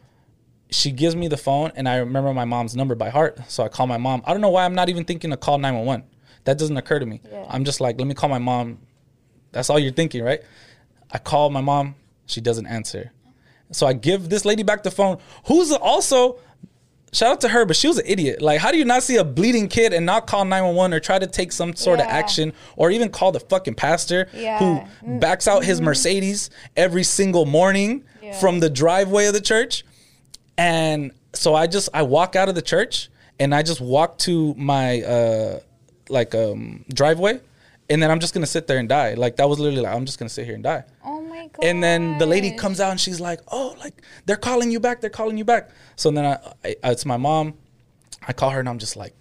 [SPEAKER 4] she gives me the phone, and I remember my mom's number by heart. So I call my mom. I don't know why I'm not even thinking to call 911. That doesn't occur to me.
[SPEAKER 2] Yeah.
[SPEAKER 4] I'm just like, let me call my mom. That's all you're thinking, right? I call my mom. She doesn't answer. So I give this lady back the phone, who's also shout out to her, but she was an idiot. Like, how do you not see a bleeding kid and not call 911 or try to take some sort of
[SPEAKER 2] Yeah.
[SPEAKER 4] action or even call the fucking pastor
[SPEAKER 2] Yeah. Mm. Mm-hmm.
[SPEAKER 4] who backs out his Mercedes every single morning
[SPEAKER 2] Yeah.
[SPEAKER 4] from the driveway of the church? And so I just I walk out of the church and I just walk to my uh like um driveway and then I'm just gonna sit there and die. Like that was literally like I'm just gonna sit here and die.
[SPEAKER 2] Oh my god.
[SPEAKER 4] And then the lady comes out and she's like, "Oh, like they're calling you back. They're calling you back." So then I, I it's my mom. I call her and I'm just like,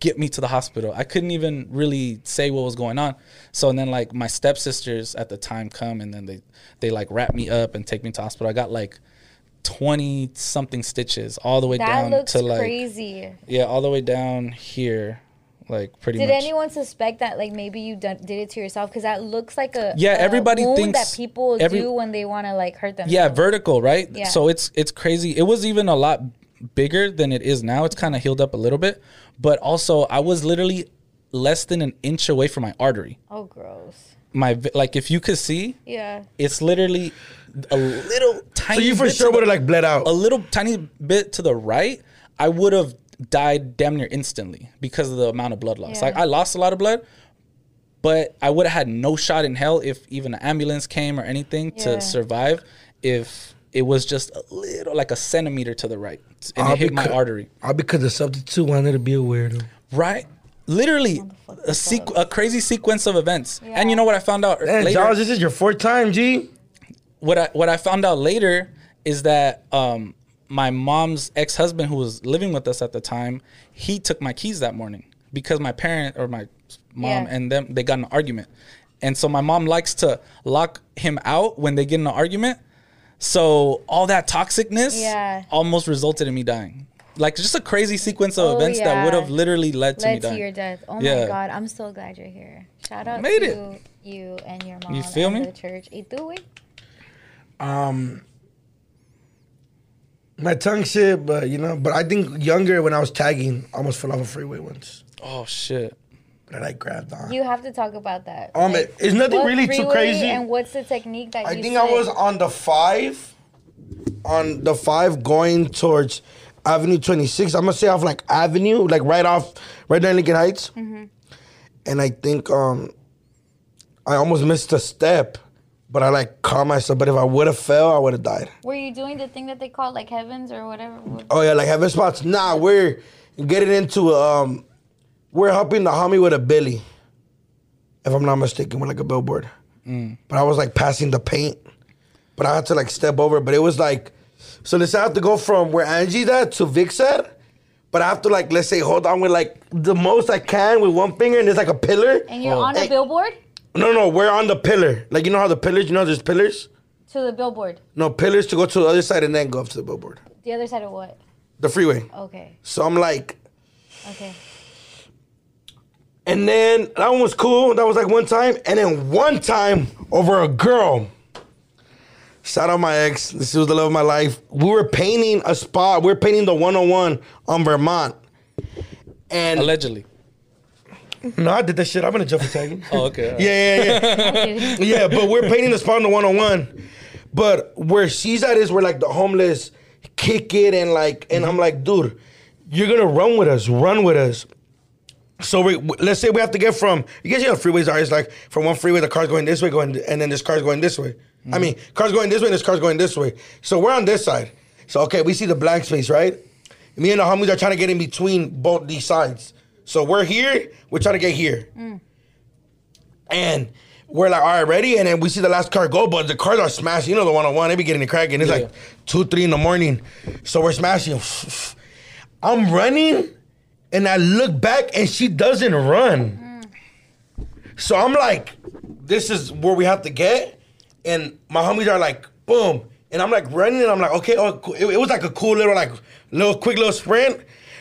[SPEAKER 4] "Get me to the hospital." I couldn't even really say what was going on. So and then like my stepsisters at the time come and then they they like wrap me up and take me to hospital. I got like 20 something stitches all the way
[SPEAKER 2] That
[SPEAKER 4] down
[SPEAKER 2] looks
[SPEAKER 4] to like
[SPEAKER 2] crazy.
[SPEAKER 4] yeah, all the way down here like pretty
[SPEAKER 2] Did
[SPEAKER 4] much.
[SPEAKER 2] anyone suspect that like maybe you done, did it to yourself? Because that looks like a
[SPEAKER 4] Yeah,
[SPEAKER 2] a
[SPEAKER 4] everybody
[SPEAKER 2] wound
[SPEAKER 4] thinks-
[SPEAKER 2] that people
[SPEAKER 4] every-
[SPEAKER 2] do when they want to like hurt them.
[SPEAKER 4] Yeah, vertical, right?
[SPEAKER 2] Yeah.
[SPEAKER 4] So it's it's crazy. It was even a lot bigger than it is now. It's kind of healed up a little bit, but also I was literally less than an inch away from my artery.
[SPEAKER 2] Oh, gross.
[SPEAKER 4] My vi- like if you could see,
[SPEAKER 2] Yeah.
[SPEAKER 4] it's literally a little
[SPEAKER 3] So
[SPEAKER 4] tiny.
[SPEAKER 3] you for
[SPEAKER 4] bit to
[SPEAKER 3] sure
[SPEAKER 4] the-
[SPEAKER 3] would have like bled out.
[SPEAKER 4] a little tiny bit to the right, I would have died damn near instantly because of the amount of blood loss.
[SPEAKER 2] Yeah.
[SPEAKER 4] Like I lost a lot of blood, but I would have had no shot in hell if even an ambulance came or anything
[SPEAKER 2] Yeah.
[SPEAKER 4] to survive if It was just a little, like a centimeter to the right, and it hit my
[SPEAKER 3] becau-
[SPEAKER 4] artery.
[SPEAKER 3] All because the substitute wanted to be a weirdo.
[SPEAKER 4] Right, literally a sequ- a crazy sequence of events. And you know what I found out
[SPEAKER 3] Man,
[SPEAKER 4] later?
[SPEAKER 3] Eh, Giles, this is your fourth time, G.
[SPEAKER 4] what I what I found out later is that um, my mom's ex husband, who was living with us at the time, he took my keys that morning because my parent or my mom
[SPEAKER 2] Yeah.
[SPEAKER 4] and them they got in an argument, and so my mom likes to lock him out when they get in an argument. So all that toxicness
[SPEAKER 2] Yeah.
[SPEAKER 4] almost resulted in me dying. Like just a crazy sequence of
[SPEAKER 2] Oh,
[SPEAKER 4] events
[SPEAKER 2] yeah.
[SPEAKER 4] that would have literally led to me
[SPEAKER 2] Led
[SPEAKER 4] dying.
[SPEAKER 2] to your death. Oh my
[SPEAKER 4] Yeah.
[SPEAKER 2] God, I'm so glad you're here. Shout out
[SPEAKER 4] Made
[SPEAKER 2] to you and your mom.
[SPEAKER 4] feel
[SPEAKER 2] and
[SPEAKER 4] me?
[SPEAKER 2] The church. Y tú, güey?
[SPEAKER 4] Um,
[SPEAKER 3] My tongue shit, but you know, but I think younger when I was tagging, I almost fell off a freeway once.
[SPEAKER 4] Oh shit!
[SPEAKER 3] But I like, grabbed on.
[SPEAKER 2] You have to talk about that.
[SPEAKER 3] Um, it- it's nothing
[SPEAKER 2] what
[SPEAKER 3] really too
[SPEAKER 2] freeway
[SPEAKER 3] crazy.
[SPEAKER 2] And what's the technique that
[SPEAKER 3] I
[SPEAKER 2] you
[SPEAKER 3] think I was on the five, on the five going towards Avenue 26. I'm gonna say off like Avenue, like right off, right there in Lincoln Heights. And I think um, I almost missed a step, but I like caught myself. But if I would have fell, I would have died.
[SPEAKER 2] Were you doing the thing that they call like heavens or whatever?
[SPEAKER 3] Oh yeah, like having spots. Nah, we're getting into um, we're helping the homie with a Billy, if I'm not mistaken, with like a billboard. But I was like passing the paint, but I had to like step over. But it was like, so let's say I have to go from where Angie's at to Vic's at, but I have to like let's say hold on with like the most I can with one finger, and there's like a pillar.
[SPEAKER 2] And
[SPEAKER 4] Oh.
[SPEAKER 2] you're on a
[SPEAKER 3] Hey.
[SPEAKER 2] billboard
[SPEAKER 3] No, no, we're on the pillar. Like you know how the pillars, you know, there's pillars.
[SPEAKER 2] to the billboard.
[SPEAKER 3] No pillars to go to the other side and then go up to the billboard,
[SPEAKER 2] The other side of what?
[SPEAKER 3] the freeway.
[SPEAKER 2] Okay.
[SPEAKER 3] So I'm like.
[SPEAKER 2] Okay.
[SPEAKER 3] And then that one was cool. That was like one time. And then one time over a girl. Shout out my ex. This was the love of my life. We were painting a spot. We were painting the 101 on Vermont. And
[SPEAKER 4] Allegedly.
[SPEAKER 3] no, I did that shit. I'm gonna jump for tagging.
[SPEAKER 4] Oh okay.
[SPEAKER 3] yeah, yeah, yeah.
[SPEAKER 2] okay.
[SPEAKER 3] yeah, but we're painting the spot on the 101. But where she's at is where like the homeless kick it and like, and I'm like, dude, you're gonna run with us, run with us. So we, w- let's say we have to get from you guys, you know, freeways are it's like from one freeway the car's going this way, going and then this car's going this way. I mean, car's going this way, and this car's going this way. So we're on this side. So okay, we see the black space, right? Me and the homies are trying to get in between both these sides. So we're here, we're trying to get here and we're like, all right, ready? And then we see the last car go, but the cars are smashing. You know, the one on one, they be getting it cracking. It's
[SPEAKER 4] Yeah.
[SPEAKER 3] like two, three in the morning. So we're smashing. I'm running, and I look back, and she doesn't run. So I'm like, this is where we have to get. And my homies are like, boom. And I'm like running, and I'm like, okay, oh, cool. it, it was like a cool little, like, little quick little sprint.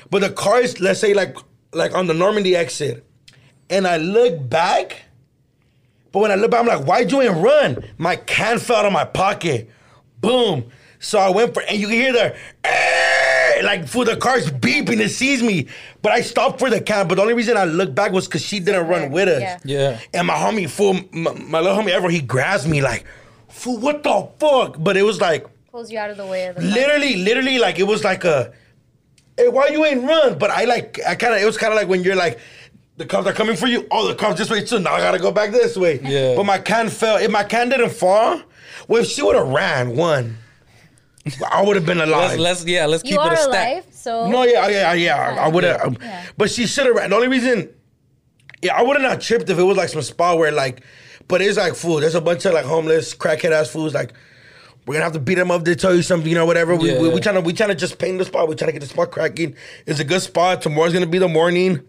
[SPEAKER 3] But the cars, let's say, like, like on the Normandy exit. And I look back, but when I look back, I'm like, why'd you ain't run? My can fell out of my pocket. Boom. So I went for, and you can hear the, "Eh," like, for the car's beeping, it sees me. But I stopped for the can, but the only reason I looked back was because she didn't run with us.
[SPEAKER 2] Yeah.
[SPEAKER 4] Yeah.
[SPEAKER 3] And my homie, fool, my, my little homie Ever, he grabs me, like, fool, what the fuck? But it was like,
[SPEAKER 2] Pulls you out of the way of the.
[SPEAKER 3] literally, literally, like, it was like a, hey, why you ain't run? But I, like, I kind of, it was kind of like when you're like, the cops are coming for you. Oh, the cops this way too. Now I gotta go back this way.
[SPEAKER 4] Yeah.
[SPEAKER 3] But my can fell. If my can didn't fall, well, if she would have ran one, I would have been alive.
[SPEAKER 4] Let's, let's yeah let's
[SPEAKER 2] You
[SPEAKER 4] keep it
[SPEAKER 2] are
[SPEAKER 4] a stack.
[SPEAKER 2] alive, so
[SPEAKER 3] No, yeah, yeah, yeah. I would have.
[SPEAKER 2] Yeah.
[SPEAKER 3] But she should have. The only reason, yeah, I would have not tripped if it was like some spot where like, but it's like food. There's a bunch of like homeless crackhead ass fools like. We're gonna have to beat them up. They tell you something, you know, whatever. We, we, we
[SPEAKER 4] Yeah.
[SPEAKER 3] trying to we trying to just paint the spot. We trying to get the spot cracking. It's a good spot. Tomorrow's gonna be the morning.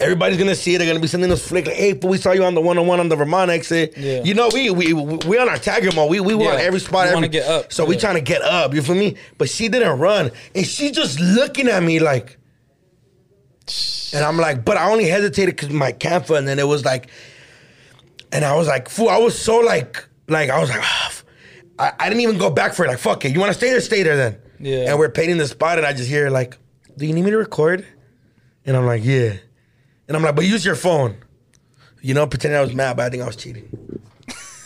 [SPEAKER 3] Everybody's gonna see it. They're gonna be sending us flick like, "Hey, fool, we saw you on the one on one on the Vermont exit."
[SPEAKER 4] Yeah.
[SPEAKER 3] You know, we we we we on our tagger mode. We we want
[SPEAKER 4] Yeah.
[SPEAKER 3] every spot.
[SPEAKER 4] We wanna
[SPEAKER 3] every,
[SPEAKER 4] get up.
[SPEAKER 3] So we
[SPEAKER 4] Yeah.
[SPEAKER 3] trying to get up. You feel me? But she didn't run, and she just looking at me like. And I'm like, but I only hesitated because my camper, and then it was like, and I was like, fool, I was so like, like I was like, ah, f- I, I didn't even go back for it. Like, fuck it, you want to stay there, stay there then.
[SPEAKER 4] Yeah.
[SPEAKER 3] And we're painting the spot, and I just hear like, do you need me to record? And I'm like, yeah. And I'm like, but use your phone. You know, pretending I was mad, but I think I was cheating.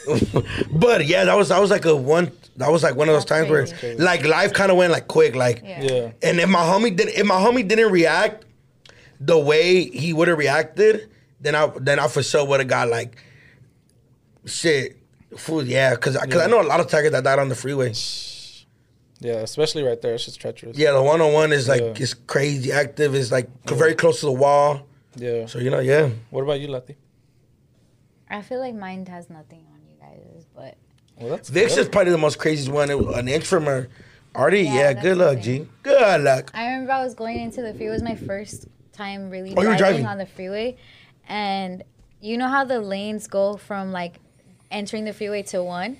[SPEAKER 3] but yeah, that was that was like a one. That was like one of those
[SPEAKER 2] That's
[SPEAKER 3] times where
[SPEAKER 2] crazy.
[SPEAKER 3] like life kind of went like quick, like.
[SPEAKER 2] Yeah.
[SPEAKER 4] Yeah.
[SPEAKER 3] And if my homie didn't, if my homie didn't react the way he would have reacted, then I then I for sure would have got like shit. Food, yeah, because I know a lot of tigers that died on the freeway.
[SPEAKER 4] Yeah, especially right there. It's just treacherous.
[SPEAKER 3] Yeah, the one on one is like
[SPEAKER 4] Yeah.
[SPEAKER 3] it's crazy active. It's like very close to the wall.
[SPEAKER 4] Yeah.
[SPEAKER 3] So you know, yeah.
[SPEAKER 4] What about you, Lati?
[SPEAKER 2] I feel like mine has nothing on you guys, but
[SPEAKER 4] Well, that's
[SPEAKER 3] Vix
[SPEAKER 4] good.
[SPEAKER 3] is probably the most craziest one. It, an inch from her. Artie,
[SPEAKER 2] Yeah,
[SPEAKER 3] yeah,
[SPEAKER 2] that's
[SPEAKER 3] good luck,
[SPEAKER 2] insane.
[SPEAKER 3] G. Good luck.
[SPEAKER 2] I remember I was going into the freeway. It was my first time really
[SPEAKER 3] Oh, you were
[SPEAKER 2] driving,
[SPEAKER 3] driving.
[SPEAKER 2] on the freeway, and you know how the lanes go from like entering the freeway to one.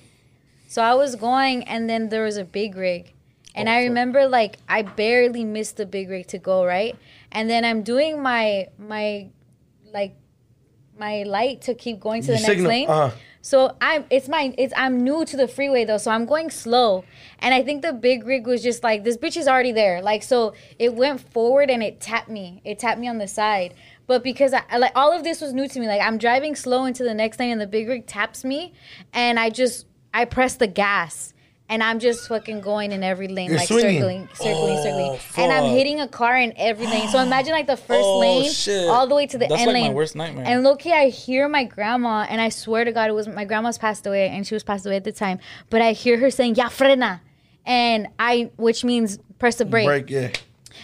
[SPEAKER 2] So I was going, and then there was a big rig, and
[SPEAKER 4] Oh,
[SPEAKER 2] I
[SPEAKER 4] fuck.
[SPEAKER 2] remember like I barely missed the big rig to go right, and then I'm doing my my like my light to keep going to the
[SPEAKER 3] You
[SPEAKER 2] next
[SPEAKER 3] signal-
[SPEAKER 2] lane.
[SPEAKER 3] uh-huh.
[SPEAKER 2] So I'm it's my it's I'm new to the freeway though, so I'm going slow. And I think the big rig was just like this bitch is already there. Like so it went forward and it tapped me. It tapped me on the side. But because I I- like all of this was new to me. Like I'm driving slow into the next lane and the big rig taps me and I just I press the gas. And I'm just fucking going in every lane,
[SPEAKER 3] You're
[SPEAKER 2] like
[SPEAKER 3] swinging.
[SPEAKER 2] circling, circling,
[SPEAKER 4] Oh,
[SPEAKER 2] circling, and I'm
[SPEAKER 4] fuck.
[SPEAKER 2] hitting a car in every lane. So imagine like the first
[SPEAKER 4] Oh,
[SPEAKER 2] lane,
[SPEAKER 4] shit.
[SPEAKER 2] all the way to the
[SPEAKER 4] That's
[SPEAKER 2] end
[SPEAKER 4] like my
[SPEAKER 2] lane.
[SPEAKER 4] worst nightmare.
[SPEAKER 2] And low key, I hear my grandma, and I swear to God, it was my grandma's passed away, and she was passed away at the time. But I hear her saying "Ya frena," and I, which means press the brake.
[SPEAKER 3] Break, yeah.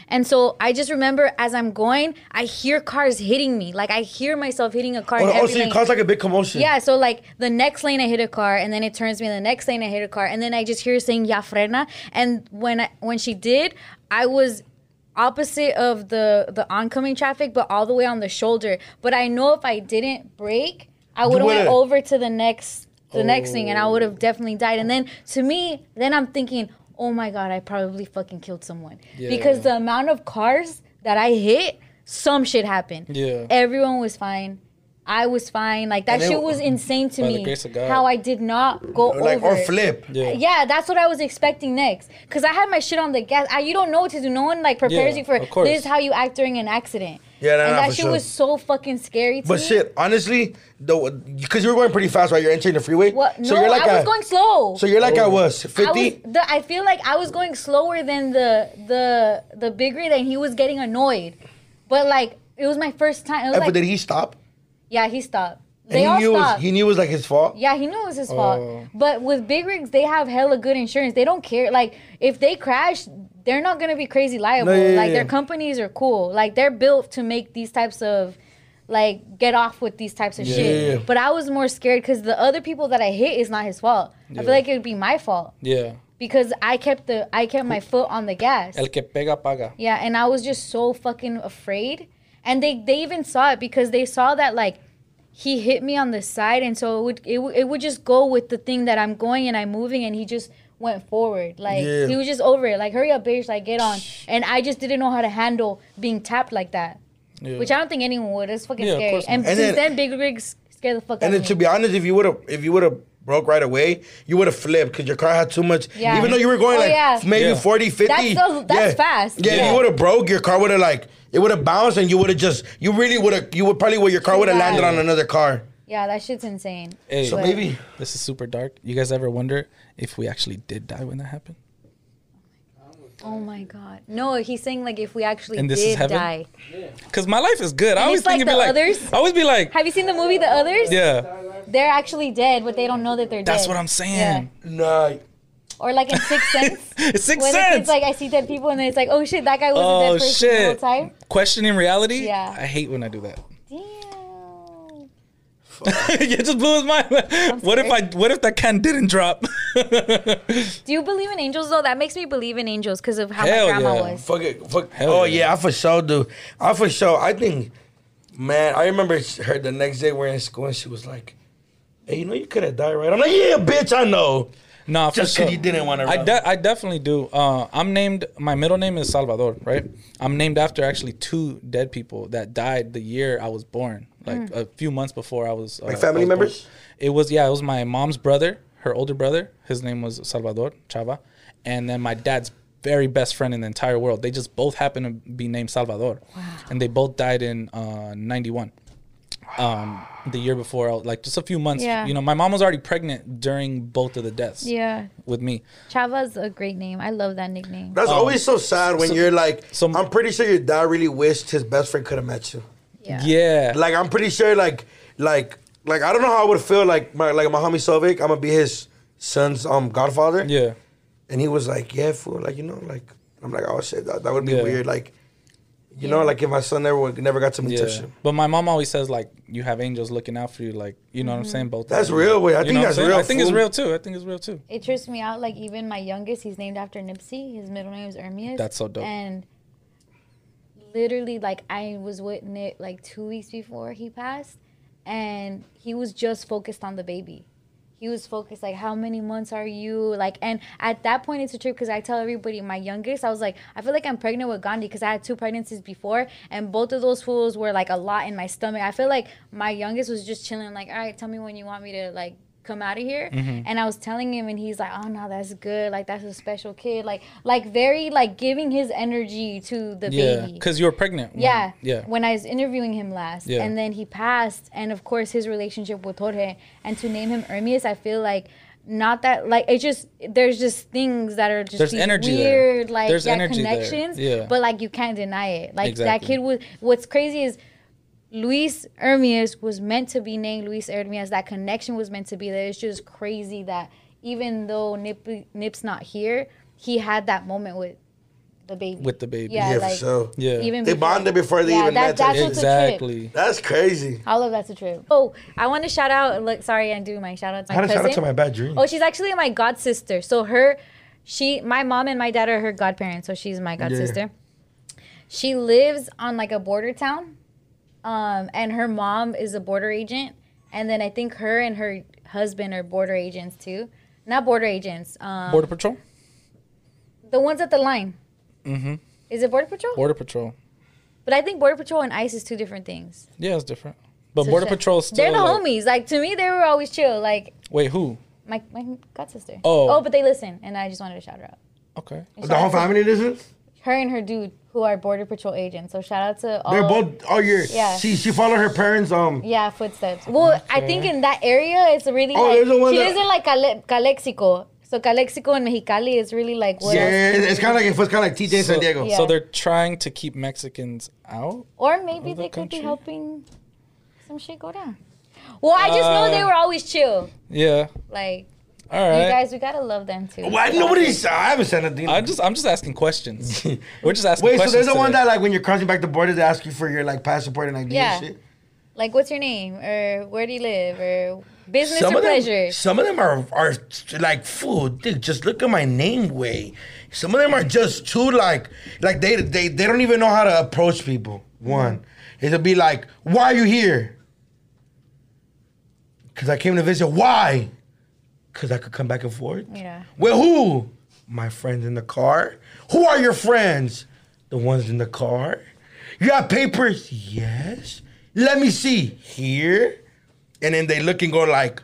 [SPEAKER 2] And so I just remember as I'm going, I hear cars hitting me. Like I hear myself hitting a car. in
[SPEAKER 3] Oh, oh,
[SPEAKER 2] every
[SPEAKER 3] so you
[SPEAKER 2] lane.
[SPEAKER 3] caused like a big commotion.
[SPEAKER 2] Yeah, so like the next lane I hit a car, and then it turns me. And the next lane I hit a car, and then I just hear her saying "Ya frena," and when I, when she did, I was opposite of the the oncoming traffic, but all the way on the shoulder. But I know if I didn't brake, I would have went
[SPEAKER 3] would've-
[SPEAKER 2] over to the next the next thing, and I would have definitely died. And then to me, then I'm thinking, oh my god, I probably fucking killed someone because the amount of cars that I hit, some shit happened.
[SPEAKER 4] Yeah.
[SPEAKER 2] everyone was fine. I was fine. Like that
[SPEAKER 3] And it-
[SPEAKER 2] shit was insane to
[SPEAKER 4] By the
[SPEAKER 2] me.
[SPEAKER 4] grace of God.
[SPEAKER 2] How I did not go
[SPEAKER 3] Like
[SPEAKER 2] over.
[SPEAKER 3] or flip.
[SPEAKER 4] Yeah.
[SPEAKER 2] Yeah, that's what I was expecting next. Cause I had my shit on the gas. I, you don't know what to do. No one like prepares
[SPEAKER 4] Yeah,
[SPEAKER 2] you for
[SPEAKER 4] of course.
[SPEAKER 2] this. Is how you act during an accident.
[SPEAKER 3] Yeah, nah,
[SPEAKER 2] and
[SPEAKER 3] nah,
[SPEAKER 2] that
[SPEAKER 3] for
[SPEAKER 2] shit
[SPEAKER 3] sure.
[SPEAKER 2] was so fucking scary to
[SPEAKER 3] But
[SPEAKER 2] me.
[SPEAKER 3] shit, honestly, though, because you were going pretty fast, right? You're entering the freeway.
[SPEAKER 2] What? No,
[SPEAKER 3] So you're like
[SPEAKER 2] I was
[SPEAKER 3] a-
[SPEAKER 2] going slow.
[SPEAKER 3] So you're like I was
[SPEAKER 2] I was.
[SPEAKER 3] fifty.
[SPEAKER 2] The, I feel like I was going slower than the the the bigger than he was getting annoyed, but like it was my first time. It was
[SPEAKER 3] eh, but
[SPEAKER 2] like,
[SPEAKER 3] did he stop?
[SPEAKER 2] yeah, he stopped.
[SPEAKER 3] And
[SPEAKER 2] They all
[SPEAKER 3] he knew it
[SPEAKER 2] stopped.
[SPEAKER 3] was, he knew it was like his fault.
[SPEAKER 2] Yeah, he knew it was his
[SPEAKER 4] Oh.
[SPEAKER 2] fault. But with big rigs, they have hella good insurance. They don't care. Like if they crash, they're not gonna be crazy liable.
[SPEAKER 3] No, yeah, yeah,
[SPEAKER 2] like their
[SPEAKER 3] yeah.
[SPEAKER 2] companies are cool. Like they're built to make these types of like get off with these types of
[SPEAKER 4] Yeah,
[SPEAKER 2] shit.
[SPEAKER 3] yeah, yeah.
[SPEAKER 2] But I was more scared because the other people that I hit is not his fault. I
[SPEAKER 4] Yeah.
[SPEAKER 2] feel like it would be my fault
[SPEAKER 4] Yeah.
[SPEAKER 2] because I kept the I kept my foot on the gas.
[SPEAKER 4] El que pega paga.
[SPEAKER 2] Yeah, and I was just so fucking afraid. And they they even saw it because they saw that like he hit me on the side, and so it would it, would- it would just go with the thing that I'm going and I'm moving, and he just went forward. Like
[SPEAKER 3] Yeah.
[SPEAKER 2] he was just over it. Like hurry up, bitch. Like get on. And I just didn't know how to handle being tapped like that,
[SPEAKER 4] Yeah.
[SPEAKER 2] which I don't think anyone would. It's fucking
[SPEAKER 4] Yeah, of
[SPEAKER 2] scary.
[SPEAKER 4] course not.
[SPEAKER 2] And,
[SPEAKER 3] And
[SPEAKER 2] since
[SPEAKER 3] then-
[SPEAKER 2] then, big rigs scare the fuck out
[SPEAKER 3] And then
[SPEAKER 2] of
[SPEAKER 3] to
[SPEAKER 2] me.
[SPEAKER 3] be honest, if you would have if you would have broke right away, you would have flipped because your car had too much.
[SPEAKER 2] Yeah.
[SPEAKER 3] Even though you were going
[SPEAKER 2] Oh,
[SPEAKER 3] like
[SPEAKER 2] yeah.
[SPEAKER 3] maybe
[SPEAKER 4] Yeah.
[SPEAKER 3] 40, 50.
[SPEAKER 2] That's so- that's
[SPEAKER 3] yeah.
[SPEAKER 2] fast.
[SPEAKER 3] Yeah,
[SPEAKER 2] Yeah.
[SPEAKER 3] you would have broke. Your car would have like it would have bounced, and you would have just you really would have you would probably where your car would have
[SPEAKER 2] Yeah.
[SPEAKER 3] landed on another car.
[SPEAKER 2] yeah, that shit's insane.
[SPEAKER 4] Hey,
[SPEAKER 3] So
[SPEAKER 2] But-
[SPEAKER 3] maybe
[SPEAKER 4] this is super dark. You guys ever wonder if we actually did die when that happened?
[SPEAKER 2] Oh my god. No, he's saying like if we actually
[SPEAKER 4] And this is
[SPEAKER 2] did
[SPEAKER 4] heaven?
[SPEAKER 2] die.
[SPEAKER 4] Cause my life is good. I always
[SPEAKER 2] it's like
[SPEAKER 4] think it'd be
[SPEAKER 2] the
[SPEAKER 4] like.
[SPEAKER 2] others.
[SPEAKER 4] I always be like,
[SPEAKER 2] Have you seen the movie The Others?
[SPEAKER 4] yeah.
[SPEAKER 2] They're actually dead, but they don't know that they're dead.
[SPEAKER 4] That's what I'm saying.
[SPEAKER 3] nah.
[SPEAKER 2] Or like in Sixth Sense.
[SPEAKER 4] It's six
[SPEAKER 2] when the
[SPEAKER 4] cents.
[SPEAKER 2] kid's like, I see dead people, and then it's like, oh shit, that guy was a dead
[SPEAKER 4] oh
[SPEAKER 2] person the whole
[SPEAKER 4] shit.
[SPEAKER 2] time.
[SPEAKER 4] Questioning reality.
[SPEAKER 2] Yeah.
[SPEAKER 4] I hate when I do that.
[SPEAKER 2] Damn.
[SPEAKER 4] it just blew his mind. What if I?
[SPEAKER 2] scared.
[SPEAKER 4] What if that can didn't drop?
[SPEAKER 2] Do you believe in angels though? That makes me believe in angels because of how
[SPEAKER 4] Hell
[SPEAKER 2] my grandma
[SPEAKER 4] yeah.
[SPEAKER 2] was.
[SPEAKER 3] Fuck it. Fuck.
[SPEAKER 4] Hell
[SPEAKER 3] oh
[SPEAKER 4] yeah.
[SPEAKER 3] yeah. I for sure do. I for sure. I think, man. I remember her the next day we're in school and she was like, "Hey, you know you could have died, right?" I'm like, "Yeah, bitch, I know."
[SPEAKER 4] Nah, for
[SPEAKER 3] Just 'cause
[SPEAKER 4] sure.
[SPEAKER 3] you didn't wanna
[SPEAKER 4] I,
[SPEAKER 3] run.
[SPEAKER 4] de- I definitely do. Uh, I'm named. My middle name is Salvador, right? I'm named after actually two dead people that died the year I was born, like
[SPEAKER 2] Hmm.
[SPEAKER 4] a few months before I was. Uh,
[SPEAKER 3] Like family
[SPEAKER 4] I was born.
[SPEAKER 3] members?
[SPEAKER 4] It was yeah. It was my mom's brother, her older brother. His name was Salvador Chava, and then my dad's very best friend in the entire world. They just both happened to be named Salvador, and they both died in uh, '91 um the year before like just a few months
[SPEAKER 2] Yeah.
[SPEAKER 4] you know my mom was already pregnant during both of the deaths
[SPEAKER 2] Yeah.
[SPEAKER 4] with me
[SPEAKER 2] Chava's a great name. I love that nickname.
[SPEAKER 3] That's always Um, so sad when you're like.
[SPEAKER 4] so-
[SPEAKER 3] I'm pretty sure your dad really wished his best friend could have met you.
[SPEAKER 2] Yeah.
[SPEAKER 4] yeah
[SPEAKER 3] Like I'm pretty sure like like like I don't know how I would feel like my like my homie Sovic, I'm gonna be his son's um godfather.
[SPEAKER 4] Yeah.
[SPEAKER 3] And he was like, Yeah, fool, like you know, like I'm like, oh shit, that, that would be
[SPEAKER 4] Yeah.
[SPEAKER 3] weird. Like you know, like if my son never would- never got to meet
[SPEAKER 4] Yeah.
[SPEAKER 3] that shit.
[SPEAKER 4] But my mom always says like you have angels looking out for you, like you know what I'm
[SPEAKER 2] Mm-hmm.
[SPEAKER 4] saying? Both of
[SPEAKER 3] That's
[SPEAKER 4] them.
[SPEAKER 3] real, wait. I
[SPEAKER 4] You
[SPEAKER 3] think
[SPEAKER 4] know what I'm
[SPEAKER 3] that's
[SPEAKER 4] saying?
[SPEAKER 3] real.
[SPEAKER 4] I think it's
[SPEAKER 3] fool.
[SPEAKER 4] real too. I think it's real too.
[SPEAKER 2] It trips me out. Like even my youngest, he's named after Nipsey. His middle name is Ermias.
[SPEAKER 4] That's so dope.
[SPEAKER 2] And literally, like I was with Nick like two weeks before he passed, and he was just focused on the baby. He was focused like, how many months are you? Like, and at that point, it's a trip because I tell everybody, my youngest, I was like, I feel like I'm pregnant with Gandhi because I had two pregnancies before, and both of those fools were like a lot in my stomach. I feel like my youngest was just chilling, like, all right, tell me when you want me to like come out of here and i was telling him and he's like oh no that's good like that's a special kid like like very like giving his energy to the
[SPEAKER 4] Yeah.
[SPEAKER 2] baby
[SPEAKER 4] Because you were pregnant. when-
[SPEAKER 2] yeah
[SPEAKER 4] Yeah.
[SPEAKER 2] when i was interviewing him last
[SPEAKER 4] Yeah.
[SPEAKER 2] and then he passed and of course his relationship with jorge and to name him ermias i feel like not that like it just there's just things that are just
[SPEAKER 4] There's
[SPEAKER 2] these
[SPEAKER 4] energy there.
[SPEAKER 2] weird like
[SPEAKER 4] There's
[SPEAKER 2] yeah,
[SPEAKER 4] energy there.
[SPEAKER 2] connections
[SPEAKER 4] Yeah.
[SPEAKER 2] but like you can't deny it like that
[SPEAKER 4] Exactly.
[SPEAKER 2] kid was what's crazy is Luis Ermias was meant to be named Luis Ermias. That connection was meant to be there. It's just crazy that even though Nip, Nip's not here, he had that moment with the baby.
[SPEAKER 4] With the baby.
[SPEAKER 2] Yeah,
[SPEAKER 3] Yeah,
[SPEAKER 2] like,
[SPEAKER 3] for sure.
[SPEAKER 4] Yeah.
[SPEAKER 2] even
[SPEAKER 3] They
[SPEAKER 2] before-
[SPEAKER 3] bonded before they
[SPEAKER 2] Yeah,
[SPEAKER 3] even
[SPEAKER 2] that-
[SPEAKER 3] met.
[SPEAKER 2] that's
[SPEAKER 3] type
[SPEAKER 2] what's
[SPEAKER 3] shit.
[SPEAKER 2] a
[SPEAKER 4] Exactly.
[SPEAKER 3] That's crazy.
[SPEAKER 2] All of that's a trip. Oh, I want to shout out. Look, sorry, I'm doing my shout out to my
[SPEAKER 3] How to
[SPEAKER 2] cousin.
[SPEAKER 3] shout out to my bad dream.
[SPEAKER 2] oh, she's actually my god sister. So her, she, my mom and my dad are her godparents. So she's my god sister. She lives on like a border town, um, and her mom is a border agent, and then I think her and her husband are border agents too. Not border agents. Um,
[SPEAKER 4] Border patrol.
[SPEAKER 2] the ones at the line. Mm-hmm. Is it border patrol?
[SPEAKER 4] Border patrol.
[SPEAKER 2] but I think border patrol and ICE is two different things.
[SPEAKER 4] Yeah, it's different. But border
[SPEAKER 2] shit.
[SPEAKER 4] patrol still.
[SPEAKER 2] They're the
[SPEAKER 4] like-
[SPEAKER 2] homies. Like to me, they were always chill. Like
[SPEAKER 4] Wait, who?
[SPEAKER 2] My my god sister.
[SPEAKER 4] Oh.
[SPEAKER 2] Oh, but they listen, and I just wanted to shout her out.
[SPEAKER 4] Okay.
[SPEAKER 2] And
[SPEAKER 3] The
[SPEAKER 2] shout
[SPEAKER 3] whole
[SPEAKER 2] out to
[SPEAKER 3] family this is?
[SPEAKER 2] Her and her dude, who are border patrol agents. So shout out to all.
[SPEAKER 3] They're both oh you're
[SPEAKER 2] Yeah.
[SPEAKER 3] she she followed her parents um
[SPEAKER 2] Yeah, footsteps. Well, I think in that area, it's really.
[SPEAKER 3] Oh,
[SPEAKER 2] like,
[SPEAKER 3] there's the one
[SPEAKER 2] she
[SPEAKER 3] that-
[SPEAKER 2] lives in like Cale- Calexico. So Calexico and Mexicali is really like what else?
[SPEAKER 3] yeah, it's kind of like it was kind of like TJ in
[SPEAKER 4] So,
[SPEAKER 3] San Diego.
[SPEAKER 2] Yeah.
[SPEAKER 4] so they're trying to keep Mexicans out.
[SPEAKER 2] Or maybe
[SPEAKER 4] Other
[SPEAKER 2] they could
[SPEAKER 4] country?
[SPEAKER 2] be helping some shit go down. Well, I just know they
[SPEAKER 4] Uh,
[SPEAKER 2] were always chill.
[SPEAKER 4] Yeah.
[SPEAKER 2] Like
[SPEAKER 4] All right.
[SPEAKER 2] you guys, we gotta love them too.
[SPEAKER 3] Why nobody's? I haven't said nothing.
[SPEAKER 4] I'm just I'm just asking questions. We're just asking
[SPEAKER 3] Wait, so
[SPEAKER 4] questions.
[SPEAKER 3] there's the one
[SPEAKER 4] today.
[SPEAKER 3] that like when you're crossing back the border, they ask you for your like passport and ID
[SPEAKER 2] Yeah.
[SPEAKER 3] and shit.
[SPEAKER 2] Like, what's your name? Or where do you live? Or business
[SPEAKER 3] Some
[SPEAKER 2] or
[SPEAKER 3] of them,
[SPEAKER 2] pleasure?
[SPEAKER 3] some of them are are like, fool, dude, just look at my name way. Some of them are just too like, like they they they don't even know how to approach people. One, it'll be like, why are you here? Cause I came to visit. Why? Cause I could come back and forth.
[SPEAKER 2] Yeah.
[SPEAKER 3] With who? My friends in the car. Who are your friends? The ones in the car. You have papers? Yes. Let me see. Here. And then they look and go like,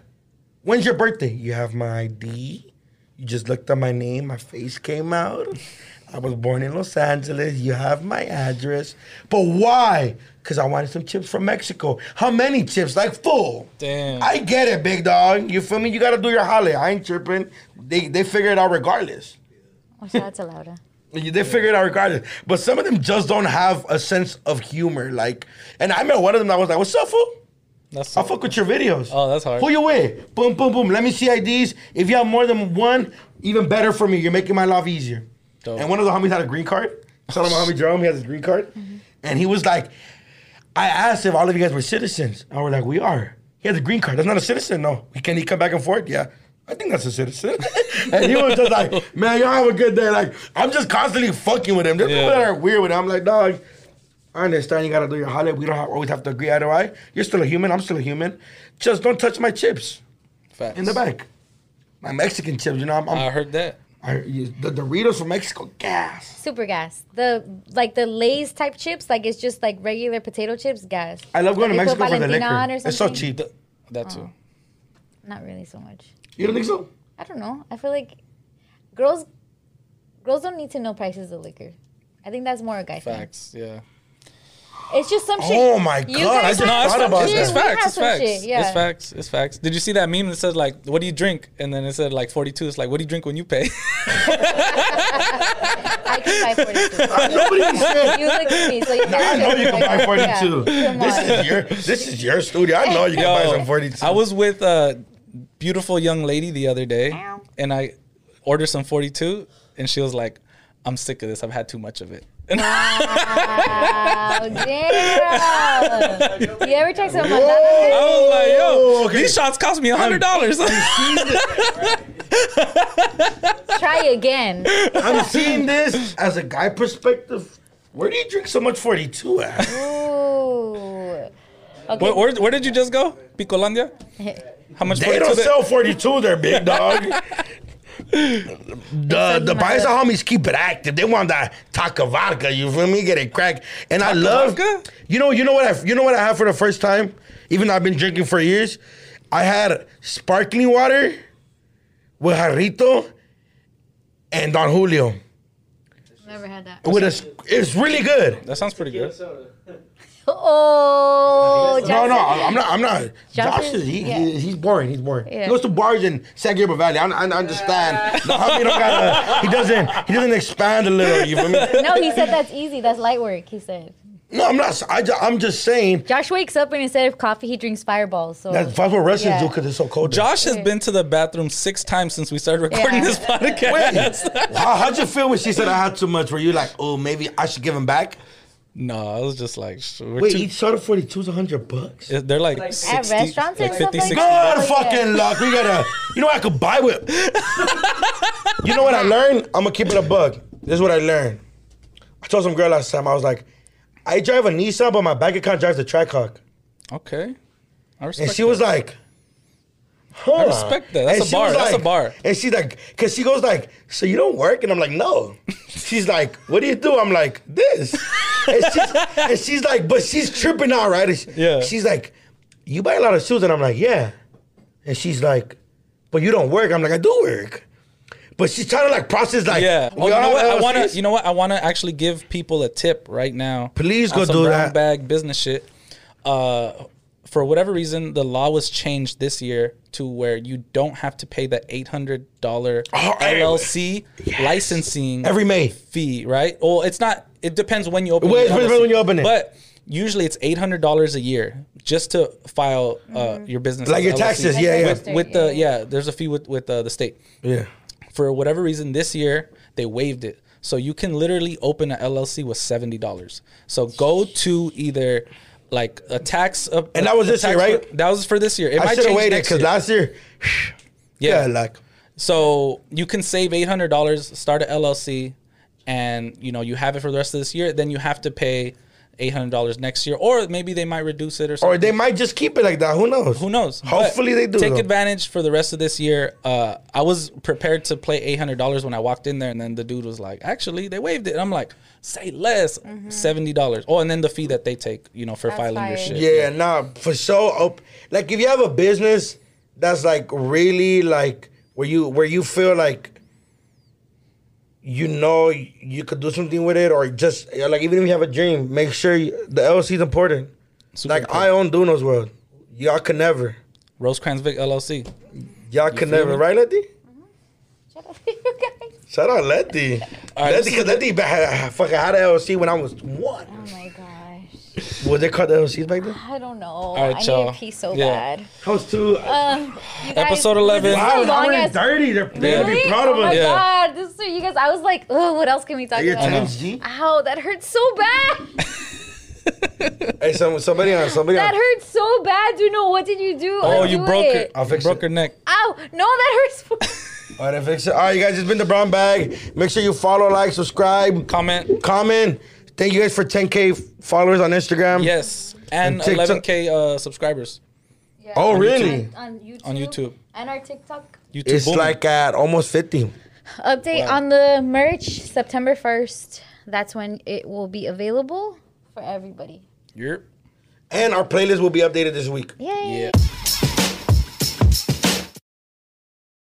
[SPEAKER 3] when's your birthday? You have my ID. You just looked at my name. My face came out. I was born in Los Angeles. You have my address. But why? Because I wanted some chips from Mexico. How many chips? Like full.
[SPEAKER 4] Damn.
[SPEAKER 3] I get it, big dog. You feel me? You gotta do your holiday. I ain't tripping. They they figure it out regardless.
[SPEAKER 2] Oh, shout out to Laura.
[SPEAKER 3] They figure it out regardless. But some of them just don't have a sense of humor. Like, and I met one of them that was like, "What's up, fool?
[SPEAKER 4] That's
[SPEAKER 3] I fuck with your videos.
[SPEAKER 4] Oh, that's hard.
[SPEAKER 3] Who you with? Boom, boom, boom. Let me see IDs. If you have more than one, even better for me. You're making my life easier.
[SPEAKER 4] Dope.
[SPEAKER 3] And one of the homies had a green card. Shout out my homie Jerome. He has his green card,
[SPEAKER 4] Mm-hmm.
[SPEAKER 3] and he was like, "I asked if all of you guys were citizens, and we're like, we are. He has a green card. That's not a citizen, no. Can he come back and forth? Yeah." I think that's a citizen. and he was just like, man, y'all have a good day. Like, I'm just constantly fucking with him. There's people
[SPEAKER 4] Yeah.
[SPEAKER 3] that are weird with him. I'm like, dog, I understand you gotta do your holiday. We don't have, always have to agree. Otherwise, you're still a human. I'm still a human. Just don't touch my chips
[SPEAKER 4] facts.
[SPEAKER 3] in the back. My Mexican chips. You know, I'm,
[SPEAKER 4] I
[SPEAKER 3] I'm
[SPEAKER 4] heard that.
[SPEAKER 3] I, you- the Doritos from Mexico. Gas.
[SPEAKER 2] Super gas. The like the Lay's type chips, like it's just like regular potato chips, gas.
[SPEAKER 3] I love going to
[SPEAKER 2] They put
[SPEAKER 3] Mexico for the
[SPEAKER 2] Valentina
[SPEAKER 3] liquor.
[SPEAKER 2] on or
[SPEAKER 3] It's so
[SPEAKER 2] something?
[SPEAKER 3] cheap.
[SPEAKER 4] Th- That too.
[SPEAKER 3] Oh.
[SPEAKER 2] Not really so much.
[SPEAKER 3] You don't think so?
[SPEAKER 2] I don't know. I feel like girls girls don't need to know prices of liquor. I think that's more a guy thing.
[SPEAKER 4] Facts. Yeah.
[SPEAKER 2] It's just some shit.
[SPEAKER 3] Oh my
[SPEAKER 2] You
[SPEAKER 3] God, I
[SPEAKER 2] guys
[SPEAKER 3] just
[SPEAKER 2] have
[SPEAKER 4] No, it's,
[SPEAKER 3] thought
[SPEAKER 2] some
[SPEAKER 3] about
[SPEAKER 2] shit,
[SPEAKER 4] it's
[SPEAKER 3] that.
[SPEAKER 2] we have
[SPEAKER 4] facts. It's
[SPEAKER 2] some
[SPEAKER 4] facts.
[SPEAKER 2] shit, yeah.
[SPEAKER 4] It's facts. It's facts. Did you see that meme that said like, "What do you drink?" And then it said like 42. It's like, "What do you drink when you pay?"
[SPEAKER 2] I can buy 42.
[SPEAKER 3] Nobody said.
[SPEAKER 2] you look at me, so you
[SPEAKER 3] I know you can buy
[SPEAKER 2] Yeah.
[SPEAKER 3] 42.
[SPEAKER 2] Come
[SPEAKER 3] This
[SPEAKER 2] on.
[SPEAKER 3] is your this is your studio. I know you can buy
[SPEAKER 4] Yo,
[SPEAKER 3] some 42.
[SPEAKER 4] I was with a beautiful young lady the other day, and I ordered some 42, and she was like, "I'm sick of this. I've had too much of it." And
[SPEAKER 2] Wow, damn. You ever check some
[SPEAKER 4] I
[SPEAKER 2] Malanga?
[SPEAKER 4] was like, "Yo,
[SPEAKER 3] Oh, okay.
[SPEAKER 4] these shots cost me a hundred dollars."
[SPEAKER 2] Try again.
[SPEAKER 3] I'm seeing this as a guy perspective. Where do you drink so much 42 at?
[SPEAKER 2] Ooh. Okay.
[SPEAKER 4] where, where, where did you just go? Picolandia. How much?
[SPEAKER 3] They
[SPEAKER 4] 42
[SPEAKER 3] don't
[SPEAKER 4] that-
[SPEAKER 3] sell 42 there, big dog. The the Paisa homies keep it active. They want that taca vodka. You feel me? Get it cracked. And I love
[SPEAKER 4] vodka?
[SPEAKER 3] you know you know what I you know what I had for the first time. Even though I've been drinking for years, I had sparkling water with jarrito and Don Julio.
[SPEAKER 2] Never had that.
[SPEAKER 3] With a, it's really good.
[SPEAKER 4] That sounds pretty good.
[SPEAKER 2] Oh,
[SPEAKER 3] No,
[SPEAKER 2] Jackson.
[SPEAKER 3] no, I- I'm not. I'm not.
[SPEAKER 2] Josh
[SPEAKER 3] Josh,
[SPEAKER 2] is-
[SPEAKER 3] is, he,
[SPEAKER 2] yeah.
[SPEAKER 3] he- he's boring. He's boring.
[SPEAKER 2] Yeah.
[SPEAKER 3] He goes to bars in San Gabriel Valley. I, I understand. The homie don't gotta- he doesn't. He doesn't expand a little. You feel me?
[SPEAKER 2] No, he said that's easy. That's light work, he said.
[SPEAKER 3] No, I'm not. I, ju- I'm just saying
[SPEAKER 2] Josh wakes up and instead of coffee, he drinks fireballs. So
[SPEAKER 3] that's that's what wrestlers
[SPEAKER 2] Yeah.
[SPEAKER 3] do because it's so cold.
[SPEAKER 4] Josh has
[SPEAKER 2] Yeah.
[SPEAKER 4] been to the bathroom six times since we started recording
[SPEAKER 2] Yeah.
[SPEAKER 4] this
[SPEAKER 3] Wait,
[SPEAKER 4] podcast.
[SPEAKER 3] how, how'd you feel when she said I had too much? Were you like, oh, maybe I should give him back?
[SPEAKER 4] no, I was just like, sh- we're
[SPEAKER 3] Wait,
[SPEAKER 4] too-
[SPEAKER 3] each shot of 42 is 100 bucks.
[SPEAKER 4] it- they're like,
[SPEAKER 1] At
[SPEAKER 4] 60,
[SPEAKER 2] restaurants
[SPEAKER 4] like
[SPEAKER 2] and
[SPEAKER 4] 50,
[SPEAKER 2] stuff like
[SPEAKER 4] 60.
[SPEAKER 2] that?
[SPEAKER 3] God fucking luck. We gotta. You know what I could buy with. you know what I learned? I'm gonna keep it a bug. This is what I learned. I told some girl last time. I was like, I drive a Nissan, but my bank account drives a Trackhawk,
[SPEAKER 4] Okay, I respect.
[SPEAKER 3] and she was
[SPEAKER 4] that.
[SPEAKER 3] like. Huh.
[SPEAKER 4] I respect that. That's
[SPEAKER 3] And
[SPEAKER 4] a
[SPEAKER 3] she
[SPEAKER 4] bar.
[SPEAKER 3] was
[SPEAKER 4] That's a
[SPEAKER 3] like-
[SPEAKER 4] bar.
[SPEAKER 3] And she's like, because she goes like, so you don't work? And I'm like, no. She's like, what do you do? I'm like, this. And she's, and she's like, but she's tripping out, right? And she-
[SPEAKER 4] Yeah.
[SPEAKER 3] She's like, you buy a lot of shoes. And I'm like, yeah. And she's like, but you don't work. I'm like, I do work. But she's trying to like process like,
[SPEAKER 4] Yeah.
[SPEAKER 3] we
[SPEAKER 4] Oh, you know
[SPEAKER 3] all
[SPEAKER 4] what? I
[SPEAKER 3] have
[SPEAKER 4] wanna.
[SPEAKER 3] LLCs?
[SPEAKER 4] You know what? I wanna actually give people a tip right now.
[SPEAKER 3] Please
[SPEAKER 4] on
[SPEAKER 3] go
[SPEAKER 4] some
[SPEAKER 3] do
[SPEAKER 4] brown
[SPEAKER 3] that.
[SPEAKER 4] Bag business shit. Uh, for whatever reason, the law was changed this year to where you don't have to pay the eight hundred dollar
[SPEAKER 3] Oh, hey.
[SPEAKER 4] LLC licensing
[SPEAKER 3] every May.
[SPEAKER 4] fee, right? Well, it's not. It depends when you open.
[SPEAKER 3] Well,
[SPEAKER 4] the
[SPEAKER 3] it depends
[SPEAKER 4] LLC.
[SPEAKER 3] when you open it.
[SPEAKER 4] But usually it's eight hundred dollars a year just to file uh, your business,
[SPEAKER 3] Mm-hmm. Like
[SPEAKER 4] as
[SPEAKER 3] your
[SPEAKER 4] LLC.
[SPEAKER 3] taxes, yeah, yeah.
[SPEAKER 4] With, with the yeah, there's a fee with with uh, the state.
[SPEAKER 3] Yeah.
[SPEAKER 4] For whatever reason, this year they waived it, so you can literally open an LLC with seventy dollars. So go to either like a tax, a,
[SPEAKER 3] And that was
[SPEAKER 4] a
[SPEAKER 3] this year,
[SPEAKER 4] tax-
[SPEAKER 3] right?
[SPEAKER 4] that was for this year. It
[SPEAKER 3] I
[SPEAKER 4] might
[SPEAKER 3] should have
[SPEAKER 4] change
[SPEAKER 3] waited
[SPEAKER 4] next
[SPEAKER 3] because
[SPEAKER 4] year.
[SPEAKER 3] last year, yeah, like,
[SPEAKER 4] So you can save eight hundred dollars, start an LLC, and you know you have it for the rest of this year. Then you have to pay eight hundred dollars next year, or maybe they might reduce it or something.
[SPEAKER 3] or they might just keep it like that. Who knows?
[SPEAKER 4] Who knows? But
[SPEAKER 3] Hopefully they do.
[SPEAKER 4] Take
[SPEAKER 3] though.
[SPEAKER 4] advantage for the rest of this year. Uh, I was prepared to play eight hundred dollars when I walked in there, and then the dude was like, "Actually, they waived it." And I'm like, "Say less, seventy dollars." Oh, and then the fee that they take, you know, for
[SPEAKER 2] Mm-hmm. That's
[SPEAKER 4] filing your
[SPEAKER 2] fire.
[SPEAKER 4] shit.
[SPEAKER 3] Yeah, nah, for sure. Op- Like if you have a business that's like really like where you where you feel like you know you could do something with it, or just like even if you have a dream, make sure you, the LLC is important.
[SPEAKER 4] Super
[SPEAKER 3] like
[SPEAKER 4] important.
[SPEAKER 3] I own Duno's World. Y'all could never.
[SPEAKER 4] Rosecrans Vic LLC.
[SPEAKER 3] Y'all could never,
[SPEAKER 4] me?
[SPEAKER 3] right, Letty?
[SPEAKER 2] Shut up, you guys.
[SPEAKER 3] Shout out Letty.
[SPEAKER 4] All right,
[SPEAKER 3] Letty,
[SPEAKER 4] this is
[SPEAKER 3] because Letty ba- ha- fucking had an LLC when I was
[SPEAKER 2] Oh
[SPEAKER 4] Mm.
[SPEAKER 3] one.
[SPEAKER 2] my gosh.
[SPEAKER 3] Was they called LLCs back then?
[SPEAKER 2] I don't know.
[SPEAKER 4] right,
[SPEAKER 2] I need
[SPEAKER 4] y'all.
[SPEAKER 2] a pee so
[SPEAKER 4] Yeah.
[SPEAKER 2] bad.
[SPEAKER 3] I was two.
[SPEAKER 2] Um, you guys,
[SPEAKER 4] Episode 11.
[SPEAKER 2] This is
[SPEAKER 3] wow,
[SPEAKER 2] the
[SPEAKER 3] an hour and
[SPEAKER 2] longest.
[SPEAKER 3] 30. They're, they're gonna
[SPEAKER 2] Really?
[SPEAKER 3] be proud of
[SPEAKER 2] oh
[SPEAKER 3] us.
[SPEAKER 2] my
[SPEAKER 4] Yeah.
[SPEAKER 2] god, this is you guys. I was like, oh, what else can we talk
[SPEAKER 3] Your
[SPEAKER 2] about?
[SPEAKER 3] times, G.
[SPEAKER 2] Ow, that hurts so bad.
[SPEAKER 3] Hey, some, somebody on, somebody
[SPEAKER 2] That
[SPEAKER 3] on.
[SPEAKER 2] hurts so bad. Do you know what did you do?
[SPEAKER 4] Oh,
[SPEAKER 2] Undo
[SPEAKER 4] you broke
[SPEAKER 2] it.
[SPEAKER 4] it.
[SPEAKER 3] I'll
[SPEAKER 4] You
[SPEAKER 3] fix
[SPEAKER 4] broke
[SPEAKER 3] it.
[SPEAKER 4] her neck.
[SPEAKER 2] Ow! No, that hurts.
[SPEAKER 3] All right, fix it. All right, you guys, it's been the brown bag. Make sure you follow, like, subscribe,
[SPEAKER 4] Comment.
[SPEAKER 3] comment. Thank you guys for 10K followers on Instagram.
[SPEAKER 4] Yes,
[SPEAKER 3] And
[SPEAKER 4] and
[SPEAKER 3] TikTok-
[SPEAKER 4] 11k uh, subscribers.
[SPEAKER 2] Yeah.
[SPEAKER 3] Oh,
[SPEAKER 2] on
[SPEAKER 3] really?
[SPEAKER 2] YouTube- On YouTube.
[SPEAKER 4] On YouTube.
[SPEAKER 2] And our TikTok.
[SPEAKER 4] YouTube
[SPEAKER 3] It's
[SPEAKER 4] booming.
[SPEAKER 3] like at almost 50.
[SPEAKER 2] Update
[SPEAKER 4] Wow.
[SPEAKER 2] on the merch September 1st. That's when it will be available for everybody.
[SPEAKER 4] You're-
[SPEAKER 3] And our playlist will be updated this week.
[SPEAKER 2] Yay.
[SPEAKER 4] yeah.